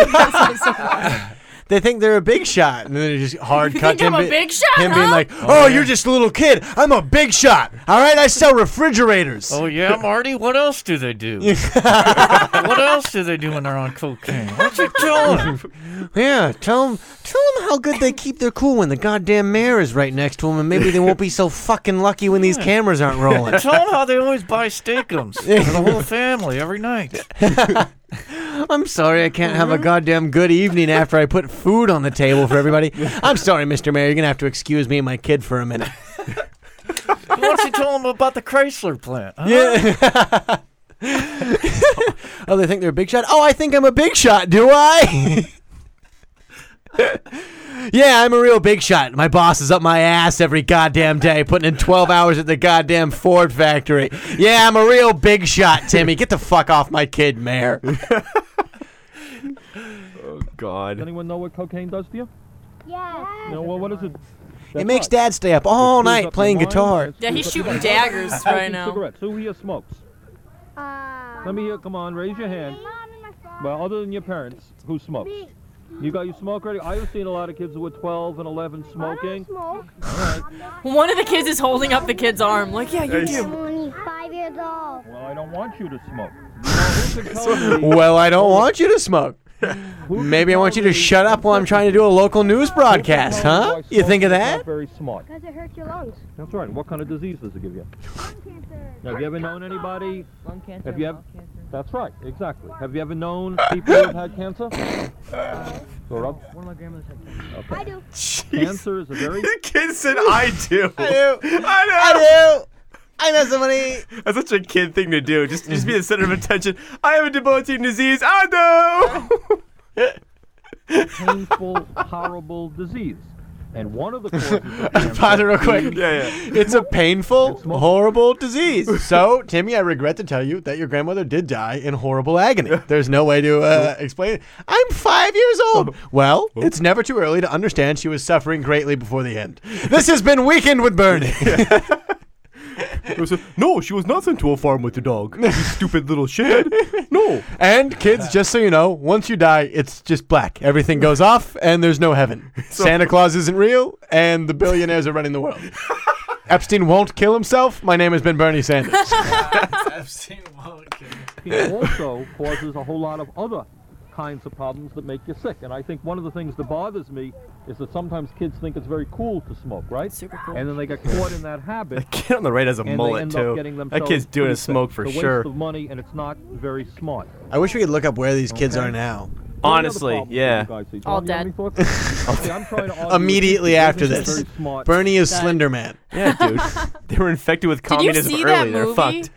Speaker 6: They think they're a big shot, and then they just hard
Speaker 11: *laughs* You
Speaker 6: cut
Speaker 11: think
Speaker 6: him.
Speaker 11: I'm a
Speaker 6: be-
Speaker 11: big shot,
Speaker 6: Him being
Speaker 11: huh?
Speaker 6: like, "Oh, you're just a little kid. I'm a big shot. All right, I sell refrigerators."
Speaker 12: Oh yeah, Marty. What else do they do? *laughs* what else do they do when they're on cocaine? What you doing?
Speaker 8: *laughs*
Speaker 6: Yeah, tell them, tell them how good they keep their cool when the goddamn mayor is right next to them, and maybe they won't be so fucking lucky when these cameras aren't rolling.
Speaker 8: *laughs*
Speaker 12: Tell them how they always buy steakums for the whole family every night.
Speaker 6: I'm sorry, I can't have a goddamn good evening after I put food on the table for everybody. I'm sorry, Mr. Mayor, you're gonna have to excuse me and my kid for a minute.
Speaker 12: Why don't you tell them about the Chrysler plant? huh?
Speaker 6: Yeah. oh, they think they're a big shot. Oh, I think I'm a big shot. Do I? *laughs* yeah, I'm a real big shot. My boss is up my ass every goddamn day, putting in 12 hours at the goddamn Ford factory. Yeah, I'm a real big shot, Timmy. Get the fuck off my kid, *laughs* Mayor.
Speaker 8: oh, God.
Speaker 17: Does anyone know what cocaine does to you?
Speaker 18: Yeah.
Speaker 17: No, well, what is it?
Speaker 6: it makes Dad stay up all
Speaker 17: screws
Speaker 6: night
Speaker 17: up
Speaker 6: playing
Speaker 17: your mind,
Speaker 6: guitar.
Speaker 17: it
Speaker 11: Yeah, he's
Speaker 17: screws up
Speaker 11: shooting
Speaker 17: your mind.
Speaker 11: daggers
Speaker 17: Smoking
Speaker 11: right now.
Speaker 17: Cigarettes. Who here smokes?
Speaker 18: Uh,
Speaker 17: Let me hear. Come on, raise your hand. Well, other than your parents, who smokes? You got your smoke ready? I've seen a lot of kids who were 12 and 11 smoking.
Speaker 18: Smoke.
Speaker 11: One of the kids is holding up the kid's arm, like, yeah, you
Speaker 18: I'm
Speaker 11: do.
Speaker 18: only five years old.
Speaker 17: Well, I don't want you to smoke. You know, who can tell me-
Speaker 6: Well, I don't want you to smoke. Maybe I want you to shut up while I'm trying to do a local news broadcast, huh? You think of that?
Speaker 17: Not very smart.
Speaker 18: Because it hurts your lungs.
Speaker 17: That's right. What kind of disease does it give you? Now, have you ever known anybody?
Speaker 18: Lung cancer.
Speaker 17: Have you ever? That's right. Exactly. Have you ever known people who've had
Speaker 18: *coughs*
Speaker 17: cancer? Sort of.
Speaker 19: One of my grandmothers had
Speaker 18: I do.
Speaker 17: Cancer is a very.
Speaker 8: *laughs* The kid said, "I do."
Speaker 6: I do. I do. I know somebody.
Speaker 8: That's such a kid thing to do. Just, just be the center of attention. I have a debilitating disease. I do.
Speaker 17: painful, horrible disease. And one of the causes of
Speaker 8: *laughs*
Speaker 17: cancer
Speaker 6: Pause it real quick.
Speaker 17: is-
Speaker 6: It's a painful, horrible disease. So, Timmy, I regret to tell you that your grandmother did die in horrible agony. There's no way to uh, explain it. I'm five years old. Well, it's never too early to understand she was suffering greatly before the end. This has been Weekend with Bernie.
Speaker 20: no, she was not sent to a farm with the dog. You stupid little shit.
Speaker 6: No. *laughs* And kids, just so you know, once you die, it's just black. Everything goes off, and there's no heaven. Santa Claus isn't real, and the billionaires are running the world. Epstein won't kill himself. My name has been Bernie Sanders.
Speaker 17: It also causes a whole lot of other kinds of problems that make you sick. And I think one of the things that bothers me is that sometimes kids think it's very cool to smoke, right? Super cool. And then they get caught in that
Speaker 8: *laughs*
Speaker 17: habit.
Speaker 8: That kid on the right has *laughs* a
Speaker 17: and they
Speaker 8: mullet,
Speaker 17: end
Speaker 8: too.
Speaker 17: Up getting
Speaker 8: That
Speaker 17: themselves
Speaker 8: kid's doing a
Speaker 17: pretty sick.
Speaker 8: smoke for
Speaker 17: It's a
Speaker 8: sure.
Speaker 17: Waste of money, and it's not very smart.
Speaker 6: I wish we could look up where these kids are now.
Speaker 8: Honestly, yeah.
Speaker 11: All dead.
Speaker 17: See, I'm trying to argue with
Speaker 6: Immediately
Speaker 17: people.
Speaker 6: after
Speaker 17: Business is
Speaker 6: this,
Speaker 17: very smart.
Speaker 6: Bernie is Slender Man.
Speaker 8: *laughs* Yeah, dude. *laughs* they were infected with
Speaker 11: Did you
Speaker 8: communism
Speaker 11: see that
Speaker 8: early. They're
Speaker 11: movie?
Speaker 8: fucked.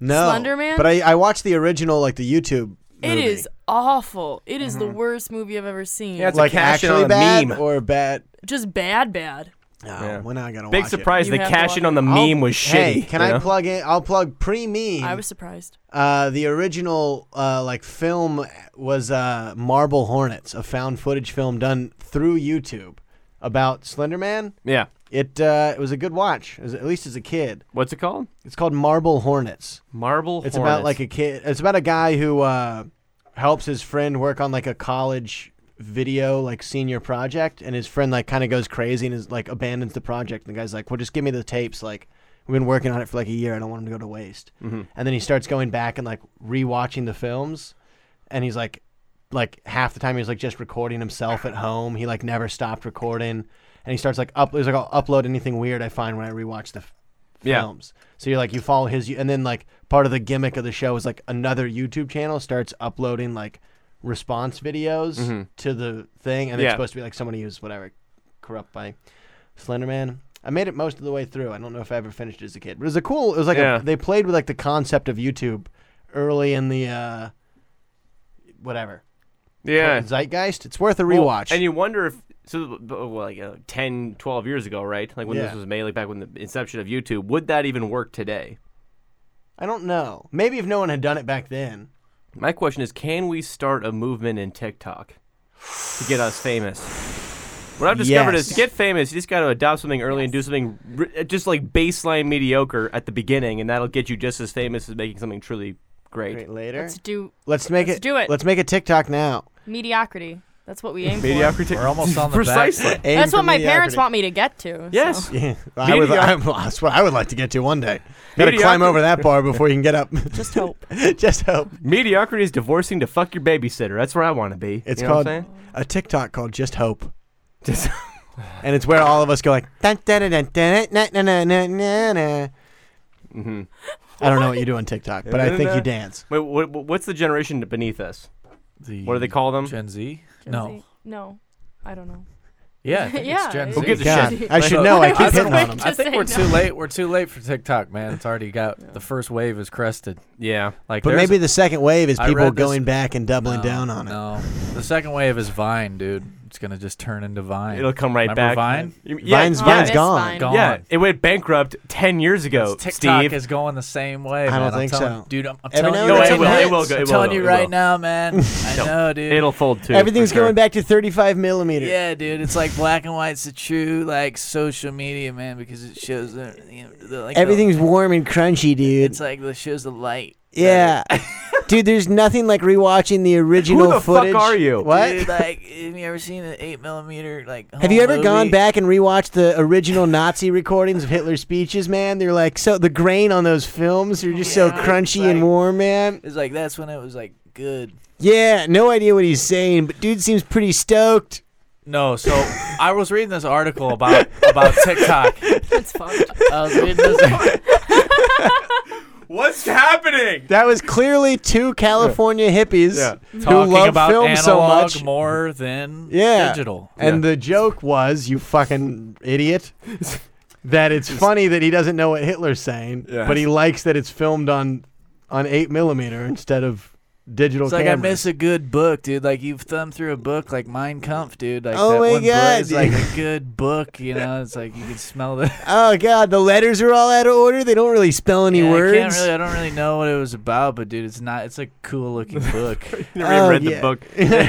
Speaker 6: No,
Speaker 11: Slender Man?
Speaker 6: But I, I watched the original, like the YouTube.
Speaker 11: It
Speaker 6: movie.
Speaker 11: is awful. It is the worst movie I've ever seen.
Speaker 6: like actually bad or bad.
Speaker 11: Just bad, bad.
Speaker 6: No, we're not gonna.
Speaker 8: Big
Speaker 6: watch
Speaker 8: surprise.
Speaker 6: It.
Speaker 8: the
Speaker 11: You have to
Speaker 8: cash in
Speaker 11: watch
Speaker 8: on the
Speaker 6: I'll-
Speaker 8: meme was
Speaker 6: hey,
Speaker 8: shitty.
Speaker 6: Can
Speaker 8: you
Speaker 6: I
Speaker 8: know?
Speaker 6: plug in? I'll plug pre-meme.
Speaker 11: I was surprised.
Speaker 6: Uh, the original uh, like film was uh, Marble Hornets, a found footage film done through YouTube about Slender Man.
Speaker 8: Yeah.
Speaker 6: It uh, it was a good watch, as, at least as a kid.
Speaker 8: What's it called?
Speaker 6: It's called Marble Hornets.
Speaker 8: Marble.
Speaker 6: It's
Speaker 8: Hornets.
Speaker 6: about like a kid. It's about a guy who uh, helps his friend work on like a college video like senior project, and his friend like kind of goes crazy and is like abandons the project. And the guy's like, "Well, just give me the tapes. Like, we've been working on it for like a year. I don't want them to go to waste."
Speaker 8: Mhm.
Speaker 6: And then he starts going back and like rewatching the films, and he's like, like half the time he was like just recording himself at home. He like never stopped recording, and he starts like up. He's like, "I'll upload anything weird I find when I rewatch the." F-
Speaker 8: Yeah.
Speaker 6: films. So you're like you follow his, and then like part of the gimmick of the show is like another YouTube channel starts uploading like response videos
Speaker 8: Mhm.
Speaker 6: to the thing, and
Speaker 8: Yeah.
Speaker 6: it's supposed to be like somebody who's whatever corrupt by Slenderman. I made it most of the way through. I don't know if I ever finished it as a kid, but it was a cool. It was like
Speaker 8: Yeah.
Speaker 6: a, they played with like the concept of YouTube early in the uh whatever
Speaker 8: Yeah.
Speaker 6: zeitgeist. It's worth a
Speaker 8: Well,
Speaker 6: rewatch.
Speaker 8: and you wonder if so b- b- well, like uh, 10, 12 years ago, right? Like when this
Speaker 6: Yeah.
Speaker 8: was made, like back when the inception of YouTube, would that even work today?
Speaker 6: I don't know. Maybe if no one had done it back then.
Speaker 8: My question is, can we start a movement in TikTok to get us famous? What I've discovered is to
Speaker 6: Yes.
Speaker 8: get famous, you just got to adopt something early and do something r- uh, just like baseline mediocre at the beginning, and that'll get you just as famous as making something truly great.
Speaker 6: later.
Speaker 11: Let's do
Speaker 6: Let's make
Speaker 11: Let's
Speaker 6: it.
Speaker 11: do it.
Speaker 6: Let's make a TikTok now.
Speaker 11: mediocrity. That's what we aim for.
Speaker 12: *laughs*
Speaker 8: Mediocrity.
Speaker 12: We're almost on the
Speaker 8: Precisely.
Speaker 12: Back.
Speaker 6: Aim
Speaker 11: That's
Speaker 6: for
Speaker 11: what my parents
Speaker 6: mediocrity.
Speaker 11: want me to get to.
Speaker 8: Yes.
Speaker 11: *laughs*
Speaker 6: Yeah, I would,
Speaker 8: Medioc-
Speaker 6: I, well, that's what I would like to get to one day. Got to climb
Speaker 8: Mediocrity.
Speaker 6: over that
Speaker 11: *laughs*
Speaker 6: bar before you can get up. *laughs* Just
Speaker 11: hope.
Speaker 6: Just hope.
Speaker 8: Mediocrity is divorcing to fuck your babysitter. That's where I want to be.
Speaker 6: It's
Speaker 8: You know
Speaker 6: called
Speaker 8: What I'm saying?
Speaker 6: a TikTok called Just Hope.
Speaker 11: *laughs*
Speaker 6: Just *laughs* and it's where all of us go like. Dun, dun, dun, dun, dun, dun, dun, dun, dun, dun, dun.
Speaker 8: Mm-hmm.
Speaker 6: I don't know what you do on TikTok, but I think you dance.
Speaker 8: Wait, what, what- what's the generation beneath us? what do they call them? Gen Z.
Speaker 12: No.
Speaker 11: No, I don't know.
Speaker 12: Yeah, I think
Speaker 11: *laughs* Yeah,
Speaker 12: it's Gen
Speaker 11: it
Speaker 12: Z.
Speaker 11: Who gives a God, shit? I
Speaker 6: should know. I keep
Speaker 12: think
Speaker 6: hitting
Speaker 12: we're-
Speaker 6: on 'em.
Speaker 12: I think
Speaker 11: Just
Speaker 12: we're
Speaker 11: say
Speaker 12: too
Speaker 11: no.
Speaker 12: late. We're too late for TikTok, man. It's already got the first wave is crested.
Speaker 8: Yeah,
Speaker 12: like
Speaker 6: But
Speaker 12: there's-
Speaker 6: maybe the second wave is
Speaker 12: I
Speaker 6: people
Speaker 12: read this-
Speaker 6: going back and doubling
Speaker 12: No,
Speaker 6: down on it.
Speaker 12: No, the second wave is Vine, dude. It's gonna just turn into Vine.
Speaker 8: It'll come right
Speaker 12: Remember
Speaker 8: back.
Speaker 12: Vine.
Speaker 8: You- yeah,
Speaker 6: Vine's-
Speaker 8: yeah.
Speaker 6: Vine's gone.
Speaker 12: Gone.
Speaker 8: Yeah, it went bankrupt ten years ago.
Speaker 12: TikTok
Speaker 8: Steve.
Speaker 12: is going the same way.
Speaker 8: I
Speaker 12: man.
Speaker 8: don't
Speaker 12: I'm
Speaker 8: think
Speaker 12: telling-
Speaker 8: so.
Speaker 12: dude. I'm, I'm
Speaker 8: Every
Speaker 12: telling
Speaker 8: now
Speaker 12: you,
Speaker 8: and
Speaker 12: right
Speaker 8: then-
Speaker 12: now,
Speaker 8: It will go- it
Speaker 12: I'm
Speaker 8: will
Speaker 12: telling
Speaker 8: go,
Speaker 12: you
Speaker 8: it
Speaker 12: right
Speaker 8: will.
Speaker 12: now,
Speaker 8: *laughs*
Speaker 12: man. I
Speaker 8: No,
Speaker 12: know, dude.
Speaker 8: it'll fold too.
Speaker 6: Everything's
Speaker 8: for sure.
Speaker 6: going back to 35 millimeter.
Speaker 12: Yeah, dude. It's like black and white's the true like social media, man, because it shows the, you know, the like the-
Speaker 6: Everything's warm and crunchy, dude.
Speaker 12: it's like the shows the light.
Speaker 6: Yeah. *laughs* Dude, there's nothing like rewatching the original
Speaker 12: the fuck
Speaker 6: footage.
Speaker 12: are you?
Speaker 6: What?
Speaker 12: Dude, like, have you ever seen an eight millimeter like?
Speaker 6: Have you
Speaker 12: home
Speaker 6: ever gone
Speaker 12: movie?
Speaker 6: back and rewatched the original Nazi recordings of Hitler's speeches, man? They're like so the grain on those films are just so crunchy and warm, man.
Speaker 12: It's like that's when it was like good.
Speaker 6: yeah, no idea what he's saying, but dude seems pretty stoked.
Speaker 12: No, so I was reading this article about about TikTok.
Speaker 11: That's fucked.
Speaker 12: I was reading this. What's happening?
Speaker 6: That was clearly two California hippies who
Speaker 12: Talking
Speaker 6: love
Speaker 12: about
Speaker 6: film
Speaker 12: analog
Speaker 6: so much.
Speaker 12: more than
Speaker 6: yeah.
Speaker 12: digital.
Speaker 6: And the joke was, you fucking idiot, that *laughs* it's funny that he doesn't know what Hitler's saying,
Speaker 12: Yeah.
Speaker 6: but he likes that it's filmed on on eight millimeter instead of digital
Speaker 12: It's like
Speaker 6: camera.
Speaker 12: I miss a good book, dude. Like you've thumbed through a book like Mein Kampf, dude. Like
Speaker 6: Oh
Speaker 12: that
Speaker 6: my
Speaker 12: one
Speaker 6: God,
Speaker 12: book is like
Speaker 6: dude.
Speaker 12: a good book, you know. It's like you can smell *laughs* the
Speaker 6: *laughs* oh god, the letters are all out of order. They don't really spell any
Speaker 12: Yeah,
Speaker 6: words.
Speaker 12: I can't really I don't
Speaker 8: *laughs*
Speaker 12: really know what it was about, but dude, it's not it's a cool looking book.
Speaker 6: never even Oh, read the yeah. book. *laughs*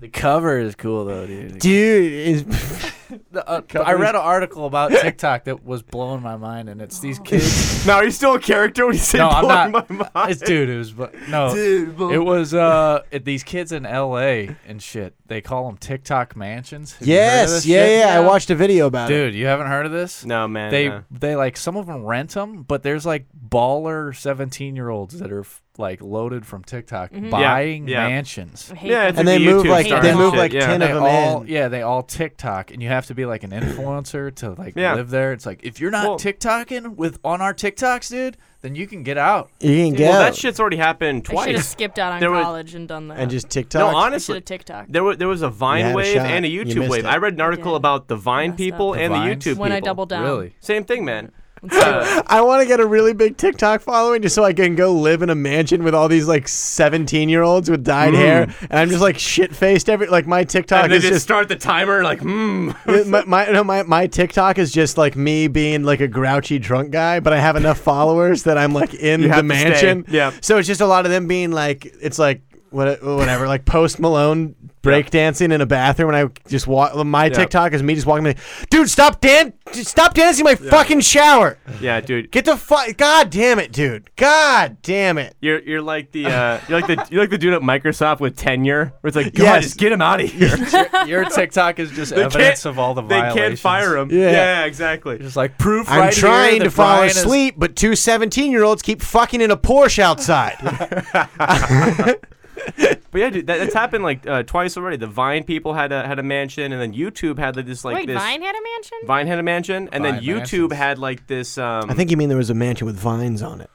Speaker 12: the cover is cool though, dude. *laughs*
Speaker 6: Dude, is,
Speaker 12: The, uh,
Speaker 6: cover
Speaker 12: I read
Speaker 6: is-
Speaker 12: an article about TikTok that was blowing my mind, and it's these
Speaker 8: *laughs*
Speaker 12: kids.
Speaker 8: now are you still a character when you say
Speaker 12: no, I'm
Speaker 8: blowing
Speaker 12: not.
Speaker 8: my mind?
Speaker 12: It's dude. It was bu- no.
Speaker 8: Dude, blow-
Speaker 12: it was uh it, these kids in L.A. and shit. They call them TikTok mansions. Have you heard of
Speaker 6: yes,
Speaker 12: this
Speaker 6: yeah,
Speaker 12: shit?
Speaker 6: yeah, I watched a video about it.
Speaker 12: Dude, you haven't heard of this?
Speaker 8: No, man,
Speaker 12: They
Speaker 8: no.
Speaker 12: they like some of them rent them, but there's like baller 17 year olds that are f- like loaded from TikTok
Speaker 8: Mhm. Yeah,
Speaker 12: buying
Speaker 8: yeah.
Speaker 12: mansions.
Speaker 8: I hate Yeah, that. it's And like they the move, YouTube like- stars they and move, shit, like, yeah. 10 of
Speaker 12: They
Speaker 8: them
Speaker 12: all,
Speaker 8: in.
Speaker 12: Yeah, they all TikTok, and you have to be like an influencer to like
Speaker 8: Yeah.
Speaker 12: live there. It's like if you're not TikToking with on our TikToks, dude, then you can get out.
Speaker 6: You can
Speaker 8: Well,
Speaker 6: get
Speaker 8: that shit's already happened
Speaker 11: I should have
Speaker 8: twice.
Speaker 11: skipped out on
Speaker 8: There was-
Speaker 11: college and done that.
Speaker 6: and just TikTok.
Speaker 8: No,
Speaker 11: I
Speaker 8: honestly,
Speaker 11: should have TikTok.
Speaker 8: there was there was a
Speaker 6: You had
Speaker 8: Vine
Speaker 6: a
Speaker 8: wave
Speaker 6: shot.
Speaker 8: and a
Speaker 6: You
Speaker 8: YouTube
Speaker 6: missed
Speaker 8: wave.
Speaker 6: it.
Speaker 8: I read an article about the Vine people
Speaker 11: The
Speaker 8: and
Speaker 11: Vines?
Speaker 8: the YouTube
Speaker 11: When I
Speaker 8: people.
Speaker 11: double down. Really?
Speaker 8: Same thing, man. Uh,
Speaker 6: I want to get a really big TikTok following just so I can go live in a mansion with all these like 17 year olds with dyed
Speaker 8: Mm.
Speaker 6: hair, and I'm just like shit faced every like my TikTok
Speaker 8: and they
Speaker 6: is
Speaker 8: just,
Speaker 6: just.
Speaker 8: start the timer like, hmm.
Speaker 6: my, my, no, my my TikTok is just like me being like a grouchy drunk guy, but I have
Speaker 8: *laughs*
Speaker 6: enough followers that I'm like in
Speaker 8: You have
Speaker 6: the
Speaker 8: to
Speaker 6: mansion.
Speaker 8: stay. Yeah.
Speaker 6: So it's just a lot of them being like, it's like what whatever, like Post Malone breakdancing in a bathroom, and I just walk. My
Speaker 8: Yeah.
Speaker 6: TikTok is me just walking, like, dude, stop dan, stop dancing in my fucking shower.
Speaker 8: Yeah, dude.
Speaker 6: Get the fuck! God damn it, dude! God damn it!
Speaker 8: You're you're like the uh, you're like the you're like the dude at Microsoft with tenure, where it's like, God,
Speaker 6: Yes.
Speaker 8: just get him out of here.
Speaker 12: Your,
Speaker 8: *laughs*
Speaker 12: your TikTok is just
Speaker 8: They
Speaker 12: evidence
Speaker 8: can't-
Speaker 12: of all the
Speaker 8: they
Speaker 12: violations.
Speaker 8: can't fire him.
Speaker 6: Yeah.
Speaker 8: Yeah, exactly.
Speaker 12: Just like proof.
Speaker 6: I'm
Speaker 12: right here
Speaker 6: trying
Speaker 12: that
Speaker 6: to fall
Speaker 12: Brian is-
Speaker 6: asleep, but two 17 year olds keep fucking in a Porsche outside.
Speaker 8: *laughs* But yeah, dude, that, that's happened like uh, twice already. The Vine people had a had a mansion, and then YouTube had like, this like
Speaker 11: Wait,
Speaker 8: this.
Speaker 11: Vine had a mansion?
Speaker 8: Vine had a mansion, and then
Speaker 6: Vine
Speaker 8: YouTube had like this. Um,
Speaker 6: I think you mean there was a mansion with vines on it.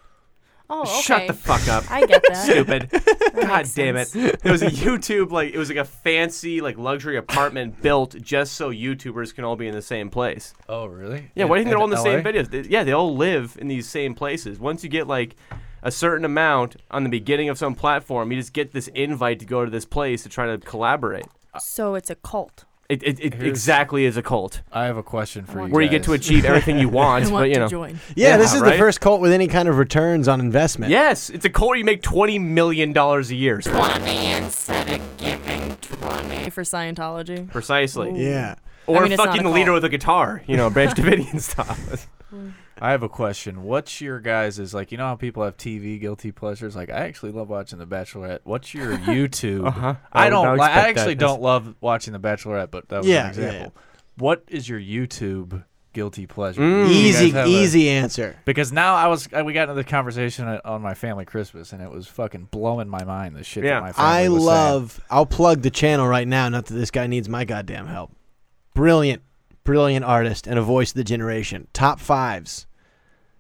Speaker 11: Oh, okay.
Speaker 8: *laughs* Shut the fuck up.
Speaker 11: *laughs* I get *laughs* that.
Speaker 8: Stupid. God
Speaker 11: makes
Speaker 8: damn it.
Speaker 11: sense.
Speaker 8: There
Speaker 11: *laughs*
Speaker 8: was a YouTube like it was like a fancy like luxury apartment built just so YouTubers can all be in the same place.
Speaker 12: Oh, really?
Speaker 8: Yeah, why do you think they're all in the same
Speaker 12: LA?
Speaker 8: videos? They- yeah, they all live in these same places. Once you get like a certain amount on the beginning of some platform, you just get this invite to go to this place to try to collaborate.
Speaker 11: So it's a cult.
Speaker 8: It, it, it
Speaker 12: Here's-
Speaker 8: exactly is a cult.
Speaker 12: I have a question for you.
Speaker 8: Where you get to
Speaker 12: guys.
Speaker 8: achieve
Speaker 11: *laughs*
Speaker 8: everything you want,
Speaker 11: I want
Speaker 8: *laughs* but you
Speaker 11: to
Speaker 8: know.
Speaker 11: join.
Speaker 6: Yeah, this is the
Speaker 8: right?
Speaker 6: first cult with any kind of returns on investment.
Speaker 8: Yes, it's a cult where you make twenty million dollars a year. *laughs*
Speaker 11: instead of giving 20. For Scientology.
Speaker 8: Precisely.
Speaker 11: Ooh.
Speaker 6: Yeah.
Speaker 8: Or
Speaker 11: I mean, it's not
Speaker 8: fucking
Speaker 11: a
Speaker 8: the
Speaker 11: cult.
Speaker 8: leader with a guitar, you know,
Speaker 11: *laughs*
Speaker 8: Branch Davidian *laughs* style.
Speaker 12: I have a question. What's your guys' is like? You know how people have TV guilty pleasures? Like, I actually love watching The Bachelorette. What's your YouTube?
Speaker 8: Uh-huh.
Speaker 12: I,
Speaker 8: I would
Speaker 12: don't.
Speaker 8: not
Speaker 12: Li- I
Speaker 8: expect that.
Speaker 12: actually don't love watching The Bachelorette, but that was
Speaker 6: Yeah,
Speaker 12: an
Speaker 6: yeah,
Speaker 12: example. What is your YouTube guilty pleasure?
Speaker 6: Mm.
Speaker 12: Hmm. You guys
Speaker 6: Easy-
Speaker 12: have a-
Speaker 6: easy answer.
Speaker 12: Because now I was, I, we got into the conversation at- on my family Christmas, and it was fucking blowing my mind. The shit that my family
Speaker 6: I
Speaker 12: was saying.
Speaker 6: love. I'll plug the channel right now. Not that this guy needs my goddamn help. Brilliant, brilliant artist and a voice of the generation. Top fives,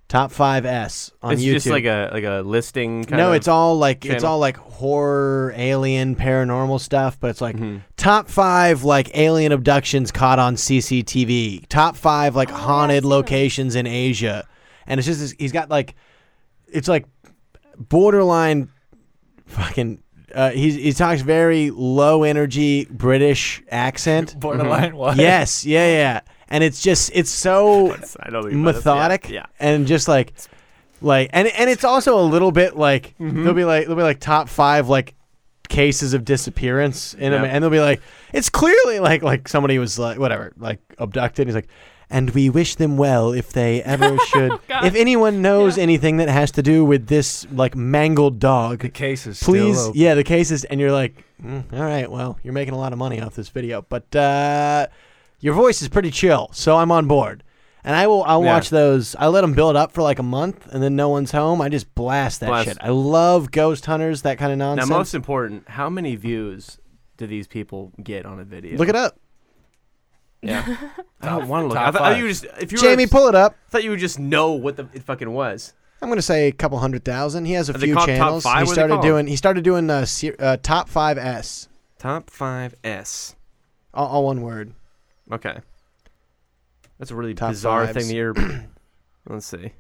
Speaker 6: top five S on
Speaker 8: it's
Speaker 6: YouTube.
Speaker 8: just like a like a listing kind
Speaker 6: no,
Speaker 8: of
Speaker 6: it's all like it's
Speaker 8: channel.
Speaker 6: all like horror, alien, paranormal stuff. But it's like top five like alien abductions caught on CCTV. Top five like haunted locations in Asia, and it's just this, he's got like it's like borderline fucking. Uh, he's, he talks very low energy British accent.
Speaker 12: Borderline Mhm. *laughs* what?
Speaker 6: Yes, yeah, yeah. And it's just it's so
Speaker 8: I know what you mean by this, yeah,
Speaker 6: methodic
Speaker 8: yeah.
Speaker 6: and just like like and and it's also a little bit like
Speaker 8: Mm-hmm.
Speaker 6: they'll be like they'll be like top five like cases of disappearance in
Speaker 8: Yeah.
Speaker 6: a, and they'll be like it's clearly like like somebody was like whatever like abducted he's like and we wish them well if they
Speaker 8: *laughs*
Speaker 6: ever should
Speaker 8: Oh,
Speaker 6: if anyone knows anything that has to do with this like mangled dog the
Speaker 12: case is still
Speaker 6: please
Speaker 12: open.
Speaker 6: yeah the cases and you're like "Mm, all right well you're making a lot of money off this video but uh your voice is pretty chill so i'm on board and I will I'll
Speaker 8: Yeah.
Speaker 6: watch those. I let them build up for like a month, and then no one's home. I just blast that
Speaker 8: Blast.
Speaker 6: shit. I love ghost hunters, that kind of nonsense.
Speaker 8: Now, most important, how many views do these people get on a video?
Speaker 6: Look it up.
Speaker 8: Yeah. I don't want to look.
Speaker 6: Top
Speaker 8: I thought
Speaker 6: five.
Speaker 8: you just if you
Speaker 6: Jamie,
Speaker 8: were,
Speaker 6: pull it up.
Speaker 8: I thought you would just know what the it fucking was.
Speaker 6: I'm gonna say a couple hundred thousand. He has a
Speaker 8: Are they
Speaker 6: few
Speaker 8: called top
Speaker 6: channels. He
Speaker 8: five? What are they
Speaker 6: started
Speaker 8: called?
Speaker 6: doing. He started doing uh, se- uh, top five S,
Speaker 8: Top five S.
Speaker 6: all, all one word.
Speaker 8: Okay. That's a really
Speaker 6: Top
Speaker 8: bizarre
Speaker 6: fives.
Speaker 8: thing that you're.
Speaker 6: *clears throat*
Speaker 8: let's see.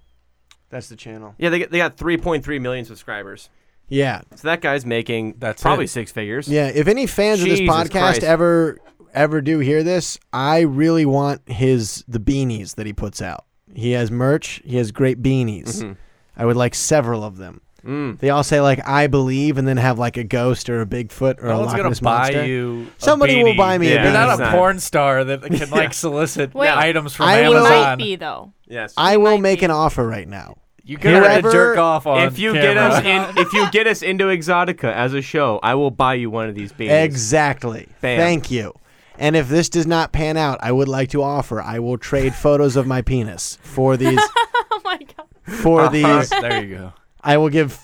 Speaker 6: That's the channel.
Speaker 8: Yeah, they got, they got 3.3 million subscribers.
Speaker 6: Yeah.
Speaker 8: So that guy's making
Speaker 12: that's
Speaker 8: probably
Speaker 12: it.
Speaker 8: six figures.
Speaker 6: Yeah, if any fans of this
Speaker 8: Jesus
Speaker 6: podcast
Speaker 8: Christ.
Speaker 6: ever ever do hear this, I really want his the beanies that he puts out. He has merch. He has great beanies.
Speaker 12: Mm-hmm.
Speaker 8: Mhm.
Speaker 6: I would like several of them.
Speaker 8: Mm.
Speaker 6: They all say like "I believe" and then have like a ghost or a Bigfoot or
Speaker 12: No
Speaker 6: a
Speaker 12: one's
Speaker 6: Loch
Speaker 12: gonna
Speaker 6: Ness
Speaker 12: buy
Speaker 6: monster.
Speaker 12: you. a
Speaker 6: Somebody will
Speaker 12: beanie.
Speaker 6: buy me a
Speaker 12: You're
Speaker 6: beanie.
Speaker 12: not a porn star that *laughs* can like solicit
Speaker 11: Wait,
Speaker 12: items from
Speaker 6: I will-
Speaker 12: Amazon.
Speaker 11: Might be though. *laughs*
Speaker 8: Yes.
Speaker 6: I will make an offer right now.
Speaker 12: You could have to
Speaker 6: Whoever-
Speaker 12: jerk off on
Speaker 8: if you get
Speaker 12: camera.
Speaker 8: us
Speaker 12: *laughs*
Speaker 8: in, if you get us into Exotica as a show, I will buy you one of these beanies.
Speaker 6: Exactly.
Speaker 8: Bam.
Speaker 6: Thank you. And if this does not pan out, I would like to offer. I will trade photos of my penis
Speaker 12: *laughs*
Speaker 6: for these.
Speaker 11: oh my god.
Speaker 12: Uh-huh.
Speaker 6: For these.
Speaker 12: there you go.
Speaker 6: I will give f-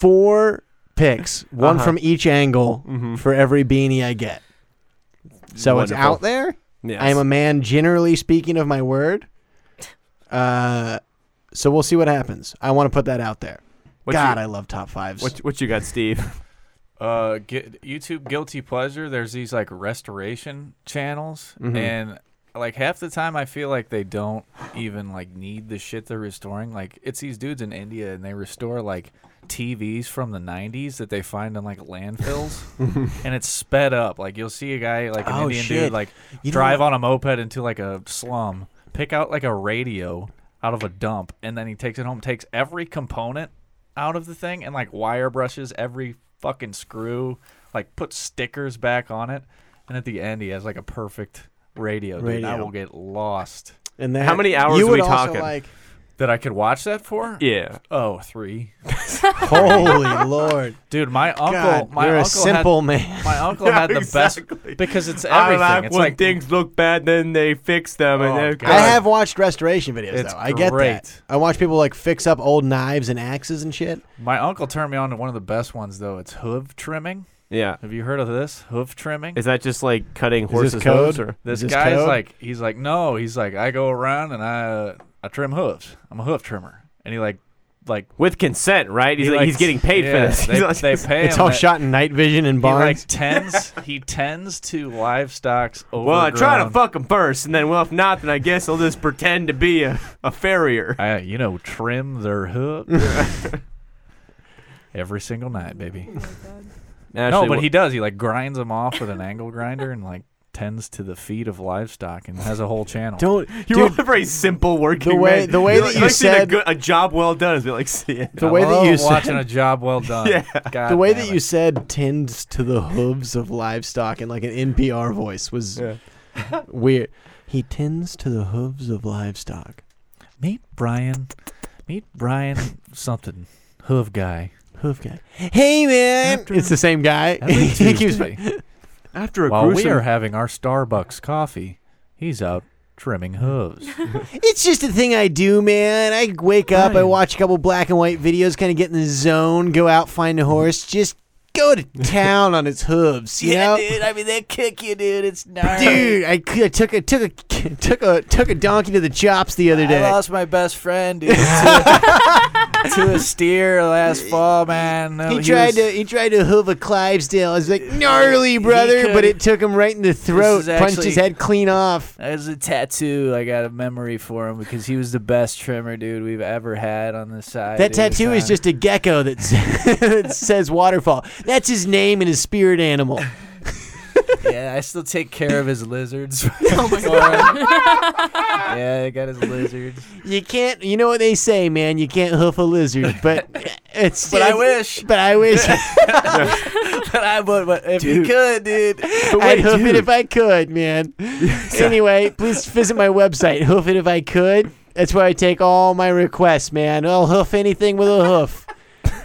Speaker 6: four picks, one
Speaker 8: Uh-huh.
Speaker 6: from each angle,
Speaker 12: Mm-hmm.
Speaker 6: for every beanie I get. So it's
Speaker 8: Wonderful.
Speaker 6: out there.
Speaker 8: Yes.
Speaker 6: I am a man, generally speaking, of my word. Uh, so we'll see what happens. I want to put that out there.
Speaker 8: What
Speaker 6: God,
Speaker 8: you-
Speaker 6: I love top fives.
Speaker 8: What, what you got, Steve?
Speaker 12: *laughs* Uh, get, YouTube guilty pleasure. There's these like restoration channels,
Speaker 8: Mhm.
Speaker 12: and like half the time I feel like they don't even like need the shit they're restoring. Like it's these dudes in India, and they restore like TVs from the 90s that they find in like *laughs* landfills, and it's sped up. Like you'll see a guy like an
Speaker 6: Oh,
Speaker 12: Indian
Speaker 6: shit.
Speaker 12: dude like
Speaker 6: You know
Speaker 12: drive
Speaker 6: what-
Speaker 12: on a moped into like a slum, pick out like a radio out of a dump, and then he takes it home, takes every component out of the thing, and like wire brushes every fucking screw, like puts stickers back on it, and at the end he has like a perfect radio. Dude, I
Speaker 6: Radio.
Speaker 12: will get lost.
Speaker 6: And that,
Speaker 8: How many hours
Speaker 6: you
Speaker 8: are
Speaker 6: would
Speaker 8: we
Speaker 6: also
Speaker 12: *laughs*
Speaker 8: talking?
Speaker 6: Like,
Speaker 12: That I could watch that for?
Speaker 8: Yeah.
Speaker 12: Oh, three.
Speaker 6: holy lord,
Speaker 12: Dude, my uncle,
Speaker 6: God,
Speaker 12: my
Speaker 6: you're a
Speaker 12: uncle
Speaker 6: simple
Speaker 12: had, *laughs*
Speaker 6: man.
Speaker 12: My uncle had the
Speaker 8: Exactly.
Speaker 12: best because
Speaker 6: *laughs*
Speaker 12: it's
Speaker 8: I
Speaker 12: everything.
Speaker 8: like
Speaker 12: it's
Speaker 8: when
Speaker 12: like
Speaker 8: things look bad, then they fix them, and
Speaker 12: Oh,
Speaker 8: they're
Speaker 12: God.
Speaker 6: I have watched restoration videos
Speaker 12: It's
Speaker 6: though. I get that.
Speaker 12: great.
Speaker 6: I watch people like fix up old knives and axes and shit.
Speaker 12: My uncle turned me on to one of the best ones though. It's hoof trimming.
Speaker 8: Yeah.
Speaker 12: Have you heard of this? Hoof trimming?
Speaker 8: Is that just like cutting horses' hooves, or
Speaker 12: This,
Speaker 6: Is this
Speaker 12: guy's
Speaker 6: code?
Speaker 12: like he's like no, he's like I go around and I uh, I trim hooves. I'm a hoof trimmer. And he like like
Speaker 8: with consent, right? He's
Speaker 12: he
Speaker 8: like,
Speaker 12: like-
Speaker 8: he's getting paid
Speaker 12: yeah,
Speaker 8: for this. *laughs*
Speaker 12: They,
Speaker 8: He's
Speaker 6: *laughs*
Speaker 8: like-
Speaker 12: they pay
Speaker 6: It's
Speaker 12: him
Speaker 6: all
Speaker 12: that-
Speaker 6: shot in night vision and
Speaker 12: He like
Speaker 6: barns. *laughs*
Speaker 12: tends he tends to livestock's overgrown.
Speaker 8: Well, I try to fuck him first, and then well, if not, then I guess I'll just pretend to be a, a farrier.
Speaker 12: I, you know, trim their hoof
Speaker 6: *laughs*
Speaker 12: every single night, baby. no, but he does. He like grinds them off with an angle grinder and like tends to the feet of livestock and has a whole channel.
Speaker 6: Don't
Speaker 8: You
Speaker 6: dude,
Speaker 8: are a very simple working
Speaker 6: the way-
Speaker 8: man.
Speaker 6: the way
Speaker 8: You're
Speaker 6: that
Speaker 8: like-
Speaker 6: you
Speaker 8: like seeing a,
Speaker 6: said-
Speaker 8: good, a job well done is like seeing.
Speaker 6: the
Speaker 12: I
Speaker 6: way that
Speaker 12: love
Speaker 6: you
Speaker 12: watching a
Speaker 6: said,
Speaker 12: job
Speaker 6: *laughs*
Speaker 12: well done.
Speaker 8: Yeah.
Speaker 12: God
Speaker 6: the way
Speaker 12: damn
Speaker 6: that
Speaker 12: it.
Speaker 6: you said tends to the hooves of livestock in like an NPR voice was weird. He tends to the hooves of livestock.
Speaker 12: meet Brian, meet Brian something hoof guy.
Speaker 6: Hoof guy. Hey man,
Speaker 12: After-
Speaker 6: it's the same guy.
Speaker 12: Every *laughs*
Speaker 6: *laughs* he keeps
Speaker 12: Tuesday,
Speaker 8: After a
Speaker 12: while we
Speaker 8: gruesome,
Speaker 12: are having our Starbucks coffee, he's out trimming *laughs* hooves.
Speaker 6: It's just a thing I do, man. I wake up, I watch a couple black and white videos, kind of get in the zone, go out, find a horse, just go
Speaker 12: *laughs*
Speaker 6: to town on its hooves. You know,
Speaker 12: I mean, they kick you, dude. It's gnarly.
Speaker 6: dude. I, c- I took a took a took a took a donkey to the chops the other day.
Speaker 12: I lost my best friend
Speaker 6: *laughs*
Speaker 12: dude, to, to a steer last fall, man. No,
Speaker 6: he tried
Speaker 12: was-
Speaker 6: to he tried to hoof a Clivesdale. I was like gnarly, brother,
Speaker 12: could-
Speaker 6: but it took him right in the throat,
Speaker 12: is
Speaker 6: punched
Speaker 12: actually-
Speaker 6: his head clean off.
Speaker 12: That was a tattoo. I got a memory for him because he was the best trimmer, dude, we've ever had on this side.
Speaker 6: That
Speaker 12: dude.
Speaker 6: tattoo is
Speaker 12: Uh,
Speaker 6: just a gecko that, s- *laughs* that says waterfall. That's his name and his spirit
Speaker 12: *laughs*
Speaker 6: animal.
Speaker 12: Yeah, I still take care of his lizards. oh my god. yeah, I got his lizards.
Speaker 6: You can't. You know what they say, man. You can't hoof a lizard,
Speaker 12: *laughs*
Speaker 6: but it's.
Speaker 12: But I
Speaker 8: *laughs*
Speaker 6: it's-
Speaker 12: wish.
Speaker 6: But *laughs*
Speaker 12: *laughs*
Speaker 6: I wish
Speaker 12: but I would, but if you could, dude. But
Speaker 6: I'd hoof it
Speaker 8: dude.
Speaker 6: if I
Speaker 12: *laughs*
Speaker 6: could, man. anyway, please visit my website. Hoof it if I could. That's where I take all my requests, man. I'll hoof anything with a hoof.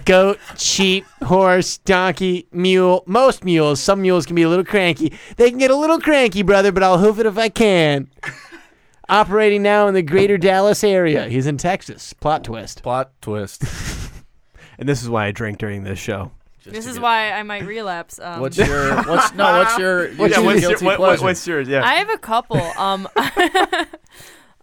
Speaker 6: Goat, sheep, horse, donkey, mule. Most mules. Some mules can be a little cranky. They can get a little cranky, brother. But I'll hoof it if I can.
Speaker 21: operating now in the greater Dallas area. He's in Texas. Plot twist.
Speaker 12: Plot twist.
Speaker 21: and this is why I drink during this show.
Speaker 11: This is why I might relapse. Um,
Speaker 12: What's your- what's- no,
Speaker 6: *laughs*
Speaker 12: what's your-
Speaker 8: What's your what's your- guilty what- what- pleasure? what's yours? Yeah.
Speaker 11: I have a couple.
Speaker 8: *laughs*
Speaker 11: Um, *laughs*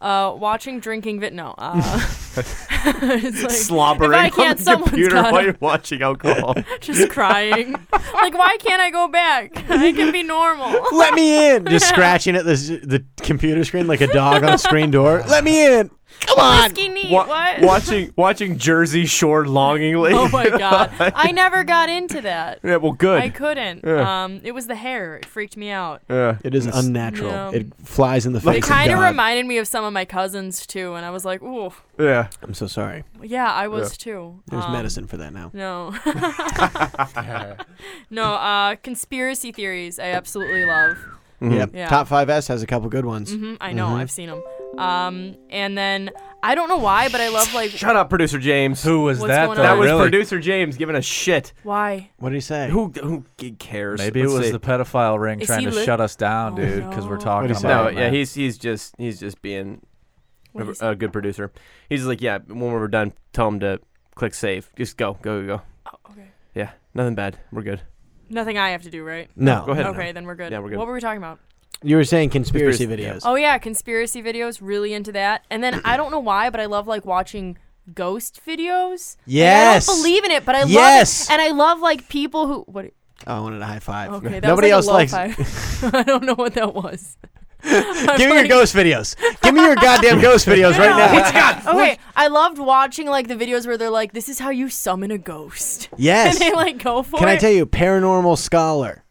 Speaker 11: uh, watching drinking vid. No, uh, *laughs* it's like,
Speaker 8: Slobbering
Speaker 11: If I can't,
Speaker 8: on the
Speaker 11: someone's
Speaker 8: computer
Speaker 11: gotta-
Speaker 8: while you're
Speaker 6: *laughs*
Speaker 8: watching alcohol.
Speaker 11: *laughs* just crying.
Speaker 8: *laughs*
Speaker 11: like, why can't I go back? I can be normal.
Speaker 6: Let me in. *laughs* Just scratching at the the computer screen like a dog on a screen door. *laughs* Let me in. Come on.
Speaker 11: Whiskey neat.
Speaker 8: Wa-
Speaker 11: what? *laughs*
Speaker 8: Watching watching Jersey Shore longingly.
Speaker 11: Oh my god! I never got into that.
Speaker 8: *laughs* Yeah, well, good.
Speaker 11: I couldn't.
Speaker 8: Yeah. Oh
Speaker 11: Um, it was the hair. It freaked me out.
Speaker 8: Yeah.
Speaker 6: It is
Speaker 8: It's-
Speaker 6: unnatural.
Speaker 11: No.
Speaker 6: It flies in the face.
Speaker 11: It kind of
Speaker 6: God.
Speaker 11: reminded me of some of my cousins too, and I was like, ooh.
Speaker 8: Yeah.
Speaker 6: I'm so sorry.
Speaker 11: Yeah, I was too.
Speaker 6: There's
Speaker 11: Um,
Speaker 6: medicine for that now.
Speaker 8: *laughs*
Speaker 11: No. *laughs* no, uh, conspiracy theories I absolutely love.
Speaker 6: Yep.
Speaker 11: Yeah.
Speaker 6: Top 5S has a couple good ones.
Speaker 11: hmm I
Speaker 8: Mm-hmm.
Speaker 11: know,
Speaker 6: Mhm.
Speaker 11: I've seen them. Um, and then I don't know why, but I love like.
Speaker 8: Shut up, producer James. Who was
Speaker 11: What's that, going though?
Speaker 8: That was
Speaker 11: Really?
Speaker 8: producer James giving a shit.
Speaker 11: Why?
Speaker 6: What did he say?
Speaker 8: Who who g- cares?
Speaker 12: Maybe it
Speaker 8: Let's
Speaker 12: was
Speaker 8: see.
Speaker 12: the pedophile ring
Speaker 11: Is
Speaker 12: trying
Speaker 11: he
Speaker 12: to
Speaker 11: lit-
Speaker 12: shut us down,
Speaker 11: Oh,
Speaker 12: dude, because we're
Speaker 11: no.
Speaker 12: talking
Speaker 8: no,
Speaker 12: about it,
Speaker 8: yeah,
Speaker 12: man.
Speaker 8: he's he's just he's just being
Speaker 11: What
Speaker 8: a,
Speaker 11: is-
Speaker 8: a good producer. He's like, yeah, when we're done, tell him to click save. Just go, go, go, go.
Speaker 11: Oh, okay.
Speaker 8: Yeah, nothing bad. We're good.
Speaker 11: Nothing I have to do, right?
Speaker 6: No.
Speaker 8: Go ahead.
Speaker 11: Okay, then we're good.
Speaker 8: Yeah, we're good.
Speaker 11: What were we talking about?
Speaker 6: You were saying conspiracy,
Speaker 8: Conspiracy, yeah.
Speaker 6: videos.
Speaker 11: Oh yeah, conspiracy videos. Really into that. And then I don't know why, but I love like watching ghost videos. Like,
Speaker 6: Yes.
Speaker 11: I don't believe in it, but I
Speaker 6: Yes.
Speaker 11: love it. And I love like people who what
Speaker 6: Oh, I wanted a high five.
Speaker 11: Okay, that
Speaker 6: Nobody
Speaker 11: was
Speaker 6: else
Speaker 11: like a low
Speaker 6: likes.
Speaker 11: five. *laughs* I don't know what that was.
Speaker 6: *laughs*
Speaker 11: I'm *laughs*
Speaker 6: Give me your
Speaker 11: like-
Speaker 6: ghost videos. Give me your goddamn ghost videos
Speaker 11: *laughs*
Speaker 6: right now.
Speaker 11: Okay, I loved watching like the videos where they're like, "This is how you summon a ghost." *laughs*
Speaker 6: Yes.
Speaker 11: and they like go for
Speaker 6: Can
Speaker 11: it.
Speaker 6: I tell you, paranormal scholar.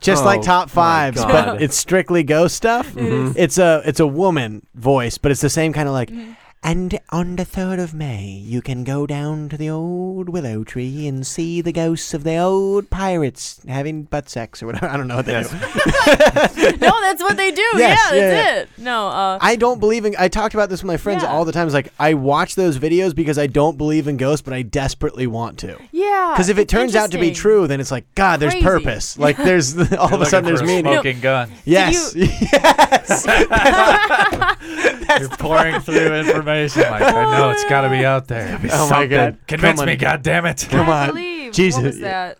Speaker 6: Just
Speaker 8: Oh,
Speaker 6: like top
Speaker 8: my
Speaker 6: fives,
Speaker 8: God. Mm-hmm.
Speaker 6: but it's strictly ghost stuff.
Speaker 8: is.
Speaker 6: It's a it's a woman voice, but it's the same kind of like. And on the third of May, you can go down to the old willow tree and see the ghosts of the old pirates having butt sex or whatever. *laughs* I don't know what they do.
Speaker 11: no, that's what they do.
Speaker 6: Yes,
Speaker 11: yeah, that's
Speaker 6: yeah, yeah.
Speaker 11: it. No, uh,
Speaker 6: I don't believe in. I talked about this with my friends all the time. It's like I watch those videos because I don't believe in ghosts, but I desperately want to.
Speaker 11: yeah.
Speaker 6: Because if it turns out to be true, then it's like God, there's
Speaker 11: Crazy.
Speaker 6: purpose.
Speaker 11: *laughs*
Speaker 6: Like there's *laughs* all of a sudden there's meaning.
Speaker 12: Smoking *laughs* gun.
Speaker 6: Yes. *laughs*
Speaker 11: *laughs*
Speaker 12: You're pouring through information. Like, I know it's got to be out *laughs* there.
Speaker 6: Oh my God.
Speaker 12: Convince
Speaker 6: Come
Speaker 12: me,
Speaker 6: on.
Speaker 12: God damn *laughs* it!
Speaker 6: Come
Speaker 11: I
Speaker 6: on.
Speaker 11: believe.
Speaker 6: Jesus.
Speaker 11: What was that?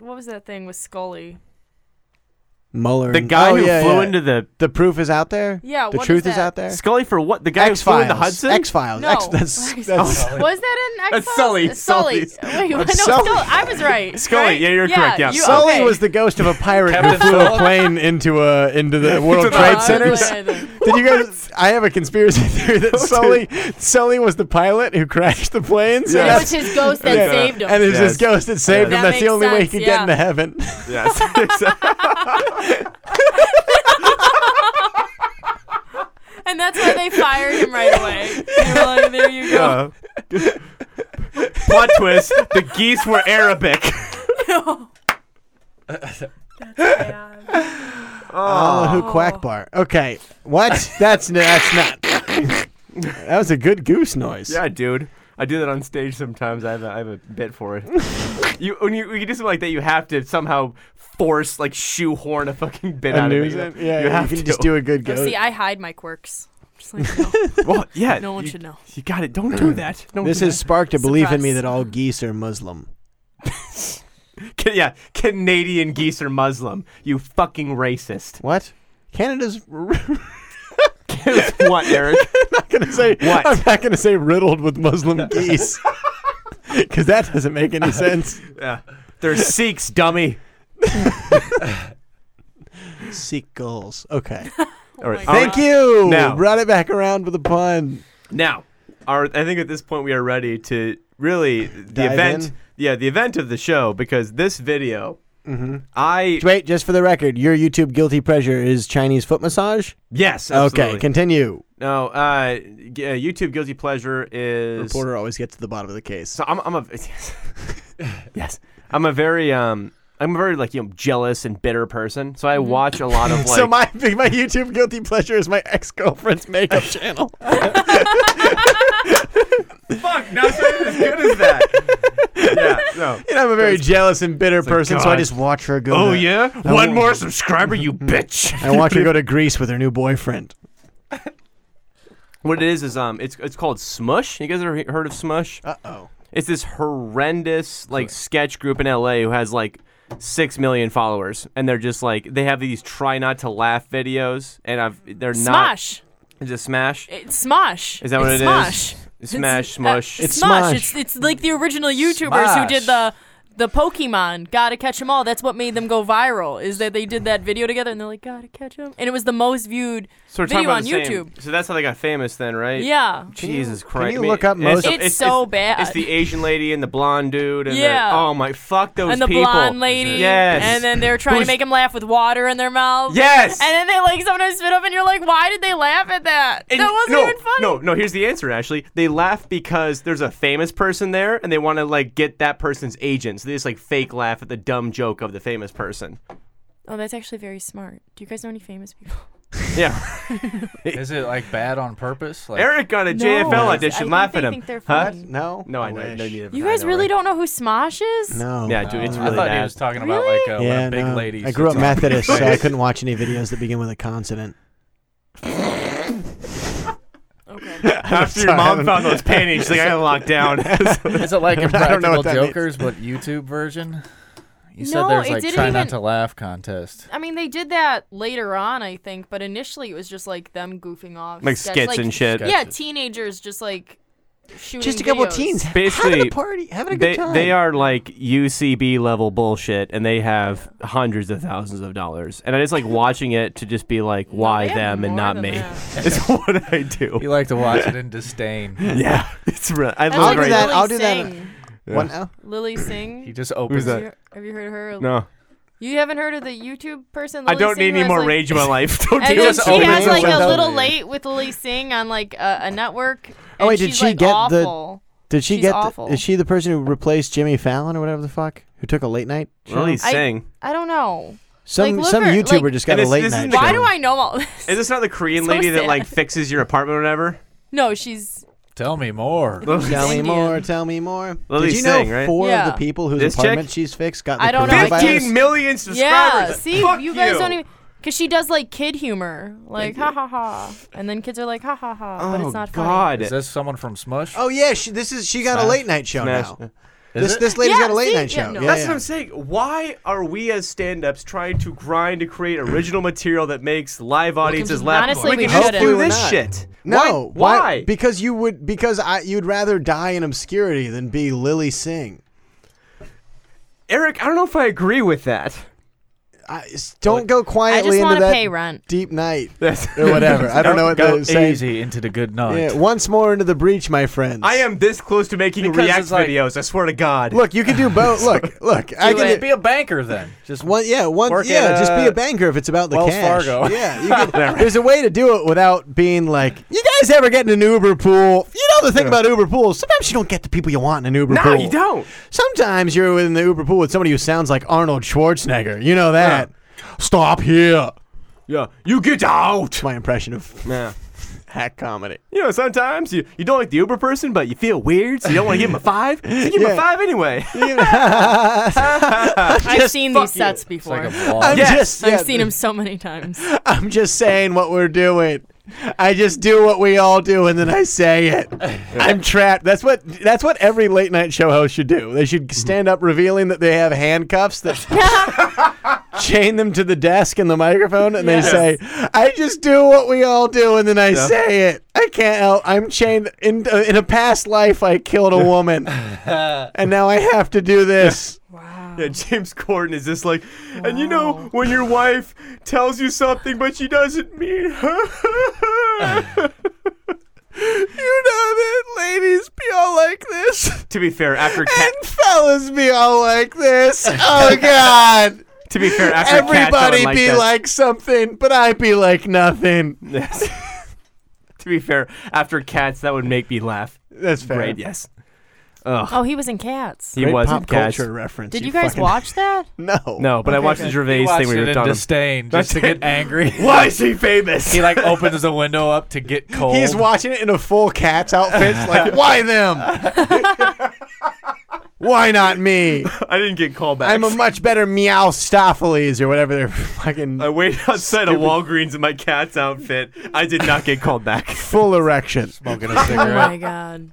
Speaker 11: What was that thing with Scully?
Speaker 6: Mueller.
Speaker 8: The
Speaker 6: and-
Speaker 8: guy
Speaker 6: oh,
Speaker 8: who
Speaker 6: yeah,
Speaker 8: flew
Speaker 6: yeah.
Speaker 8: into the
Speaker 6: the proof is out there.
Speaker 11: Yeah,
Speaker 6: The
Speaker 11: what is
Speaker 6: truth is
Speaker 11: that?
Speaker 6: out there.
Speaker 8: Scully for what? The guy who flew in the
Speaker 6: X-Files.
Speaker 8: Hudson?
Speaker 6: X-Files.
Speaker 11: No.
Speaker 6: X- that's-
Speaker 11: X-
Speaker 6: that's-
Speaker 11: *laughs* was that an X?
Speaker 8: That's Sully.
Speaker 11: Sully.
Speaker 8: Sully's.
Speaker 11: Wait, no,
Speaker 8: I'm
Speaker 11: Sully.
Speaker 8: Sully.
Speaker 11: I was right.
Speaker 8: *laughs* Scully,
Speaker 11: right?
Speaker 8: yeah, you're correct, yeah.
Speaker 11: you-
Speaker 6: Sully
Speaker 11: okay.
Speaker 6: was the ghost of a pirate who
Speaker 12: Captain
Speaker 6: flew a
Speaker 12: Phillips.
Speaker 6: plane into a into the World
Speaker 8: the
Speaker 11: Oh,
Speaker 6: Trade
Speaker 8: Hudson.
Speaker 6: Center.
Speaker 11: *laughs* Right.
Speaker 6: *laughs* Did you guys? I have a conspiracy *laughs* theory that Sully Sully was the pilot who crashed the plane. So
Speaker 11: Yeah. It was
Speaker 6: that's-
Speaker 11: his ghost that
Speaker 6: Yeah.
Speaker 11: saved him.
Speaker 6: And it was his
Speaker 8: Yes.
Speaker 6: ghost that saved
Speaker 11: That
Speaker 6: him. That's the
Speaker 11: makes
Speaker 6: only way he
Speaker 11: sense,
Speaker 6: could
Speaker 11: yeah.
Speaker 6: get into heaven. *laughs*
Speaker 8: *laughs* Yes.
Speaker 11: And that's why they fired him
Speaker 6: *laughs*
Speaker 11: right away. They were like, there you go.
Speaker 8: Uh, *laughs* plot twist: the geese were Arabic.
Speaker 11: *laughs*
Speaker 6: Oh, who quack bar? Okay, what? That's n- that's not. That was a good goose noise.
Speaker 8: *laughs* Yeah, dude. I do that on stage sometimes. I have a, I have a bit for *laughs* it. you when you, when you do something like that, you have to somehow force like shoehorn a fucking bit
Speaker 6: A
Speaker 8: out
Speaker 6: news
Speaker 8: of
Speaker 6: in-
Speaker 8: it.
Speaker 6: yeah, you
Speaker 8: have
Speaker 6: can
Speaker 8: to.
Speaker 6: just do a good
Speaker 11: Oh,
Speaker 6: goose.
Speaker 11: see, I hide my quirks. Just like,
Speaker 6: *laughs*
Speaker 11: no.
Speaker 8: Well, yeah.
Speaker 11: No one
Speaker 8: you-
Speaker 11: should know.
Speaker 8: You got it.
Speaker 6: *clears throat*
Speaker 8: Don't do that. Don't
Speaker 6: This
Speaker 8: do
Speaker 6: has sparked a belief in me
Speaker 11: Surprise.
Speaker 6: that all geese are Muslim.
Speaker 8: that. Ca- yeah, Canadian geese are Muslim. You fucking racist. *laughs*
Speaker 6: What? Canada's *laughs*
Speaker 8: what, Eric?
Speaker 6: not gonna say.
Speaker 8: What?
Speaker 6: I'm not gonna say riddled with
Speaker 8: *laughs*
Speaker 6: Muslim geese, because that doesn't make any sense.
Speaker 8: Yeah. They're Sikhs, dummy.
Speaker 6: Sikh goals. Okay.
Speaker 11: Oh
Speaker 8: All right.
Speaker 6: Thank you.
Speaker 8: Now-
Speaker 6: Brought it back around with a pun.
Speaker 8: Now, our I think at this point we are ready to really the
Speaker 6: Dive
Speaker 8: event.
Speaker 6: in?
Speaker 8: Yeah, the event of the show because this video,
Speaker 6: Mm-hmm.
Speaker 8: I
Speaker 6: Wait, just for the record, your YouTube guilty pleasure is Chinese foot massage.
Speaker 8: yes, absolutely.
Speaker 6: Okay, continue.
Speaker 8: no, uh, g- uh, YouTube guilty pleasure is
Speaker 6: Reporter always gets to the bottom of the case.
Speaker 8: So I'm, I'm a *laughs* yes, I'm a very um. I'm a very like you know jealous and bitter person, so I watch a lot of
Speaker 6: *laughs*
Speaker 8: like.
Speaker 6: so my my YouTube guilty pleasure is my ex girlfriend's
Speaker 8: *laughs*
Speaker 6: makeup channel.
Speaker 8: fuck, nothing as good as that. *laughs* yeah, no.
Speaker 6: And I'm a very jealous and bitter person, so I
Speaker 8: God.
Speaker 6: just watch her go.
Speaker 8: Oh
Speaker 6: to-
Speaker 8: yeah,
Speaker 6: I
Speaker 8: one
Speaker 6: wa- *laughs*
Speaker 8: more subscriber, you bitch.
Speaker 6: I watch her go to Greece with her new boyfriend.
Speaker 8: What it is is um, it's it's called Smush. You guys ever he- heard of Smush? Uh
Speaker 6: oh.
Speaker 8: It's this horrendous like sketch group in LA who has like six million followers, and they're just like they have these try not to laugh videos, and I've they're not.
Speaker 11: Smosh.
Speaker 8: Is it Smash?
Speaker 11: It's Smosh.
Speaker 8: Is that what
Speaker 11: it's
Speaker 8: it
Speaker 11: Smosh.
Speaker 8: is? Smash, smush.
Speaker 11: Uh, it's Smosh. It's, it's like the original YouTubers who did the the Pokemon Gotta Catch 'Em All. That's what made them go viral. Is that they did that video together and they're like Gotta Catch 'Em, and it was the most viewed
Speaker 8: So we're talking
Speaker 11: video
Speaker 8: about
Speaker 11: on
Speaker 8: the same-
Speaker 11: YouTube.
Speaker 8: So that's how they got famous, then, right?
Speaker 11: Yeah. Can you-
Speaker 8: Jesus
Speaker 6: can
Speaker 8: Christ.
Speaker 6: you
Speaker 8: I mean,
Speaker 6: look up
Speaker 8: and
Speaker 6: most-
Speaker 11: It's so bad.
Speaker 8: It's the Asian lady and the blonde dude. And
Speaker 11: Yeah.
Speaker 8: The, oh my, fuck those
Speaker 11: and the
Speaker 8: people.
Speaker 11: blonde lady.
Speaker 8: Yes.
Speaker 11: And then they're trying to
Speaker 8: Who's-
Speaker 11: make him laugh with water in their mouth.
Speaker 8: Yes.
Speaker 11: And then they like sometimes spit up, and you're like, why did they laugh at that?
Speaker 8: And
Speaker 11: that wasn't
Speaker 8: no,
Speaker 11: even funny.
Speaker 8: No, no, here's the answer, Ashley. They laugh because there's a famous person there and they want to like get that person's agent. So they just like fake laugh at the dumb joke of the famous person.
Speaker 12: *laughs*
Speaker 11: Oh, that's actually very smart. Do you guys know any famous people?
Speaker 8: Yeah.
Speaker 12: Is it like bad on purpose? Like,
Speaker 8: Eric got a JFL
Speaker 11: I
Speaker 8: audition.
Speaker 11: think
Speaker 8: laugh
Speaker 11: they
Speaker 8: at him.
Speaker 11: think they're
Speaker 8: huh?
Speaker 11: funny.
Speaker 8: No. No, I, know. No, neither
Speaker 11: You
Speaker 8: of us.
Speaker 11: guys really don't know who Smosh is?
Speaker 6: No.
Speaker 8: Yeah, dude, it's
Speaker 12: Oh, I
Speaker 8: really
Speaker 12: thought he
Speaker 8: bad.
Speaker 12: was talking about like uh, when
Speaker 6: yeah,
Speaker 12: a big
Speaker 6: no.
Speaker 12: lady.
Speaker 6: I grew up
Speaker 12: sits on-
Speaker 6: Methodist, so
Speaker 8: *laughs*
Speaker 6: I couldn't watch any videos that begin with a consonant.
Speaker 8: After
Speaker 12: *laughs*
Speaker 8: your mom found those panties, she's like, I got locked down.
Speaker 12: Is *laughs* it like
Speaker 8: I don't know
Speaker 12: Impractical
Speaker 8: what that means.
Speaker 12: Jokers, but YouTube version? You said
Speaker 11: No,
Speaker 12: there's
Speaker 11: it
Speaker 12: like
Speaker 11: didn't
Speaker 12: try
Speaker 11: even-
Speaker 12: not to laugh contest.
Speaker 11: I mean, they did that later on, I think, but initially it was just like them goofing off,
Speaker 8: Like
Speaker 11: sketch-
Speaker 8: skits and shit.
Speaker 11: Yeah, teenagers just like shooting.
Speaker 6: Just a couple
Speaker 11: videos.
Speaker 6: teens
Speaker 8: Basically,
Speaker 6: having a party, having a good
Speaker 8: they,
Speaker 6: time.
Speaker 8: They are like UCB level bullshit, and they have hundreds of thousands of dollars. And I just like watching it to just be like, why them and not me? *laughs* It's what I do.
Speaker 12: You like to watch it in disdain.
Speaker 8: Yeah, *laughs* it's real. I
Speaker 11: That's
Speaker 8: love
Speaker 11: like
Speaker 8: great-
Speaker 11: Lily Singh.
Speaker 8: Yeah. What now? *clears throat*
Speaker 11: Lily Singh.
Speaker 12: He just
Speaker 8: Who's
Speaker 12: opens
Speaker 8: that?
Speaker 11: Have you- Have you heard of her?
Speaker 8: No.
Speaker 11: You haven't heard of the YouTube person?
Speaker 8: I
Speaker 11: Lily
Speaker 8: don't
Speaker 11: Singh,
Speaker 8: need
Speaker 11: who
Speaker 8: any
Speaker 11: has,
Speaker 8: more
Speaker 11: like-
Speaker 8: rage in my life. *laughs* Don't
Speaker 11: and
Speaker 8: do
Speaker 11: then
Speaker 8: this.
Speaker 11: she has like a little
Speaker 6: Yeah.
Speaker 11: late with Lily Singh on like a, a network.
Speaker 6: Oh wait, did
Speaker 11: and she's,
Speaker 6: she
Speaker 11: like,
Speaker 6: get
Speaker 11: awful.
Speaker 6: the? Did she
Speaker 11: She's
Speaker 6: get?
Speaker 11: awful.
Speaker 6: The, is she the person who replaced Jimmy Fallon or whatever the fuck? Who took a late night? show?
Speaker 8: Lily
Speaker 11: I- I, don't know.
Speaker 6: Some-
Speaker 11: Like, look
Speaker 6: some
Speaker 11: her-
Speaker 6: YouTuber
Speaker 11: like-
Speaker 6: just got And a this- late this isn't night the-
Speaker 11: Why
Speaker 6: show.
Speaker 11: do I know all this?
Speaker 8: Is this not the Korean
Speaker 11: So
Speaker 8: lady that
Speaker 11: sad.
Speaker 8: like fixes your apartment or *laughs* whatever?
Speaker 11: No, she's
Speaker 12: Tell me more.
Speaker 6: Tell me
Speaker 11: Indian.
Speaker 6: more. Tell me more.
Speaker 8: Lily
Speaker 6: Did you know
Speaker 8: Singh, right?
Speaker 6: four
Speaker 11: Yeah.
Speaker 6: of the people whose
Speaker 8: This chick?
Speaker 6: apartment she's fixed got the
Speaker 11: I don't know.
Speaker 6: coronavirus?
Speaker 8: 15 million subscribers.
Speaker 11: Yeah, see,
Speaker 8: Fuck
Speaker 11: you guys
Speaker 8: you.
Speaker 11: don't even. Because she does like kid humor, like ha ha ha, and then kids are like ha ha ha,
Speaker 8: Oh,
Speaker 11: but it's not funny.
Speaker 12: Is this someone from Smush?
Speaker 6: Oh yeah, she, this is she got a
Speaker 12: Smash.
Speaker 6: late night show
Speaker 12: Smash.
Speaker 6: now.
Speaker 12: Is
Speaker 6: this
Speaker 12: it?
Speaker 6: this lady's
Speaker 11: Yeah,
Speaker 6: got a late
Speaker 11: see?
Speaker 6: night show.
Speaker 11: Yeah, no.
Speaker 6: Yeah,
Speaker 8: That's
Speaker 6: yeah.
Speaker 8: what I'm saying. Why are we as stand-ups trying to grind to create original material that makes live audiences laugh?
Speaker 11: honestly,
Speaker 8: we
Speaker 11: we
Speaker 8: can just
Speaker 11: shouldn't.
Speaker 8: do
Speaker 11: Hopefully
Speaker 8: this
Speaker 11: we're not.
Speaker 8: shit.
Speaker 6: No,
Speaker 8: Why?
Speaker 6: Because you would because I you'd rather die in obscurity than be Lily Singh.
Speaker 8: Eric, I don't know if I agree with that.
Speaker 6: I, s- don't go quietly
Speaker 11: wanna
Speaker 6: into that *laughs*
Speaker 11: pay rent.
Speaker 6: deep night
Speaker 8: That's-
Speaker 6: or whatever. I don't know what
Speaker 12: Go
Speaker 6: they're saying.
Speaker 12: easy into the good night.
Speaker 6: Yeah, once more into the breach, my friend.
Speaker 8: I am this close to making
Speaker 12: Because
Speaker 8: React
Speaker 12: it's like-
Speaker 8: videos. I swear to God.
Speaker 6: Look, you can do both.
Speaker 8: *laughs*
Speaker 6: Look, look. I
Speaker 12: I
Speaker 6: can do-
Speaker 12: be a banker then. Just
Speaker 6: one, yeah, one,
Speaker 12: work
Speaker 6: yeah.
Speaker 12: at,
Speaker 6: just be
Speaker 12: uh,
Speaker 6: a banker if it's about the
Speaker 12: Wells
Speaker 6: cash.
Speaker 12: Fargo.
Speaker 6: Yeah, you can, there's a way to do it without being like, you guys ever get in an Uber pool? You know the thing about Uber pools. Sometimes you don't get the people you want in an Uber
Speaker 8: No,
Speaker 6: pool.
Speaker 8: you don't.
Speaker 6: Sometimes you're in the Uber pool with somebody who sounds like Arnold Schwarzenegger. You know that. Stop here.
Speaker 8: Yeah, you get out.
Speaker 6: My impression of *laughs*
Speaker 8: Yeah.
Speaker 6: hack comedy.
Speaker 8: You know, sometimes you, you don't like the Uber person, but you feel weird, so you don't want to
Speaker 6: *laughs*
Speaker 8: give him a five. So you give him
Speaker 6: Yeah.
Speaker 8: a five anyway.
Speaker 11: I've seen these sets before. *laughs*
Speaker 6: I'm
Speaker 8: Yes.
Speaker 6: just, yeah,
Speaker 11: I've seen him so many times.
Speaker 6: *laughs* I'm just saying what we're doing. I just do what we all do, and then I say it. *laughs* I'm trapped. That's what that's what every late night show host should do. They should stand up, revealing that they have handcuffs *laughs* that chain them to the desk and the microphone, and
Speaker 5: Yes.
Speaker 6: they say, "I just do what we all do," and then I
Speaker 5: Yeah.
Speaker 6: say it. I can't help. I'm chained in uh, in a past life. I killed a *laughs* woman, and now I have to do this.
Speaker 8: *laughs* Yeah, James Corden is just like, and you know when your wife tells you something but she doesn't mean. *laughs* you know
Speaker 6: that ladies *laughs* be all like this.
Speaker 8: To be fair, after Cat,
Speaker 6: And fellas be all like
Speaker 8: *laughs*
Speaker 6: this. Oh God.
Speaker 8: to be fair, after Cat
Speaker 6: Everybody
Speaker 8: going like
Speaker 6: be
Speaker 8: that-
Speaker 6: like something, but I be like nothing.
Speaker 8: To be fair, after Cats, that would make me laugh.
Speaker 6: That's fair.
Speaker 8: Great, yes. Ugh.
Speaker 11: *laughs* Oh, he was in Cats.
Speaker 8: He was in Cats.
Speaker 6: reference.
Speaker 11: Did you, guys
Speaker 6: fucking-
Speaker 11: watch that?
Speaker 6: No.
Speaker 8: No, but I watched the Gervais
Speaker 12: He
Speaker 8: thing
Speaker 12: watched
Speaker 8: we
Speaker 12: it
Speaker 8: were
Speaker 12: in
Speaker 8: talking.
Speaker 12: disdain just to
Speaker 8: *laughs*
Speaker 12: get angry.
Speaker 8: Why is he famous?
Speaker 12: he like opens the window up to get cold.
Speaker 8: *laughs*
Speaker 6: He's watching it in a full cat's outfit. like, why them? Why not me?
Speaker 8: I didn't get callbacks.
Speaker 6: I'm
Speaker 8: *laughs*
Speaker 6: a much better meow Stopheles or whatever they're fucking.
Speaker 8: I wait outside a
Speaker 6: Stupid.
Speaker 8: Walgreens in my cat's outfit. I did not get called back.
Speaker 6: Full erection. Smoking
Speaker 11: Oh my *laughs* god.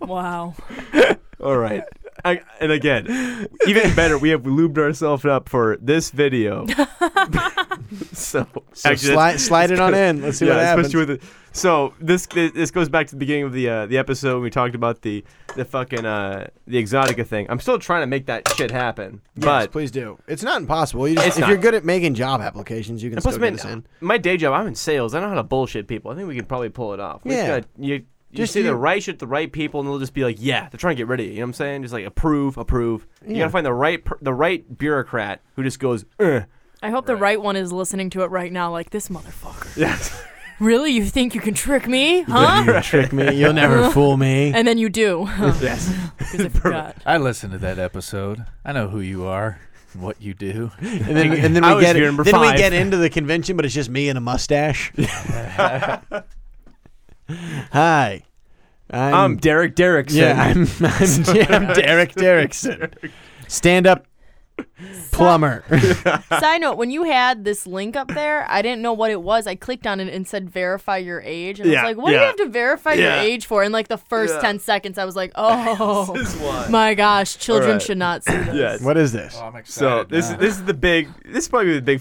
Speaker 11: Wow.
Speaker 8: *laughs* All right. I, and again, even better, we have lubed ourselves up for this video. *laughs*
Speaker 6: So
Speaker 8: so, that's-
Speaker 6: slide- slide it on in. Let's see what happens.
Speaker 8: especially with the- so this this goes back to the beginning of the uh, the episode when we talked about the the fucking uh, the exotica thing. I'm still trying to make that shit happen,
Speaker 6: Yes,
Speaker 8: but
Speaker 6: please do. It's not impossible. You just,
Speaker 8: It's
Speaker 6: if
Speaker 8: not.
Speaker 6: you're good at making job applications, you can
Speaker 8: And plus,
Speaker 6: still
Speaker 8: man,
Speaker 6: get this in.
Speaker 8: my day job, I'm in sales. I know how to bullshit people. I think we can probably pull it off. We just
Speaker 6: Yeah.
Speaker 8: gotta- you, you
Speaker 6: Just
Speaker 8: say the
Speaker 6: you-
Speaker 8: right shit to the right people, and they'll just be like, "Yeah, they're trying to get rid of you." You know what I'm saying? Just like approve, approve. You
Speaker 11: Yeah.
Speaker 8: gotta find the right per- the right bureaucrat who just goes, "Uh."
Speaker 11: I hope the right one is listening to it right now, like this motherfucker.
Speaker 8: *laughs* Yes.
Speaker 11: Really? You think you can trick me? Huh?
Speaker 6: You trick me. You'll never
Speaker 8: *laughs*
Speaker 11: Huh?
Speaker 6: fool me.
Speaker 11: And then you do. *laughs*
Speaker 8: Yes.
Speaker 11: Because I forgot.
Speaker 12: I listened to that episode. I know who you are and what you do.
Speaker 6: And then, and then we get then we get into the convention, but it's just me and a
Speaker 8: *laughs*
Speaker 6: mustache. Hi, I'm,
Speaker 8: I'm Derek Derrickson.
Speaker 6: Yeah, I'm,
Speaker 8: *laughs*
Speaker 6: I'm, I'm Derek Derrickson, stand up plumber.
Speaker 11: Side note, when you had this link up there, I didn't know what it was. I clicked on it and said verify your age. And
Speaker 6: Yeah,
Speaker 11: I was like, what do
Speaker 6: yeah.
Speaker 11: you have to verify
Speaker 6: Yeah.
Speaker 11: your age for? In like the first
Speaker 6: Yeah.
Speaker 11: 10 seconds, I was like, oh,
Speaker 6: *laughs*
Speaker 8: why.
Speaker 11: my gosh, children
Speaker 8: Alright.
Speaker 11: should not see this.
Speaker 8: Yes.
Speaker 6: What is this?
Speaker 8: so this is this is the big this is probably the big